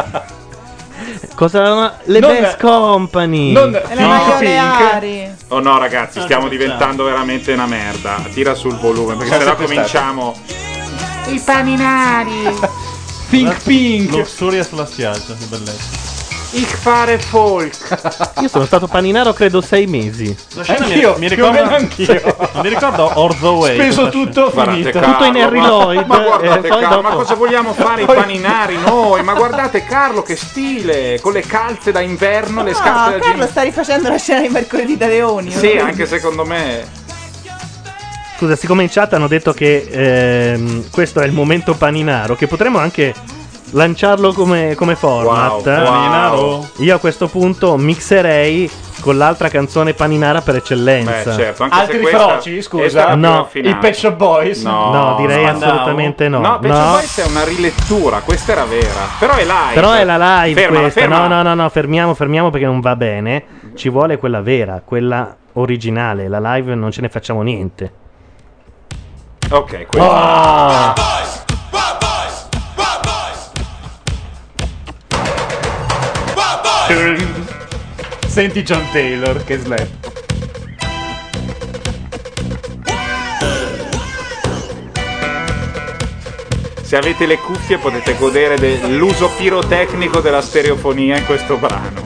Cosa le
Non-
Best Company?
non-
È
no.
la-
Leari.
Oh no, ragazzi, stiamo diventando veramente una merda. Tira sul volume, perché
Cosa
sennò
siete
cominciamo.
I paninari,
Think Pink. Lussuria sulla spiaggia, che bellezza.
ich fare folk.
Io sono stato paninaro credo sei mesi.
La scena mi- Anch'io, mi più ricorda- o meno anch'io. mi ricordo Orzo Way, Speso questa tutto, scena. finito.
Tutto in Harry
ma,
Lloyd.
Ma guardate,
eh, poi
Carlo,
dopo-
ma cosa vogliamo fare i
Poi-
paninari noi? Ma guardate, Carlo, che stile! Con le calze da inverno, le
Ah,
scarpe da
Carlo
jeans.
sta rifacendo la scena di mercoledì da Leoni.
Sì, anche secondo me. eh,
Scusa, siccome in chat hanno detto che ehm, questo è il momento paninaro, che potremmo anche lanciarlo come, come format.
Wow, paninaro.
Io a questo punto mixerei con l'altra canzone paninara per eccellenza.
Beh, certo, anche
Altri
se questa
froci, scusa?
è la
No.
prima finale.
I Pet Shop Boys?
No,
No, direi assolutamente no.
No, Pet Shop
No.
Boys è una rilettura, questa era vera. Però è live.
Però è la live
Fermala,
questa.
fermala.
No, no, no, no, fermiamo, fermiamo perché non va bene. Ci vuole quella vera, quella originale. La live non ce ne facciamo niente.
Ok,
Oh!
Senti John Taylor che slap.
Se avete le cuffie potete godere dell'uso pirotecnico della stereofonia in questo brano.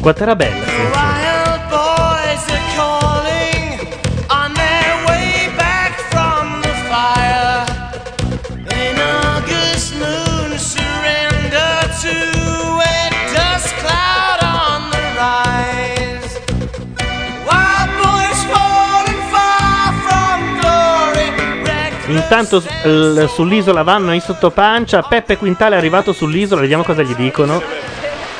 Quanto era bella. sì.
Wild boys are calling on their way back from the fire. An August moon surrender to a dust cloud on the rise. Wild boys falling far from glory.
Intanto s- l- sull'isola vanno in sottopancia. Peppe Quintale è arrivato sull'isola, vediamo cosa gli dicono.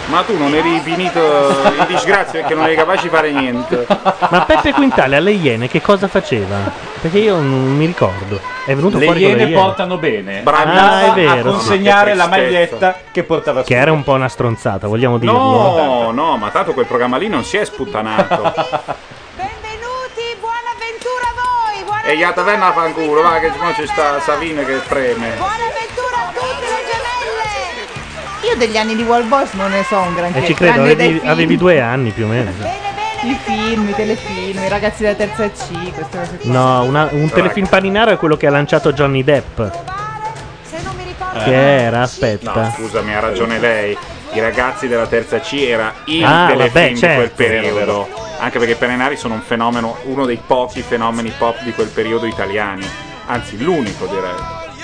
Ma tu non eri finito in disgrazia perché non eri capace di fare niente.
Ma Peppe Quintale alle Iene che cosa faceva? Perché io non mi ricordo. È venuto
Le
fuori con
iene,
le Iene.
portano bene.
Bravi.
Andava
Ah, è vero.
a consegnare
Che
la
tristezza.
maglietta che portava
Che era un po' una stronzata, vogliamo dirlo.
No, no, ma tanto quel programma lì non si è sputtanato. E gli taverna fanculo, va che non ci sta Savino che preme.
Io degli anni di Wall Boys non ne so un granché.
E Eh, ci credo,
tranne dai
avevi,
film.
avevi due anni più o meno.
I film, i telefilm, i ragazzi della terza C, queste cose qua.
No, una- un telefilm paninaro è quello che ha lanciato Johnny Depp. Che era, aspetta.
No, scusami, ha ragione lei. I ragazzi della terza C era il
Ah,
telefilm
vabbè,
di quel
certo.
periodo. Anche perché i Paninari sono un fenomeno, uno dei pochi fenomeni pop di quel periodo italiani. Anzi, l'unico direi.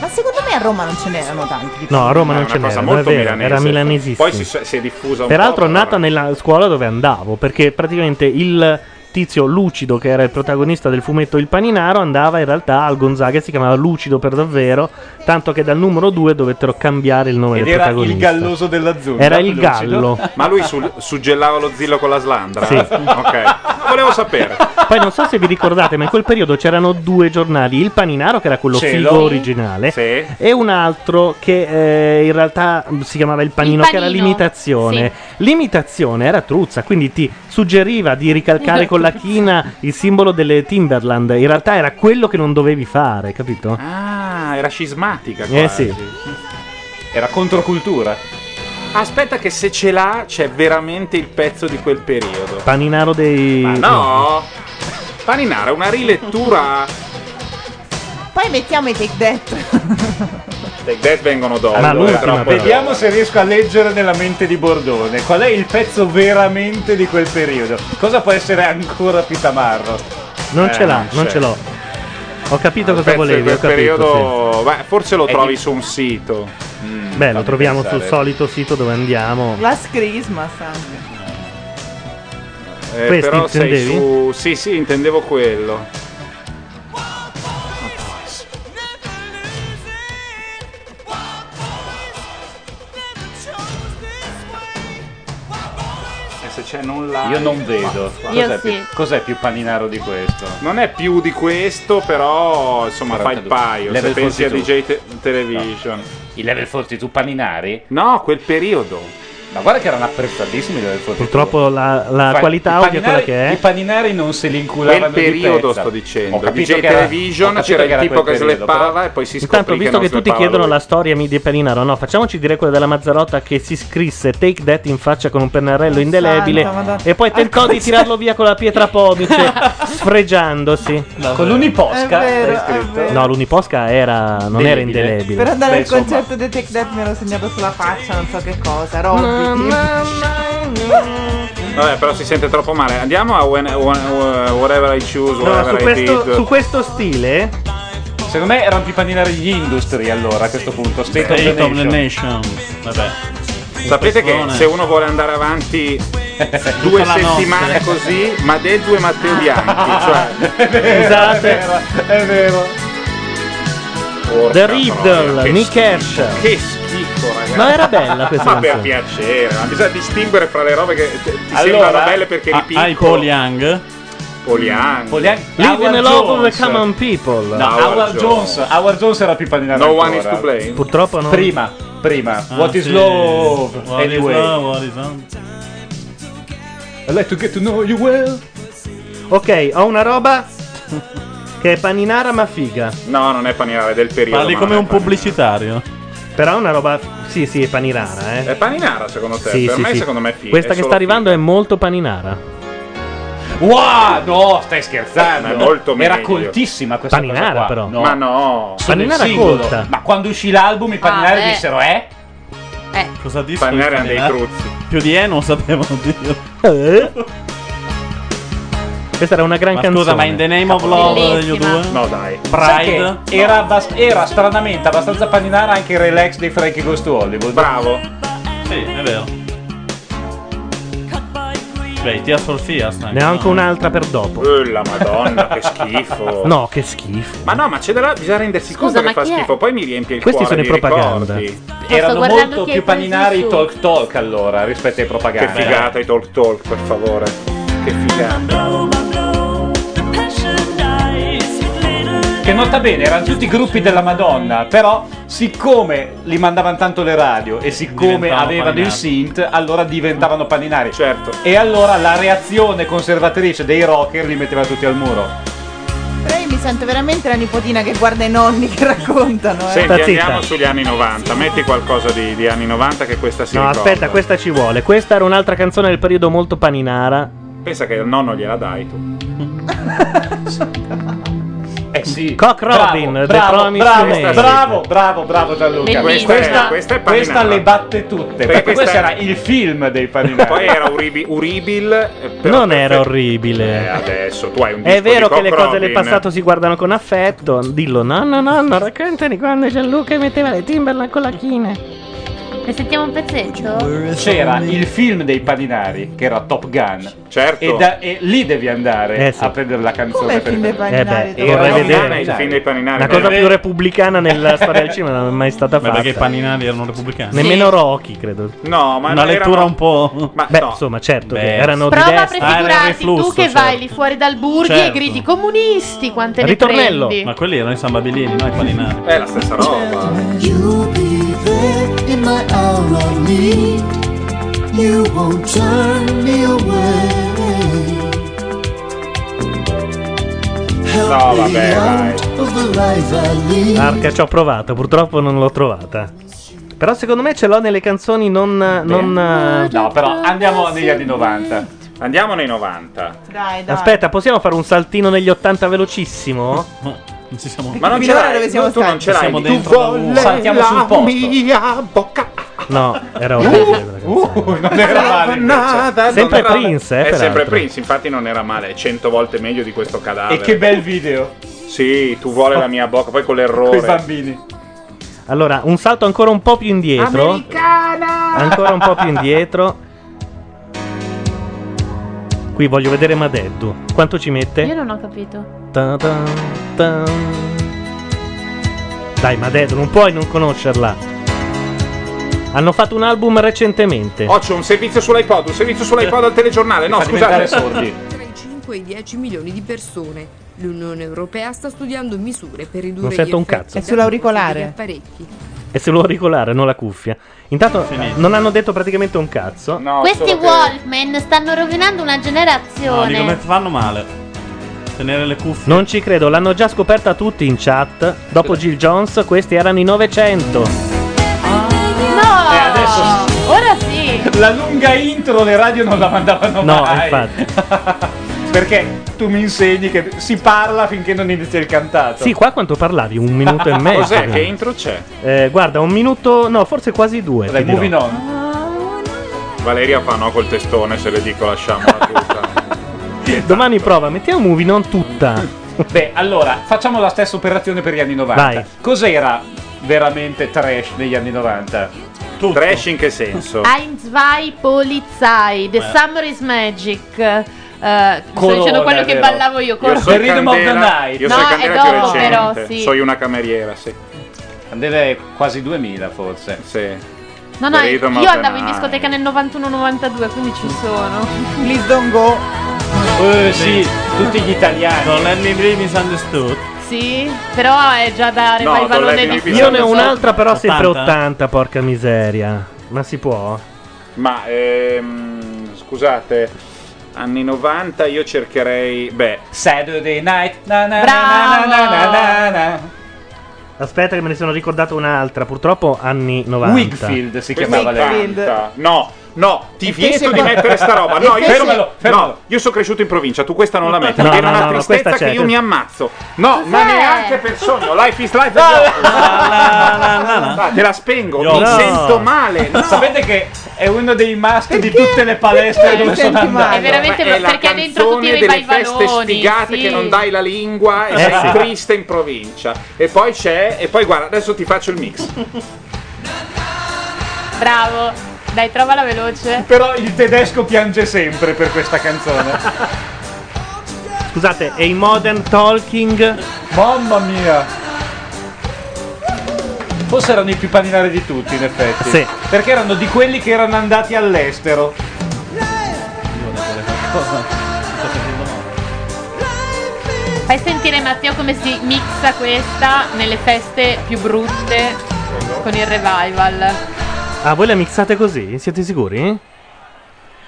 Ma secondo me a Roma non ce n'erano tanti.
No, a Roma
Era
non
una
ce
cosa
n'era,
molto
è vero,
milanese.
era milanesissimo.
Poi si, si è diffusa un
Peraltro è
po'.
nata nella scuola dove andavo, perché praticamente il tizio Lucido, che era il protagonista del fumetto Il Paninaro, andava in realtà al Gonzaga e si chiamava Lucido per davvero, tanto che dal numero 2 dovettero cambiare il nome
Ed
del
era il
protagonista.
galloso
dell'azzurra. Era il gallo.
Ma lui sul- suggellava lo zillo con la slandra?
Sì.
Ok. Volevo sapere.
Poi non so se vi ricordate, ma in quel periodo c'erano due giornali, Il Paninaro che era quello
Cielo.
figo originale e un altro che eh, in realtà mh, si chiamava Il Panino,
Il
che era
Panino,
l'imitazione. L'imitazione era truzza, quindi ti suggeriva di
Esatto.
ricalcare con la china il simbolo delle Timberland. In realtà era quello che non dovevi fare, capito?
Ah, era scismatica.
Eh,
quasi.
sì.
Era controcultura. Aspetta che se ce l'ha c'è veramente il pezzo di quel periodo.
Paninaro dei
Ma no! Paninaro è una rilettura
Poi mettiamo i take that.
Take That vengono dopo.
Allora,
eh, troppo
vediamo se riesco a leggere nella mente di Bordone qual è il pezzo veramente di quel periodo. Cosa può essere ancora più tamarro?
Non
Eh,
ce l'ha, non
c'è.
ce l'ho. Ho capito
Il
cosa
pezzo
volevi.
di quel
ho capito,
periodo,
sì.
beh, forse lo
È
trovi
di-
su un sito. Mm,
Beh, lo
fammi
troviamo
pensare.
sul solito sito dove andiamo.
Last Christmas anche.
Eh,
Questi
però sei
intendevi?
su. Sì, sì, intendevo quello. Eh,
E se c'è non
live-
Io non vedo.
Ma-
Cos'è,
Io
più,
sì.
cos'è più paninaro di questo?
Non è più di questo, però insomma, fa il
42.
paio. Se
Level
pensi a
42.
DJ te- Television.
I level 42 paninari?
No, quel periodo.
Ma guarda che erano apprezzatissimi i level 42.
Purtroppo la, la
Infatti,
qualità
i
audio è quella
paninari-
che
I
è.
paninari non se li inculavano
Quel periodo sto dicendo. DJ Television c'era il tipo che sleppava e poi si scoprì
Intanto, visto che,
non
tutti
sleppava
chiedono
lui.
la storia mi di Pelinaro, no, facciamoci dire quella della Mazzarotta che si scrisse Take That in faccia con un pennarello indelebile
Santa, madonna.
e poi tentò
Ancora
di tirarlo via con la pietra pomice, sfregiandosi.
Con l'uniposca.
No, l'uniposca era, non era
Indelebile.
indelebile.
Per andare
Beh,
al
insomma.
concerto dei Take That mi ero segnato sulla faccia, non so che cosa, Robby.
Vabbè, però si sente troppo male. Andiamo a when- when- Whatever I Choose,
No, su
Whatever I
questo,
Did.
su questo stile.
Secondo me erano più paninari gli industry allora a questo punto. State of
State
the
of the
Nation.
Nation. Vabbè.
Sapete che
Questone.
se uno vuole andare avanti due
la notte.
settimane così, Madelzu e Matteo Bianchi, cioè
Scusate.
È vero.
The Riddle, Nick Cash.
Che schifo, ragazzi.
Ma era bella questa
Ma per
canzone.
piacere, ma bisogna distinguere fra le robe che ti
Allora,
sembrano belle perché
ah,
li
hai
picco.
Paul Young.
Paul Young.
Live in the love of the common people.
No, Howard, Jones. Howard Jones era più paninaro.
No
ancora.
one is to blame.
Purtroppo no.
Prima, prima.
Ah,
what is
sì.
love?
What is
anyway.
love, what is on.
I like to get to know you well.
Ok, ho una roba che è paninara ma figa.
No, non è paninara, è del periodo.
Parli
ma
come
non
un
è paninara.
pubblicitario.
Però è una roba. Sì, sì, è paninara, eh.
È paninara secondo te?
Sì,
per
sì,
me
sì.
secondo me è figa.
Questa
è
che
solo
sta arrivando è molto paninara.
Wow, no, stai scherzando.
Ma è molto
Era
meglio.
coltissima questa
Paninara,
cosa qua.
però.
No.
Ma no.
Solo il
Paninara
singolo.
colta.
Ma quando uscì l'album i paninari
Ah, beh.
dissero eh?
Cosa dici?
Paninari hanno dei
Più di E non sapevano dire.
Eh? Questa era una gran
Ma
canzone.
scusa, ma in the name of love degli U2?
No, dai.
Sai che
Pride.
Era, abbast- era stranamente abbastanza paninara anche il relax dei Frankie Ghost to Hollywood.
Bravo.
Sì, è vero. Beh, Tears for Fears. anche,
Ne ho anche
no?
un'altra per dopo.
Eh, la madonna, che schifo.
No, che schifo.
Ma no, ma c'è da bisogna rendersi
Scusa,
conto che
ma
fa
chi è?
schifo, poi mi riempie il
Questi
cuore
sono
di
i propaganda.
ricordi.
Erano
guardando
molto più
chi hai preso
paninari
su.
i talk talk allora rispetto ai
Che
propaganda.
figata i talk talk, per favore. Che figata.
Che nota bene, erano tutti gruppi della Madonna, però siccome li mandavano tanto le radio e siccome
Diventavano
avevano
paninari.
il synth, allora diventavano paninari.
Certo.
E allora la reazione conservatrice dei rocker li metteva tutti al muro.
Però io mi sento veramente la nipotina che guarda i nonni che raccontano, eh.
Senti,
Sta zitta.
andiamo sugli anni 90. Metti qualcosa di, di anni 90 che questa si
No,
ricorda.
aspetta, questa ci vuole. Questa era un'altra canzone del periodo molto paninara.
Pensa che il nonno gliela dai tu.
Eh sì.
Cock
Bravo,
Robin, The
bravo,
Promised
bravo,
Land.
bravo, bravo, bravo Gianluca.
Bellissimo.
Questa,
Questa- questa è paninara.
questa le batte tutte. Perché,
questa-
questo era il film dei paninari.
Poi era Uribi- Uribil. eh, però-
non era
Eh,
orribile.
adesso tu hai un disco
È vero
di
che le
Cock
cose del
Robin.
passato si guardano con affetto. Dillo, nonno, nonno, raccontami quando Gianluca metteva le Timberland con la china.
Ne sentiamo un pezzetto?
C'era il film dei paninari che era Top Gun.
Certo.
E, da- e lì devi andare
Eh sì.
a prendere la
Come
canzone
il film dei
per
paninari?
Eh beh,
dove-
Top
vorrei
Gun
vedere.
è il
Il film dei paninari.
La cosa più repubblicana nella storia del cinema non è mai stata
Beh,
fatta.
perché i paninari erano repubblicani.
Nemmeno Rocky, credo.
No, ma
Una
no,
lettura
erano-
un po'.
Ma
Beh,
no.
insomma, certo,
Beh,
che erano di
Prova a
destra.
era il
prefigurarti
reflusso,
tu che
certo.
vai lì fuori dal Burghi e
Certo.
gridi comunisti, quante
Ritornello.
ne prendi?
Ma quelli erano i sambabilini, no? I paninari.
È la stessa roba.
You'll be there in my hour of need. You won't turn me away.
No, vabbè, dai.
Of the life I lead.
Arca ci ho provato, purtroppo non l'ho trovata. Però secondo me ce l'ho nelle canzoni non. non eh,
No, però andiamo negli anni 90.
Andiamo nei 90.
Dai, dai.
Aspetta, possiamo fare un saltino negli 80 velocissimo?
Non ci siamo
Ma non ce l'hai, tu non ce l'hai.
Siamo
Tu
dentro da
volle
uno. Saltiamo sul
la
posto.
mia bocca.
No, era
Uh!
orribile.
non era male. invece.
Sempre
Non era-
Prince, eh,
È
peraltro.
sempre Prince, infatti non era male. È cento volte meglio di questo cadavere.
E che bel video.
Sì, tu vuole la mia bocca, poi con l'errore.
Coi bambini.
Allora, un salto ancora un po' più indietro. Ancora un po' più indietro. Qui voglio vedere Madeddu. Quanto ci
Io
mette?
non ho capito.
Ta ta ta. Dai, Madeddu, non puoi non conoscerla. Hanno fatto un album recentemente.
Oh, c'è un servizio sull'iPod, un servizio sull'iPod al telegiornale. No,
Fa
scusate.
diventare sordi.
Tra i 5 e i 10 milioni di persone. L'Unione Europea sta studiando misure per ridurre
Non sento
gli
un
effetti
cazzo. È
dannosi
sull'auricolare.
degli apparecchi.
E se lo auricolare, non la cuffia. Intanto eh, non hanno detto praticamente un cazzo. No,
Questi Wolfman stanno rovinando una
No, dico, come
generazione.
fanno Eh, male? Tenere le cuffie.
Non ci credo, l'hanno già scoperta tutti in chat. Dopo Jill Jones, questi erano i 900.
No! Ora sì!
La lunga intro le radio non la mandavano
No,
mai.
infatti.
Perché tu mi insegni che si parla finché non inizia il cantato.
Sì, qua quanto parlavi? Un minuto e mezzo.
Cos'è?
quindi.
Che intro c'è?
Eh, guarda, un minuto, no, forse quasi due.
Dai,
ti dirò.
moving Valeria fa no col testone, se le dico lasciamola tutta.
Domani prova, mettiamo moving on tutta.
Beh, allora, facciamo la stessa operazione per gli anni 90.
Vai.
Cos'era veramente trash negli anni 90?
Trash in che senso?
Ein, zwei, Polizei, The
Beh.
Summer is Magic. eh, sto
Corona,
dicendo quello
è
che
vero.
ballavo io. Corona.
soy Candela- Io
no,
sono
è
Candela più
dopo, però,
recente.
sì.
Sono una cameriera, sì.
Deve quasi 2000 forse.
Sì.
No, no,
Rhythm of
io
the
andavo in
Night.
discoteca nel 91-92, quindi ci sono.
Please don't go.
Eh sì, tutti gli italiani.
Don't let me be misunderstood.
Sì, però è già da revivalone di
Io ne ho un'altra, però sempre
80.
80, porca miseria. Ma si può?
Ma ehm, scusate, anni 90 io cercherei. Beh,
Saturday night. Na, na,
Bravo!
na, na, na, na, na.
Aspetta, che me ne sono ricordata un'altra. Purtroppo, anni 90.
Wigfield si chiamava lei.
Wigfield. No, no, ti vieto di mettere sta roba. No, io, sono- no, io sono cresciuto in provincia, tu questa non la metti.
No,
perché
no,
era una
no, no,
tristezza che
questa c'è.
certo.
io mi ammazzo. No, ma neanche per sogno. Life is life. Ah, Te la spengo,
Io-
mi
No.
sento male. No.
Sapete che è uno dei maschi di tutte le palestre dove sono andato.
È veramente
Eh, Ma è la
perché ha dentro tutti i
canzone delle feste
revivaloni.
sfigate
sì.
che non dai la lingua e
Eh,
sei
sì.
triste in provincia. E poi c'è, e poi guarda, adesso ti faccio il mix.
Bravo. Dai, trovala veloce.
Però il tedesco piange sempre per questa canzone.
Scusate, e i Modern Talking?
Mamma mia! Forse erano i più paninari di tutti, in effetti.
Sì.
Perché erano di quelli che erano andati all'estero.
Fai sentire Matteo come si mixa questa nelle feste più brutte con il revival.
Ah, voi le mixate così? Siete sicuri?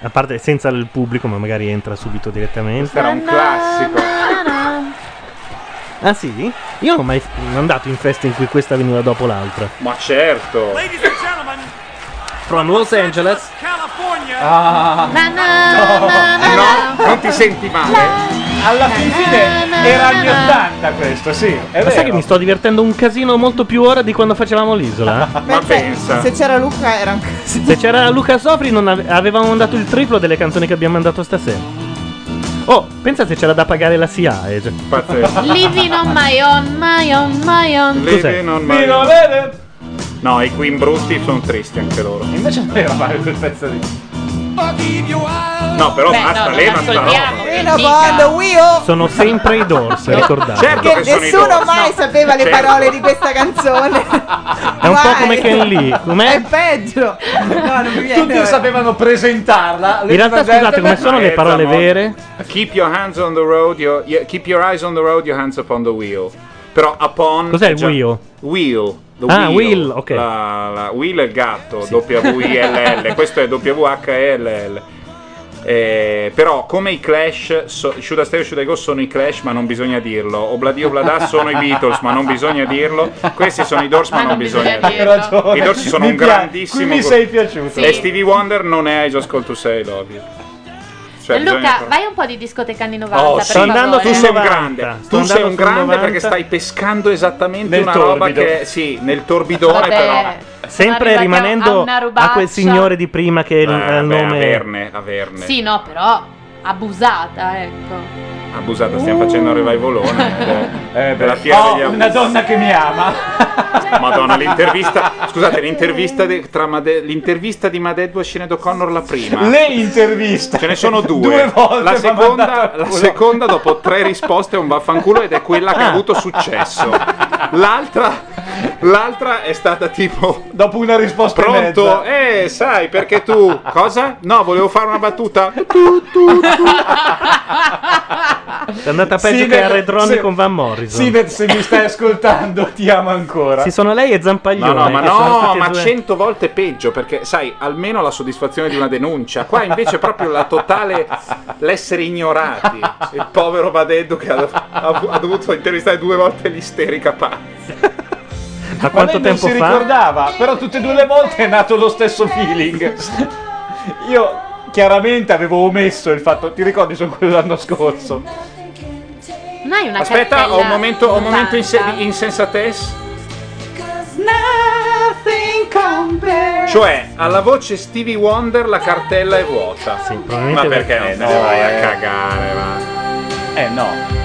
A parte senza il pubblico, ma magari entra subito direttamente.
Era un classico.
Ah sì? Io non ho mai non andato in feste in cui questa veniva dopo l'altra.
Ma certo.
From Los Angeles.
Ah.
Na, na, na, na, na.
Non ti senti male?
Alla fin fine era anni 80 questo, sì. È
Ma sai
vero.
che mi sto divertendo un casino molto più ora di quando facevamo l'isola?
Ma
pensa.
Se c'era Luca era un cazzo.
Se c'era Luca Sofri non ave- avevamo mandato il triplo delle canzoni che abbiamo mandato stasera. Oh, pensa se c'era da pagare la SIAE.
Living on my own, my own, my own.
Cos'è?
Living on my own. No, i Queen Brutti sono tristi anche loro.
Invece non era male quel pezzo lì.
No, però
Beh,
basta,
no, non
leva sta roba.
ascoltiamo,
Una volta, Wio!
Sono sempre Certo i Doors, ricordate.
Perché nessuno mai sapeva le
Certo.
parole di questa canzone.
È un po' come Ken Lee. Com'è?
È peggio. No, non mi viene.
Tutti sapevano presentarla.
In realtà, scusate, come sono le parole vere?
Keep your hands on the road, your, yeah, keep your eyes on the road, your hands upon the wheel. Però upon
Cos'è
è
il
già-
wheel?
Wheel. the
Ah, wheel, ok.
La, la- wheel è il gatto, W-I-L-L. Questo è W-H-E-L-L. Eh, però come i Clash, so, Should I Stay or Should I Go sono i Clash ma non bisogna dirlo, Obladi Oblada sono i Beatles ma non bisogna dirlo, questi sono i Doors ma, Ah, non, bisogna, dirlo.
ragione.
I Doors sono
Mi
un
piace.
grandissimo
Qui mi
gru-
sei piaciuto.
E Stevie Wonder non è I Just Call to Say Love You. Cioè, bisogna
Luca,
far-
vai un po' di discoteca anni 90.
Oh,
per
sì,
favore.
tu sei un grande, tu sei un grande perché stai pescando esattamente
Nel
una roba
torbido.
che sì, nel torbidone
Vabbè,
però.
Sempre
arrivati a- a
rimanendo
una
a,
robaccia.
quel signore di prima che il,
Eh,
Ah,
il
beh,
nome
Averne, Averne.
Sì, no, però abusata, ecco.
Abusata, stiamo facendo un revivalone. eh, per la fiera
Oh,
degli abusi.
una donna che mi ama.
Madonna, l'intervista. Scusate, l'intervista, de- tra Made- l'intervista di Madeddu a Sinead O'Connor la prima.
Le interviste.
Ce ne sono due.
Due volte
la,
m'ha
seconda,
mandato a
la
culo.
seconda dopo tre risposte è un vaffanculo ed è quella che ha
Ah.
avuto successo. L'altra, l'altra è stata tipo...
Dopo una risposta e
Pronto?
mezza.
Eh, sai perché tu... Cosa? No, volevo fare una battuta.
è andata peggio
Sì,
che
nel-
a Redron
sì.
con Van Morrison.
Sinet, se mi stai ascoltando, ti amo ancora.
Sì, sono lei e Zampaglione.
No, no, ma
che sono
no,
tutti e
ma
due-
cento volte peggio perché, sai, almeno la soddisfazione di una denuncia. Qua invece è proprio la totale l'essere ignorati. Il povero Badeddu che ha, ha- ha dovuto intervistare due volte l'isterica pazza.
Ma
lei non si ricordava, però tutte e due le volte è nato lo stesso feeling. Io chiaramente avevo omesso il fatto, ti ricordi, sono quello dell'anno scorso.
Non hai una
Aspetta, ho un
cartella
momento, ho un momento inse-
ottanta?
di insensatezza.
Nothing compares.
Cioè, alla voce Stevie Wonder la cartella è vuota. ma
probabilmente
perché non
perché-
te
no,
ne vai
eh.
a cagare, va?
Eh no.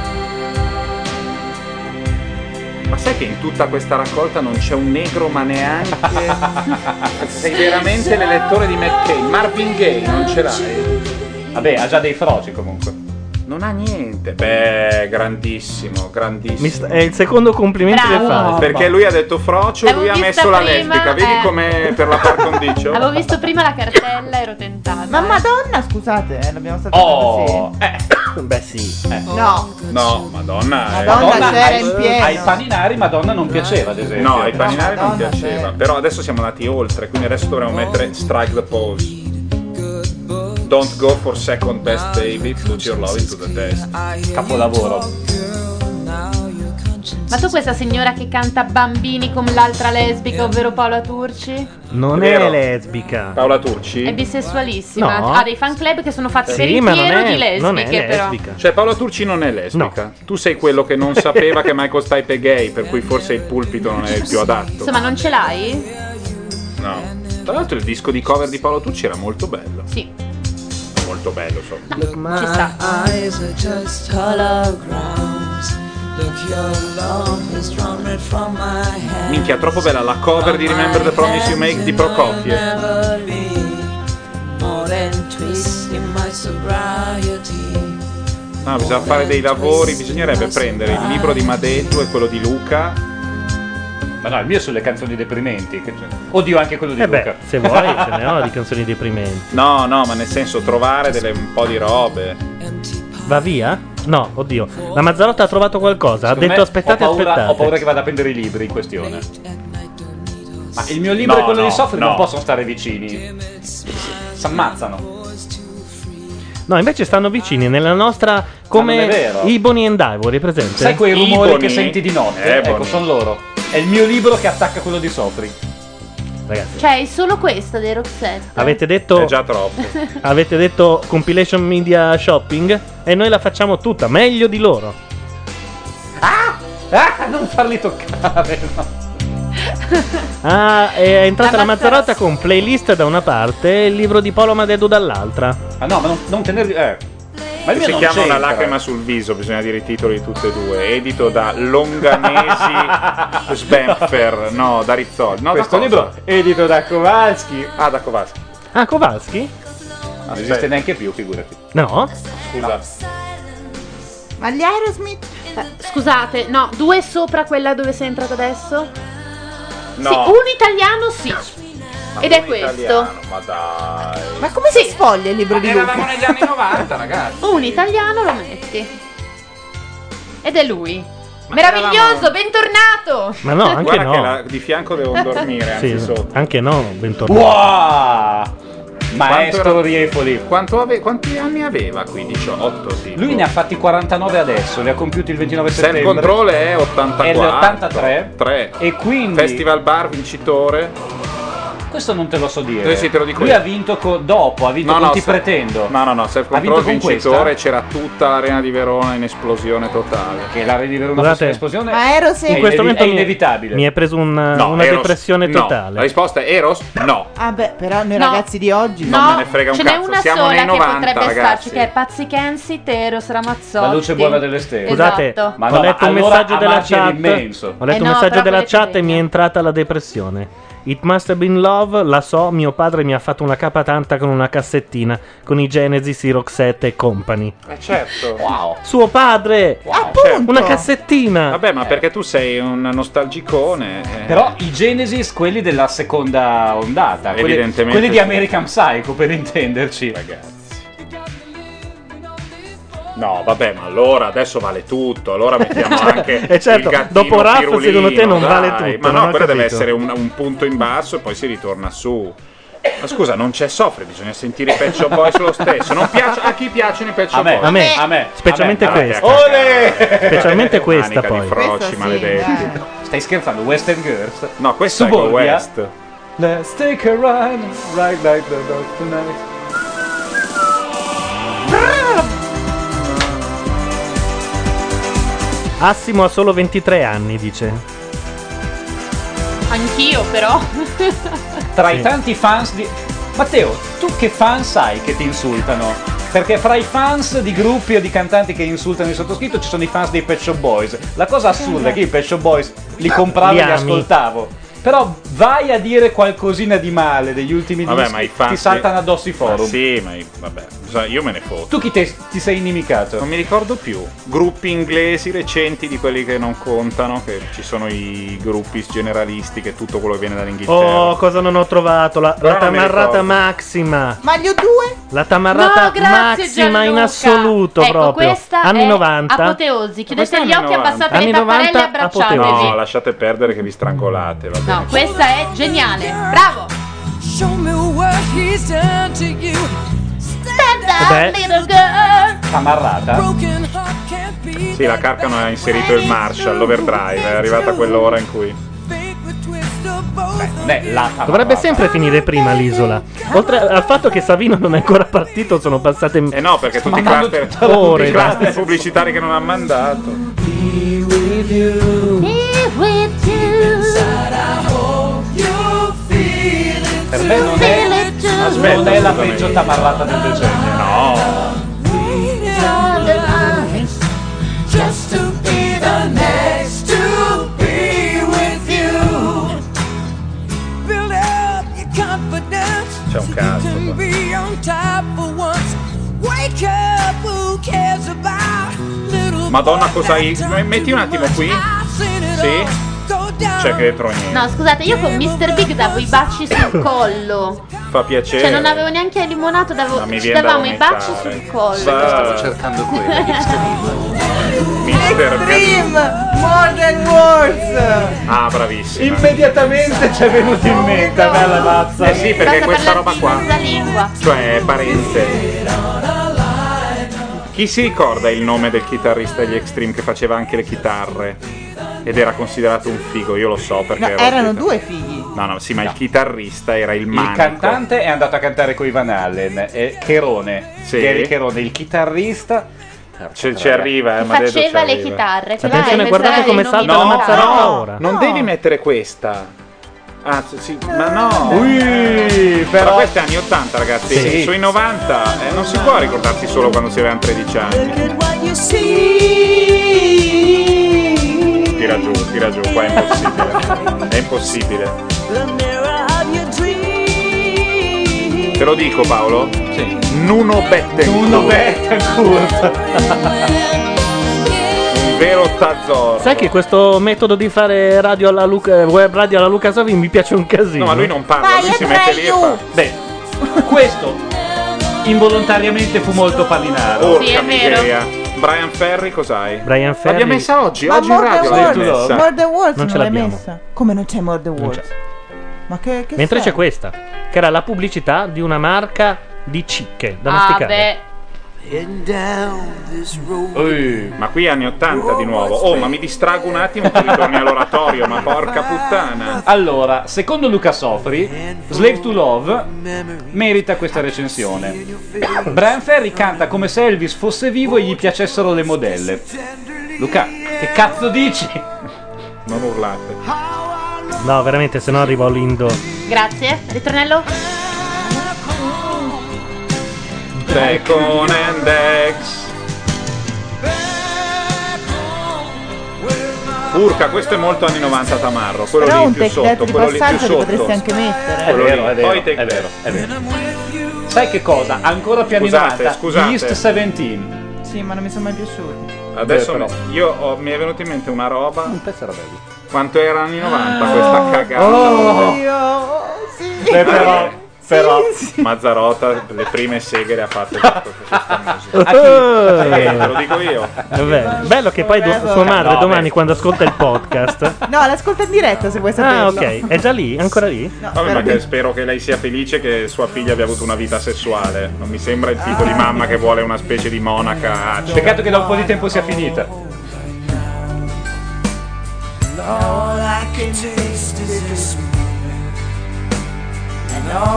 Ma sai che in tutta questa raccolta non c'è un negro, ma neanche. Cioè, Sei veramente l'elettore di McCain. Marvin Gaye Eh, non ce l'hai.
Vabbè, ha già dei froci comunque.
Non ha niente. Eh, Beh, grandissimo, grandissimo.
Mi sta- è il secondo complimento che fa.
Perché lui ha detto frocio,
L'avevo
lui ha
vista
messo la
prima,
lesbica. Vedi
eh.
come per la par condicio?
Avevo visto prima la cartella, ero tentata.
Ma madonna, scusate, eh, l'abbiamo saltata
Oh,
così.
Eh.
Beh, sì.
No.
No, Madonna. eh.
Madonna c'era
ai-
in pieno.
Ai paninari Madonna non piaceva, ad esempio.
No, ai paninari non piaceva. Però adesso siamo andati oltre, quindi adesso dovremmo mettere Strike the Pose. Don't go for second best, baby. Put your love into the test.
Capolavoro.
Ma tu questa signora che canta bambini con l'altra
Eh.
lesbica, ovvero Paola Turci?
Non è,
Vero.
lesbica.
Paola Turci?
È bisessualissima.
No.
Ha dei fan club che sono fatti
Sì,
per il
ma non
pieno
è-
di lesbiche,
non è
però.
lesbica. Cioè Paola Turci non è lesbica. Tu sei quello che non sapeva che Michael Stipe è gay, per cui forse il pulpito non è il più adatto.
Insomma, non ce l'hai?
No. Tra l'altro il disco di cover di Paolo Tucci era molto bello.
Sì.
Molto bello, insomma.
Ci
My
sta.
eyes are just holograms. Look, your love is drawn right from my hand.
Minchia, troppo bella la cover di Remember the Promise You Make di
eh.
Prokofiev.
Never be more than twisting my sobriety.
No, Ah, bisogna fare dei lavori, bisognerebbe prendere il libro di Madeddu e quello di Luca.
Ma no, il mio sulle canzoni deprimenti. che c'è. Oddio, anche quello di
Eh beh,
Luca.
se vuoi, ce ne ho di canzoni deprimenti.
No, no, ma nel senso trovare delle, un po' di robe.
Va via? No, oddio. La Mazzarotta ha trovato qualcosa.
Secondo
ha detto
me,
aspettate,
ho paura,
aspettate.
Ho paura che vada a prendere i libri in questione. Ma il mio libro
No,
e quello
no,
di Sofri
no.
non possono stare vicini. Si ammazzano.
No, invece stanno vicini nella nostra.
non
Come
è vero.
Ibony and Ivory, è presente?
Sai quei rumori che senti di notte?
Eh,
ecco, sono loro. È il mio libro che attacca quello di Sofri.
Ragazzi,
Cioè, è solo questa dei Roxette.
avete detto. È già
troppo.
avete detto compilation media shopping? E noi la facciamo tutta, meglio di loro.
Ah, non farli toccare.
Ah, è entrata la Mazzarotta con playlist da una parte e il libro di Paolo Madeddu dall'altra.
Ah no, ma non, non tenerli. Eh. Ma il mio
si
non
chiama
c'entra.
Una lacrima sul viso, bisogna dire i titoli di tutte e due. Edito da Longanesi Sbenfer, no, da Rizzoli. No,
Questo
da
libro edito da Kowalski.
Ah, da Kowalski.
Ah, Kowalski?
Non esiste neanche più, figurati.
No?
Scusa.
Ma gli Aerosmith. Eh, scusate, no, due sopra quella dove sei entrato adesso? Sì,
No.
un italiano sì.
Ma
Ed è
un
questo.
italiano, ma dai.
Ma come si sfoglia il libro di Luca?
negli anni 90, ragazzi.
Un italiano lo metti. Ed è lui.
Ma
Meraviglioso,
eravamo-
bentornato!
Ma no, anche
Eh, Guarda
no.
che la- di fianco devo dormire, anzi
Sì,
sotto.
anche no, bentornato.
Wow!
Quanto
Maestro Riefoli.
Quanto ave- quanti anni aveva qui? 18, sì.
Lui ne ha fatti 49 adesso, li ha compiuti il 29
Self
settembre.
Control è 84.
È l'83.
3.
E quindi
Festival Bar vincitore.
Questo non te lo so dire.
Eh sì, te lo dico
Lui
io.
ha vinto co- dopo, ha vinto
No,
con
no,
Ti
se-
pretendo.
No, no, no, Self
Ha vinto
Control
con
vincitore,
questa?
c'era tutta l'arena di Verona in esplosione totale.
Che l'arena di Verona
Guardate.
fosse
esplosione
Ma ero sempre.
mi- Mi è preso un- una depressione
La
totale.
risposta è Eros? No.
Ah beh, però noi
No.
ragazzi di oggi.
No, Non me ne frega un
ce n'è
cazzo,
una
siamo
sola
nei 90,
che potrebbe
ragazzi.
starci, che è Pazzikensi, Teros, Ramazzotti.
La luce buona delle stelle.
Scusate,
Esatto.
Ma
ho
no,
letto un
allora
messaggio della
Amaci era
chat.
immenso.
Ho letto
Eh
un
no,
messaggio
però
della
volete
chat e mi è entrata la depressione. It must have been love, la so, mio padre mi ha fatto una capa tanta con una cassettina con i Genesis, i Roxette e company.
Eh certo. Wow.
Suo padre!
Appunto.
Una cassettina.
Vabbè, ma perché tu sei un nostalgicone. eh.
Però i Genesis, quelli della seconda ondata, quelli,
Evidentemente
quelli di
sì.
American Psycho, per intenderci.
No, vabbè, ma allora adesso vale tutto. Allora mettiamo anche.
Eh, certo,
il gattino
dopo Raff,
Pirulino,
secondo te non
dai.
vale tutto,
Ma
non
no,
ho
quello deve
capito.
essere un, un punto in basso e poi si ritorna su. Ma scusa, non c'è soffre, bisogna sentire i Pet Shop Boys lo stesso. Non piace- a Eh, chi piacciono i Pet Shop Boys?
A me, specialmente
A me, andate
questa.
a cagare.
Specialmente questa
Manica di
poi.
froci, Questa sì, maledetti.
Stai scherzando, Western Girls?
No, questo è con
Suburbia?
West.
Let's take a run, right like the dog tonight.
Assimo ha solo 23 anni, dice.
Anch'io, però.
Tra
Sì.
i tanti fans di. Matteo, tu che fans hai che ti insultano? Perché fra i fans di gruppi o di cantanti che insultano il sottoscritto ci sono i fans dei Pet Shop Boys. La cosa assurda è che i Pet Shop Boys li compravo
Li
e li
ami.
ascoltavo. Però vai a dire qualcosina di male degli ultimi
Vabbè,
dischi,
ma i fans.
ti saltano addosso i
Ma
forum.
sì, ma i- vabbè, bisogna- io me ne foto.
Tu chi te- ti sei inimicato?
Non mi ricordo più. Gruppi inglesi recenti di quelli che non contano, che ci sono i gruppi generalisti, che tutto quello che viene dall'Inghilterra.
Oh, cosa non ho trovato? La,
Però
la
non mi
tamarrata
ricordo.
maxima.
Maglio 2?
La tamarrata
No, grazie,
maxima in
Gianluca.
assoluto
Ecco,
proprio.
questa
Anni
è
90.
apoteosi. Chiudete
Questa è
gli
anni
occhi, abbassate
Anni
le tapparelle e
90,
abbracciatevi.
apoteosi.
No, lasciate perdere che vi strangolate. va bene.
No, questa è geniale. Bravo.
Show me what he's done to you. Stand
up, Vabbè.
little girl.
Tamarrata?
Broken heart can't be
Sì, la Carcano ha inserito il Marshall, l'overdrive, è arrivata quell'ora in cui...
Beh, la
Dovrebbe sempre finire prima l'isola. Oltre al fatto che Savino non è ancora partito, sono passate
Eh no, perché tutti i
Mandando
cluster,
tutta la
tutti i
pubblicità.
cluster pubblicitari che non ha mandato.
Per me non è, non è la peggio tamarrata del decennio.
No.
Just to be the next to be with you. Build up your confidence.
C'è un cazzo.
Can be on top for once. Wake up, who cares about little
Madonna, cosa hai? Eh, Metti un attimo qui. Sì. C'è che dentro niente.
No, scusate, io con Mr. Big davo i baci sul collo.
Fa piacere.
Cioè, non avevo neanche limonato, davo,
Ma mi
ci
viene da
davamo i
vomitare.
baci sul collo.
Sa-
cercando quello.
Eh, Mister
Dream Modern Wars!
Ah, bravissima.
Immediatamente ci è venuto in mente, bella mazza.
Eh sì, perché
Basta
questa roba
parlarci
qua,
senza lingua.
cioè è parente. Chi si ricorda il nome del chitarrista degli Extreme che faceva anche le chitarre? Ed era considerato un figo, io lo so perché
No,
ero
erano
chitar-
due figli.
No, no, sì, ma il chitarrista era il
Il
manico.
cantante è andato a cantare con Ivan Allen, e Cherone, Gary Cherone, il chitarrista.
Ci, ci arriva, eh, ma Dedo ci
Faceva le
arriva.
chitarre. quella
Attenzione,
è-
guardate come
questa è
salta la
l'inominata.
mazzarotta ora.
Non devi mettere questa. Ah, sì, sì, ma no.
però...
questa è anni 80, ragazzi.
Sì.
Sui 90 eh, non si può ricordarsi solo quando si avevano 13 anni.
Look at what you see.
Tira giù, tira giù, qua è impossibile. è impossibile.
The mirror of your dream.
Te lo dico Paolo? Sì. Nuno Bettencourt. Nuno Un vero tazzoro.
Sai che questo metodo di fare radio alla Luca, web radio alla Luca Savi mi piace un casino.
No, ma lui non parla, lui si mette lì e fa.
Beh, questo involontariamente fu molto palinaro.
Porca miseria. Brian Ferry cos'hai?
Brian Ferry.
L'abbiamo messa oggi,
Ma
oggi in
Modern
radio
Wars,
l'abbiamo messa.
Modern Wars
Non
non,
ce
l'hai
l'abbiamo.
messa. Come non c'è Modern
Non
Wars? Ma che, che
Mentre
sei?
c'è questa, che era la pubblicità di una marca di cicche da
Ah,
masticare.
beh.
Heading down this road.
Ui, ma qui anni 80 di nuovo. Oh, ma mi distrago un attimo e ritorni all'oratorio, ma porca puttana.
Allora, secondo Luca Sofri, Slave to Love merita questa recensione. Brian Ferry canta come se Elvis fosse vivo e gli piacessero le modelle. Luca, che cazzo dici?
Non urlate.
No, veramente, se no arrivo all'indo.
Ah,
Grazie. Ritornello?
Ecco.
Tecon and Dex. Urca, questo è molto anni 90 Tamarro, quello
Però
lì
un
più
tech deck
sotto,
di
quello lì più
passaggio li
sotto.
potresti anche mettere.
È vero, è vero,
Poi take
è vero, è vero. Sai che cosa? Ancora più anni
Scusate,
90.
scusate.
East 17.
Sì, ma non mi sono mai piaciuti.
Adesso
Eh,
Beh, però.
mi- io ho- mi è venuta in mente una roba. Un pezzo era bello. Quanto era anni 90 questa cagata?
Oh.
Io, sì.
Eh, però, però Mazzarota le prime seghe le ha fatte tutto Eh, te lo dico io.
Vabbè, Bello che poi do- sua madre
No,
domani quando ascolta il podcast.
No, l'ascolta in diretta se vuoi
Ah,
saperlo.
ok. È già lì? Ancora lì?
Vabbè, ma che spero che lei sia felice e che sua figlia abbia avuto una vita sessuale. Non mi sembra il tipo di mamma che vuole una specie di monaca. acida.
Peccato che da un po' di tempo sia finita.
All I can taste is this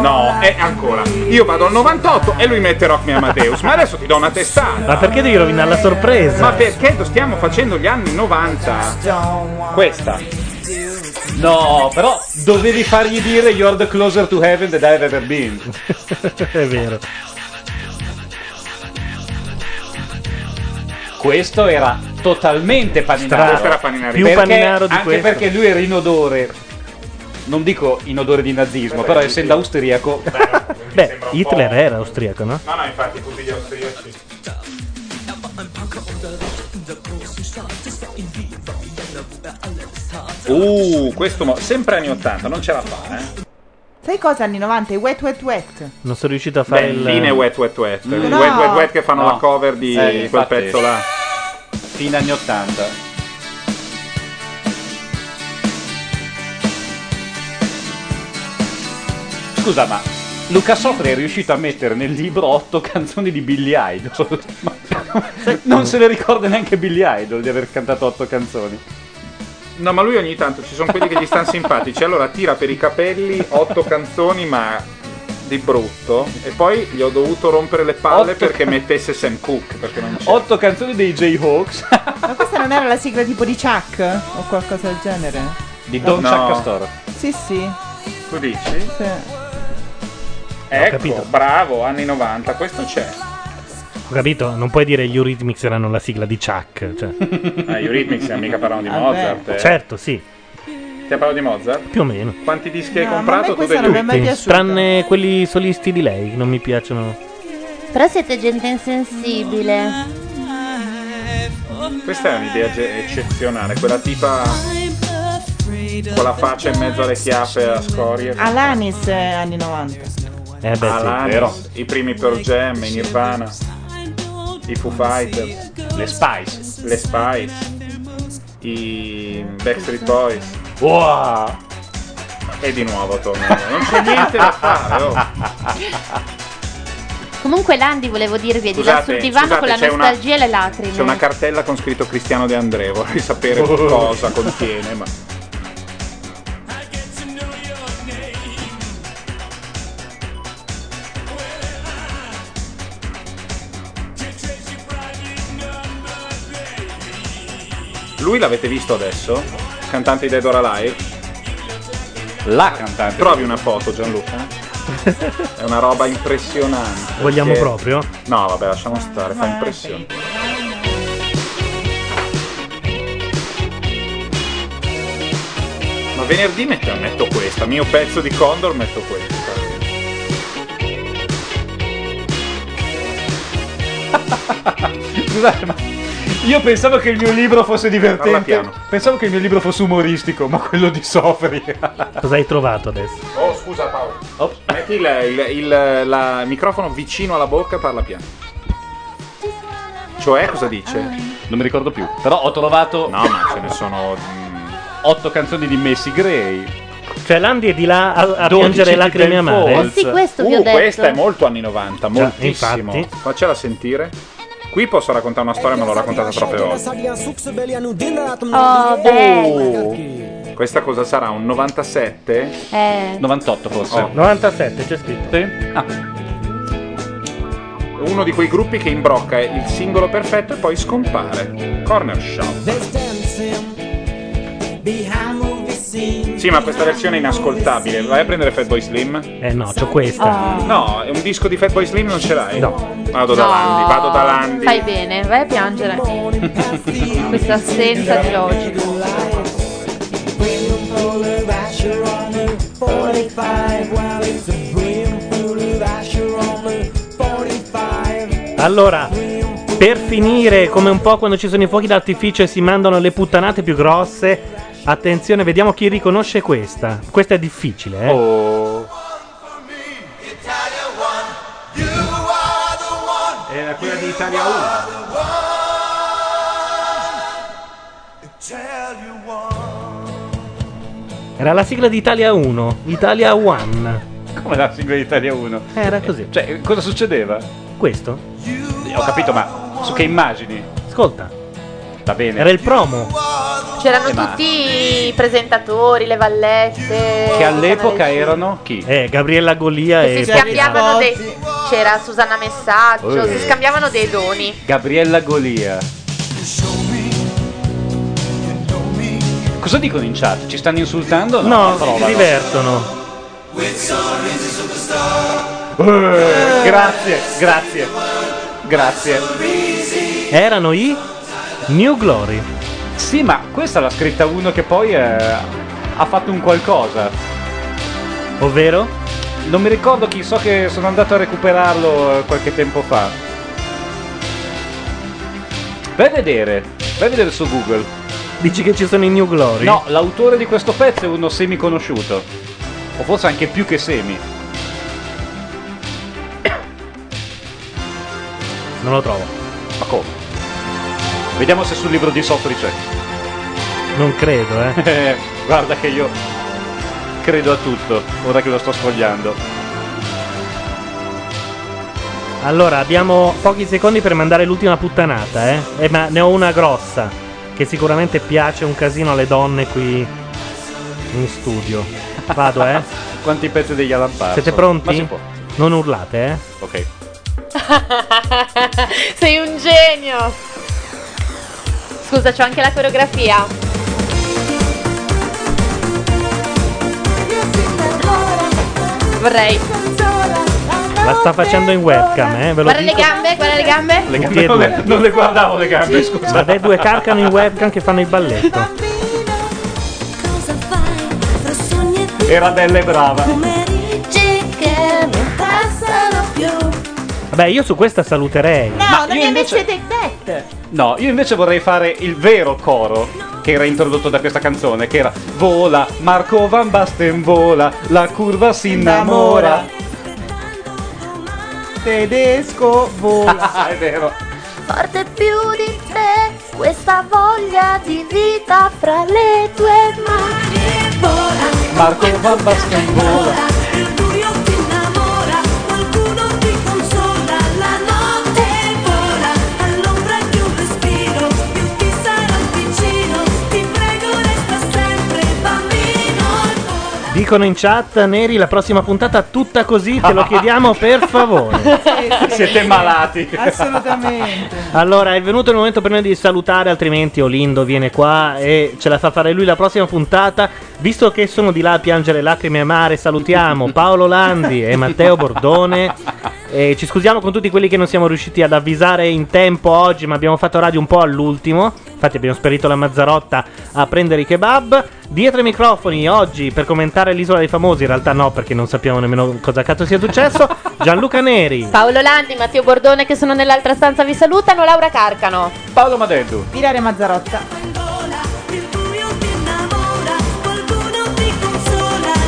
No, e ancora. Io vado al 98 e lui mette Rock Me Amadeus. ma adesso ti do una testata.
Ma perché devi rovinare la sorpresa?
Ma perché stiamo facendo gli anni 90?
Questa. No, però dovevi fargli dire You're the closer to heaven that I've ever been.
è vero.
Questo era totalmente paninaro.
Questo era paninaro.
Più
Perché-
paninaro di
anche
questo.
perché lui era in odore. Non dico in odore di nazismo, però essendo austriaco.
Beh, Hitler era austriaco, no?
No, no, infatti tutti gli austriaci. Uh, questo mo- sempre anni 80, non ce la fa, eh.
Sai cosa anni 90? I wet wet wet.
Non sono riuscito a fare
Belline
il.
Wet Wet Wet.
Mm.
Wet
No.
Wet Wet che fanno
No.
la cover di
Eh,
quel
infatti.
pezzo là.
Fine anni 80. Scusa, ma Luca Sofri è riuscito a mettere nel libro otto canzoni di Billy Idol. Ma- non se le ricorda neanche Billy Idol di aver cantato otto canzoni.
No, ma lui ogni tanto ci sono quelli che gli stanno simpatici. Allora tira per i capelli otto canzoni, ma di brutto. E poi gli ho dovuto rompere le palle perché mettesse Sam Cooke. Perché non c'è.
Otto canzoni dei Jayhawks.
Ma questa non era la sigla tipo di Chuck? O qualcosa del genere?
Di Don
No.
Chuck Store.
Sì, sì.
Tu dici?
sì.
Ecco, bravo, anni 90, questo c'è.
Ho capito? Non puoi dire gli Eurythmics erano la sigla di Chuck. Cioè.
Ah, Eurythmics, mica parlano di
Ah,
Vabbè.
Mozart. eh.
Certo, sì,
Ti parlo di Mozart?
più o meno.
Quanti dischi hai
No, ma a me
comprato tu
questa
degli
non mi è mai
ultimi?
piaciuta.
Tranne quelli solisti di lei, non mi piacciono.
Però siete gente insensibile.
Questa è un'idea ge- eccezionale, quella tipa con la faccia in mezzo alle chiappe a scorie.
Alanis eh, anni 90.
Eh beh, sì,
Alanis,
vero.
i primi Pearl Jam, i Nirvana, i Foo Fighters, le Spice, le Spice, i Backstreet Boys.
Wow!
E di nuovo torniamo, non c'è niente da fare. Oh.
Comunque Landi volevo dirvi è di là
Scusate,
sul divano
scusate,
con la
c'è una-
nostalgia e le lacrime.
C'è una cartella con scritto Cristiano De André, vorrei sapere
Oh.
cosa contiene, ma lui l'avete visto adesso? Cantante di Dead or Alive?
La cantante.
Trovi una foto Gianluca? È una roba impressionante.
Vogliamo
perché-
proprio?
No, vabbè, lasciamo stare, fa impressione. Ma venerdì metto, metto questa, mio pezzo di Condor metto questa.
Scusate, ma io pensavo che il mio libro fosse
Parla
divertente.
piano.
Pensavo che il mio libro fosse umoristico, ma quello di Sofri.
Cosa hai trovato adesso?
Oh, scusa Paolo. Metti il, il- il- la- il microfono vicino alla bocca e parla piano. Cioè, cosa dice?
Non mi ricordo più. Però ho trovato.
No, ma ce ne sono. mm,
Otto canzoni di Messi Gray.
Cioè Landi è di là a, a piangere lacrime amare.
Eh sì, questo
Uh,
vi ho detto.
Questa è molto anni 90,
Già,
moltissimo.
infatti.
Faccela sentire. Qui posso raccontare una storia, me l'ho raccontata troppe volte.
Oh,
Eh.
bello.
Uh,
Oh, Questa cosa sarà un 97?
Eh.
98 forse.
Oh,
97 c'è scritto.
Ah.
Uno di quei gruppi che imbrocca il singolo perfetto e poi scompare. Corner Shop. Sì, ma questa versione è inascoltabile. Vai a prendere Fatboy Slim?
Eh no, c'ho questa.
No, è un disco di Fatboy Slim non ce l'hai. No. Vado da Landi, vado da Landi.
Fai bene, vai a piangere. Questa assenza di logica.
full of Asher on the 45. Well, it's a brim full of Asher on the 45.
Allora, per finire, come un po' quando ci sono i fuochi d'artificio e si mandano le puttanate più grosse, attenzione, vediamo chi riconosce questa. Questa è difficile, eh.
Oh.
Era quella di Italia 1.
Era la sigla di Italia 1, Italia 1.
Come la sigla di Italia 1?
Era così.
Cioè, cosa succedeva?
Questo?
Ho capito, ma su che immagini?
Ascolta.
Va bene.
Era il promo.
C'erano
Eh, ma-
tutti i presentatori, le vallette.
Che all'epoca erano chi?
Eh, Gabriella Golia
Si scambiavano dei. C'era Susanna Messaggio,
Eh.
si scambiavano dei doni.
Gabriella Golia. Cosa dicono in chat? Ci stanno insultando? o
No, si
Provano.
divertono.
Eh, grazie, grazie, grazie.
Erano i New Glory.
Sì, ma questa l'ha scritta uno che poi eh, ha fatto un qualcosa.
Ovvero?
Non mi ricordo chi, so che sono andato a recuperarlo eh, qualche tempo fa. Vai a vedere, vai a vedere su Google.
Dici che ci sono i New Glory?
No, l'autore di questo pezzo è uno semi conosciuto. O forse anche più che semi.
Non lo trovo.
Ma come? Vediamo se sul libro di Sofri c'è.
Non credo, eh.
Eh, Guarda che io credo a tutto, ora che lo sto sfogliando.
Allora, abbiamo pochi secondi per mandare l'ultima puttanata, eh. Eh, ma ne ho una grossa, che sicuramente piace un casino alle donne qui in studio. Vado, eh.
Quanti pezzi degli Alan Parson.
Siete
Ma si
pronti?
può.
Non urlate, eh.
Ok.
Sei un genio. Scusa, c'ho anche la coreografia. Vorrei.
La sta facendo in webcam, eh. Ve lo
Guarda le
dico.
gambe, guarda le gambe.
Le gambe non, le,
guardavo le gambe, scusa.
Vabbè, due carcano in webcam che fanno il balletto.
Era bella e brava.
Dice che non passano più.
Vabbè, io su questa saluterei.
Ma io invece-
avete detto.
No, io invece vorrei fare il vero coro che era introdotto da questa canzone, che era Vola, Marco Van Basten vola, la curva si innamora.
Tedesco vola.
è vero.
Forte più di te questa voglia di vita fra le tue mani. Vola,
Marco Van Basten vola.
La notte vola, all'ombra di un respiro, io ti sarò vicino, ti prego resta sempre bambino.
Dicono in chat, Neri, la prossima puntata tutta così, te lo chiediamo per favore.
Siete malati.
Assolutamente.
Allora, è venuto il momento per noi di salutare, altrimenti Olindo viene qua e ce la fa fare lui la prossima puntata. Visto che sono di là a piangere lacrime amare, salutiamo Paolo Landi e Matteo Bordone. E ci scusiamo con tutti quelli che non siamo riusciti ad avvisare in tempo oggi, ma abbiamo fatto radio un po' all'ultimo. Infatti abbiamo sperito la Mazzarotta a prendere i kebab. Dietro i microfoni oggi per commentare l'isola dei famosi, in realtà no, perché non sappiamo nemmeno cosa cazzo sia successo. Gianluca Neri.
Paolo Landi, Matteo Bordone che sono nell'altra stanza vi salutano, Laura Carcano.
Paolo Madeddu.
Pirare Mazzarotta.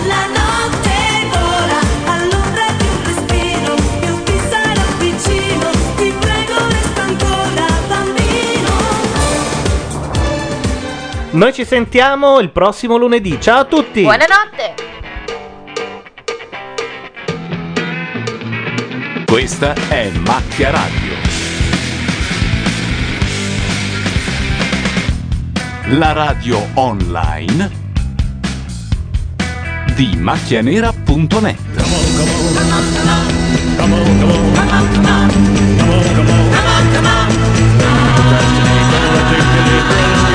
La notte vola, all'ombra di un respiro, io ti sarò vicino, ti prego resta ancora bambino.
Noi ci sentiamo il prossimo lunedì. Ciao a tutti.
Buonanotte.
Questa è Macchia Radio. La radio online di macchianera.net.
Come on, come on.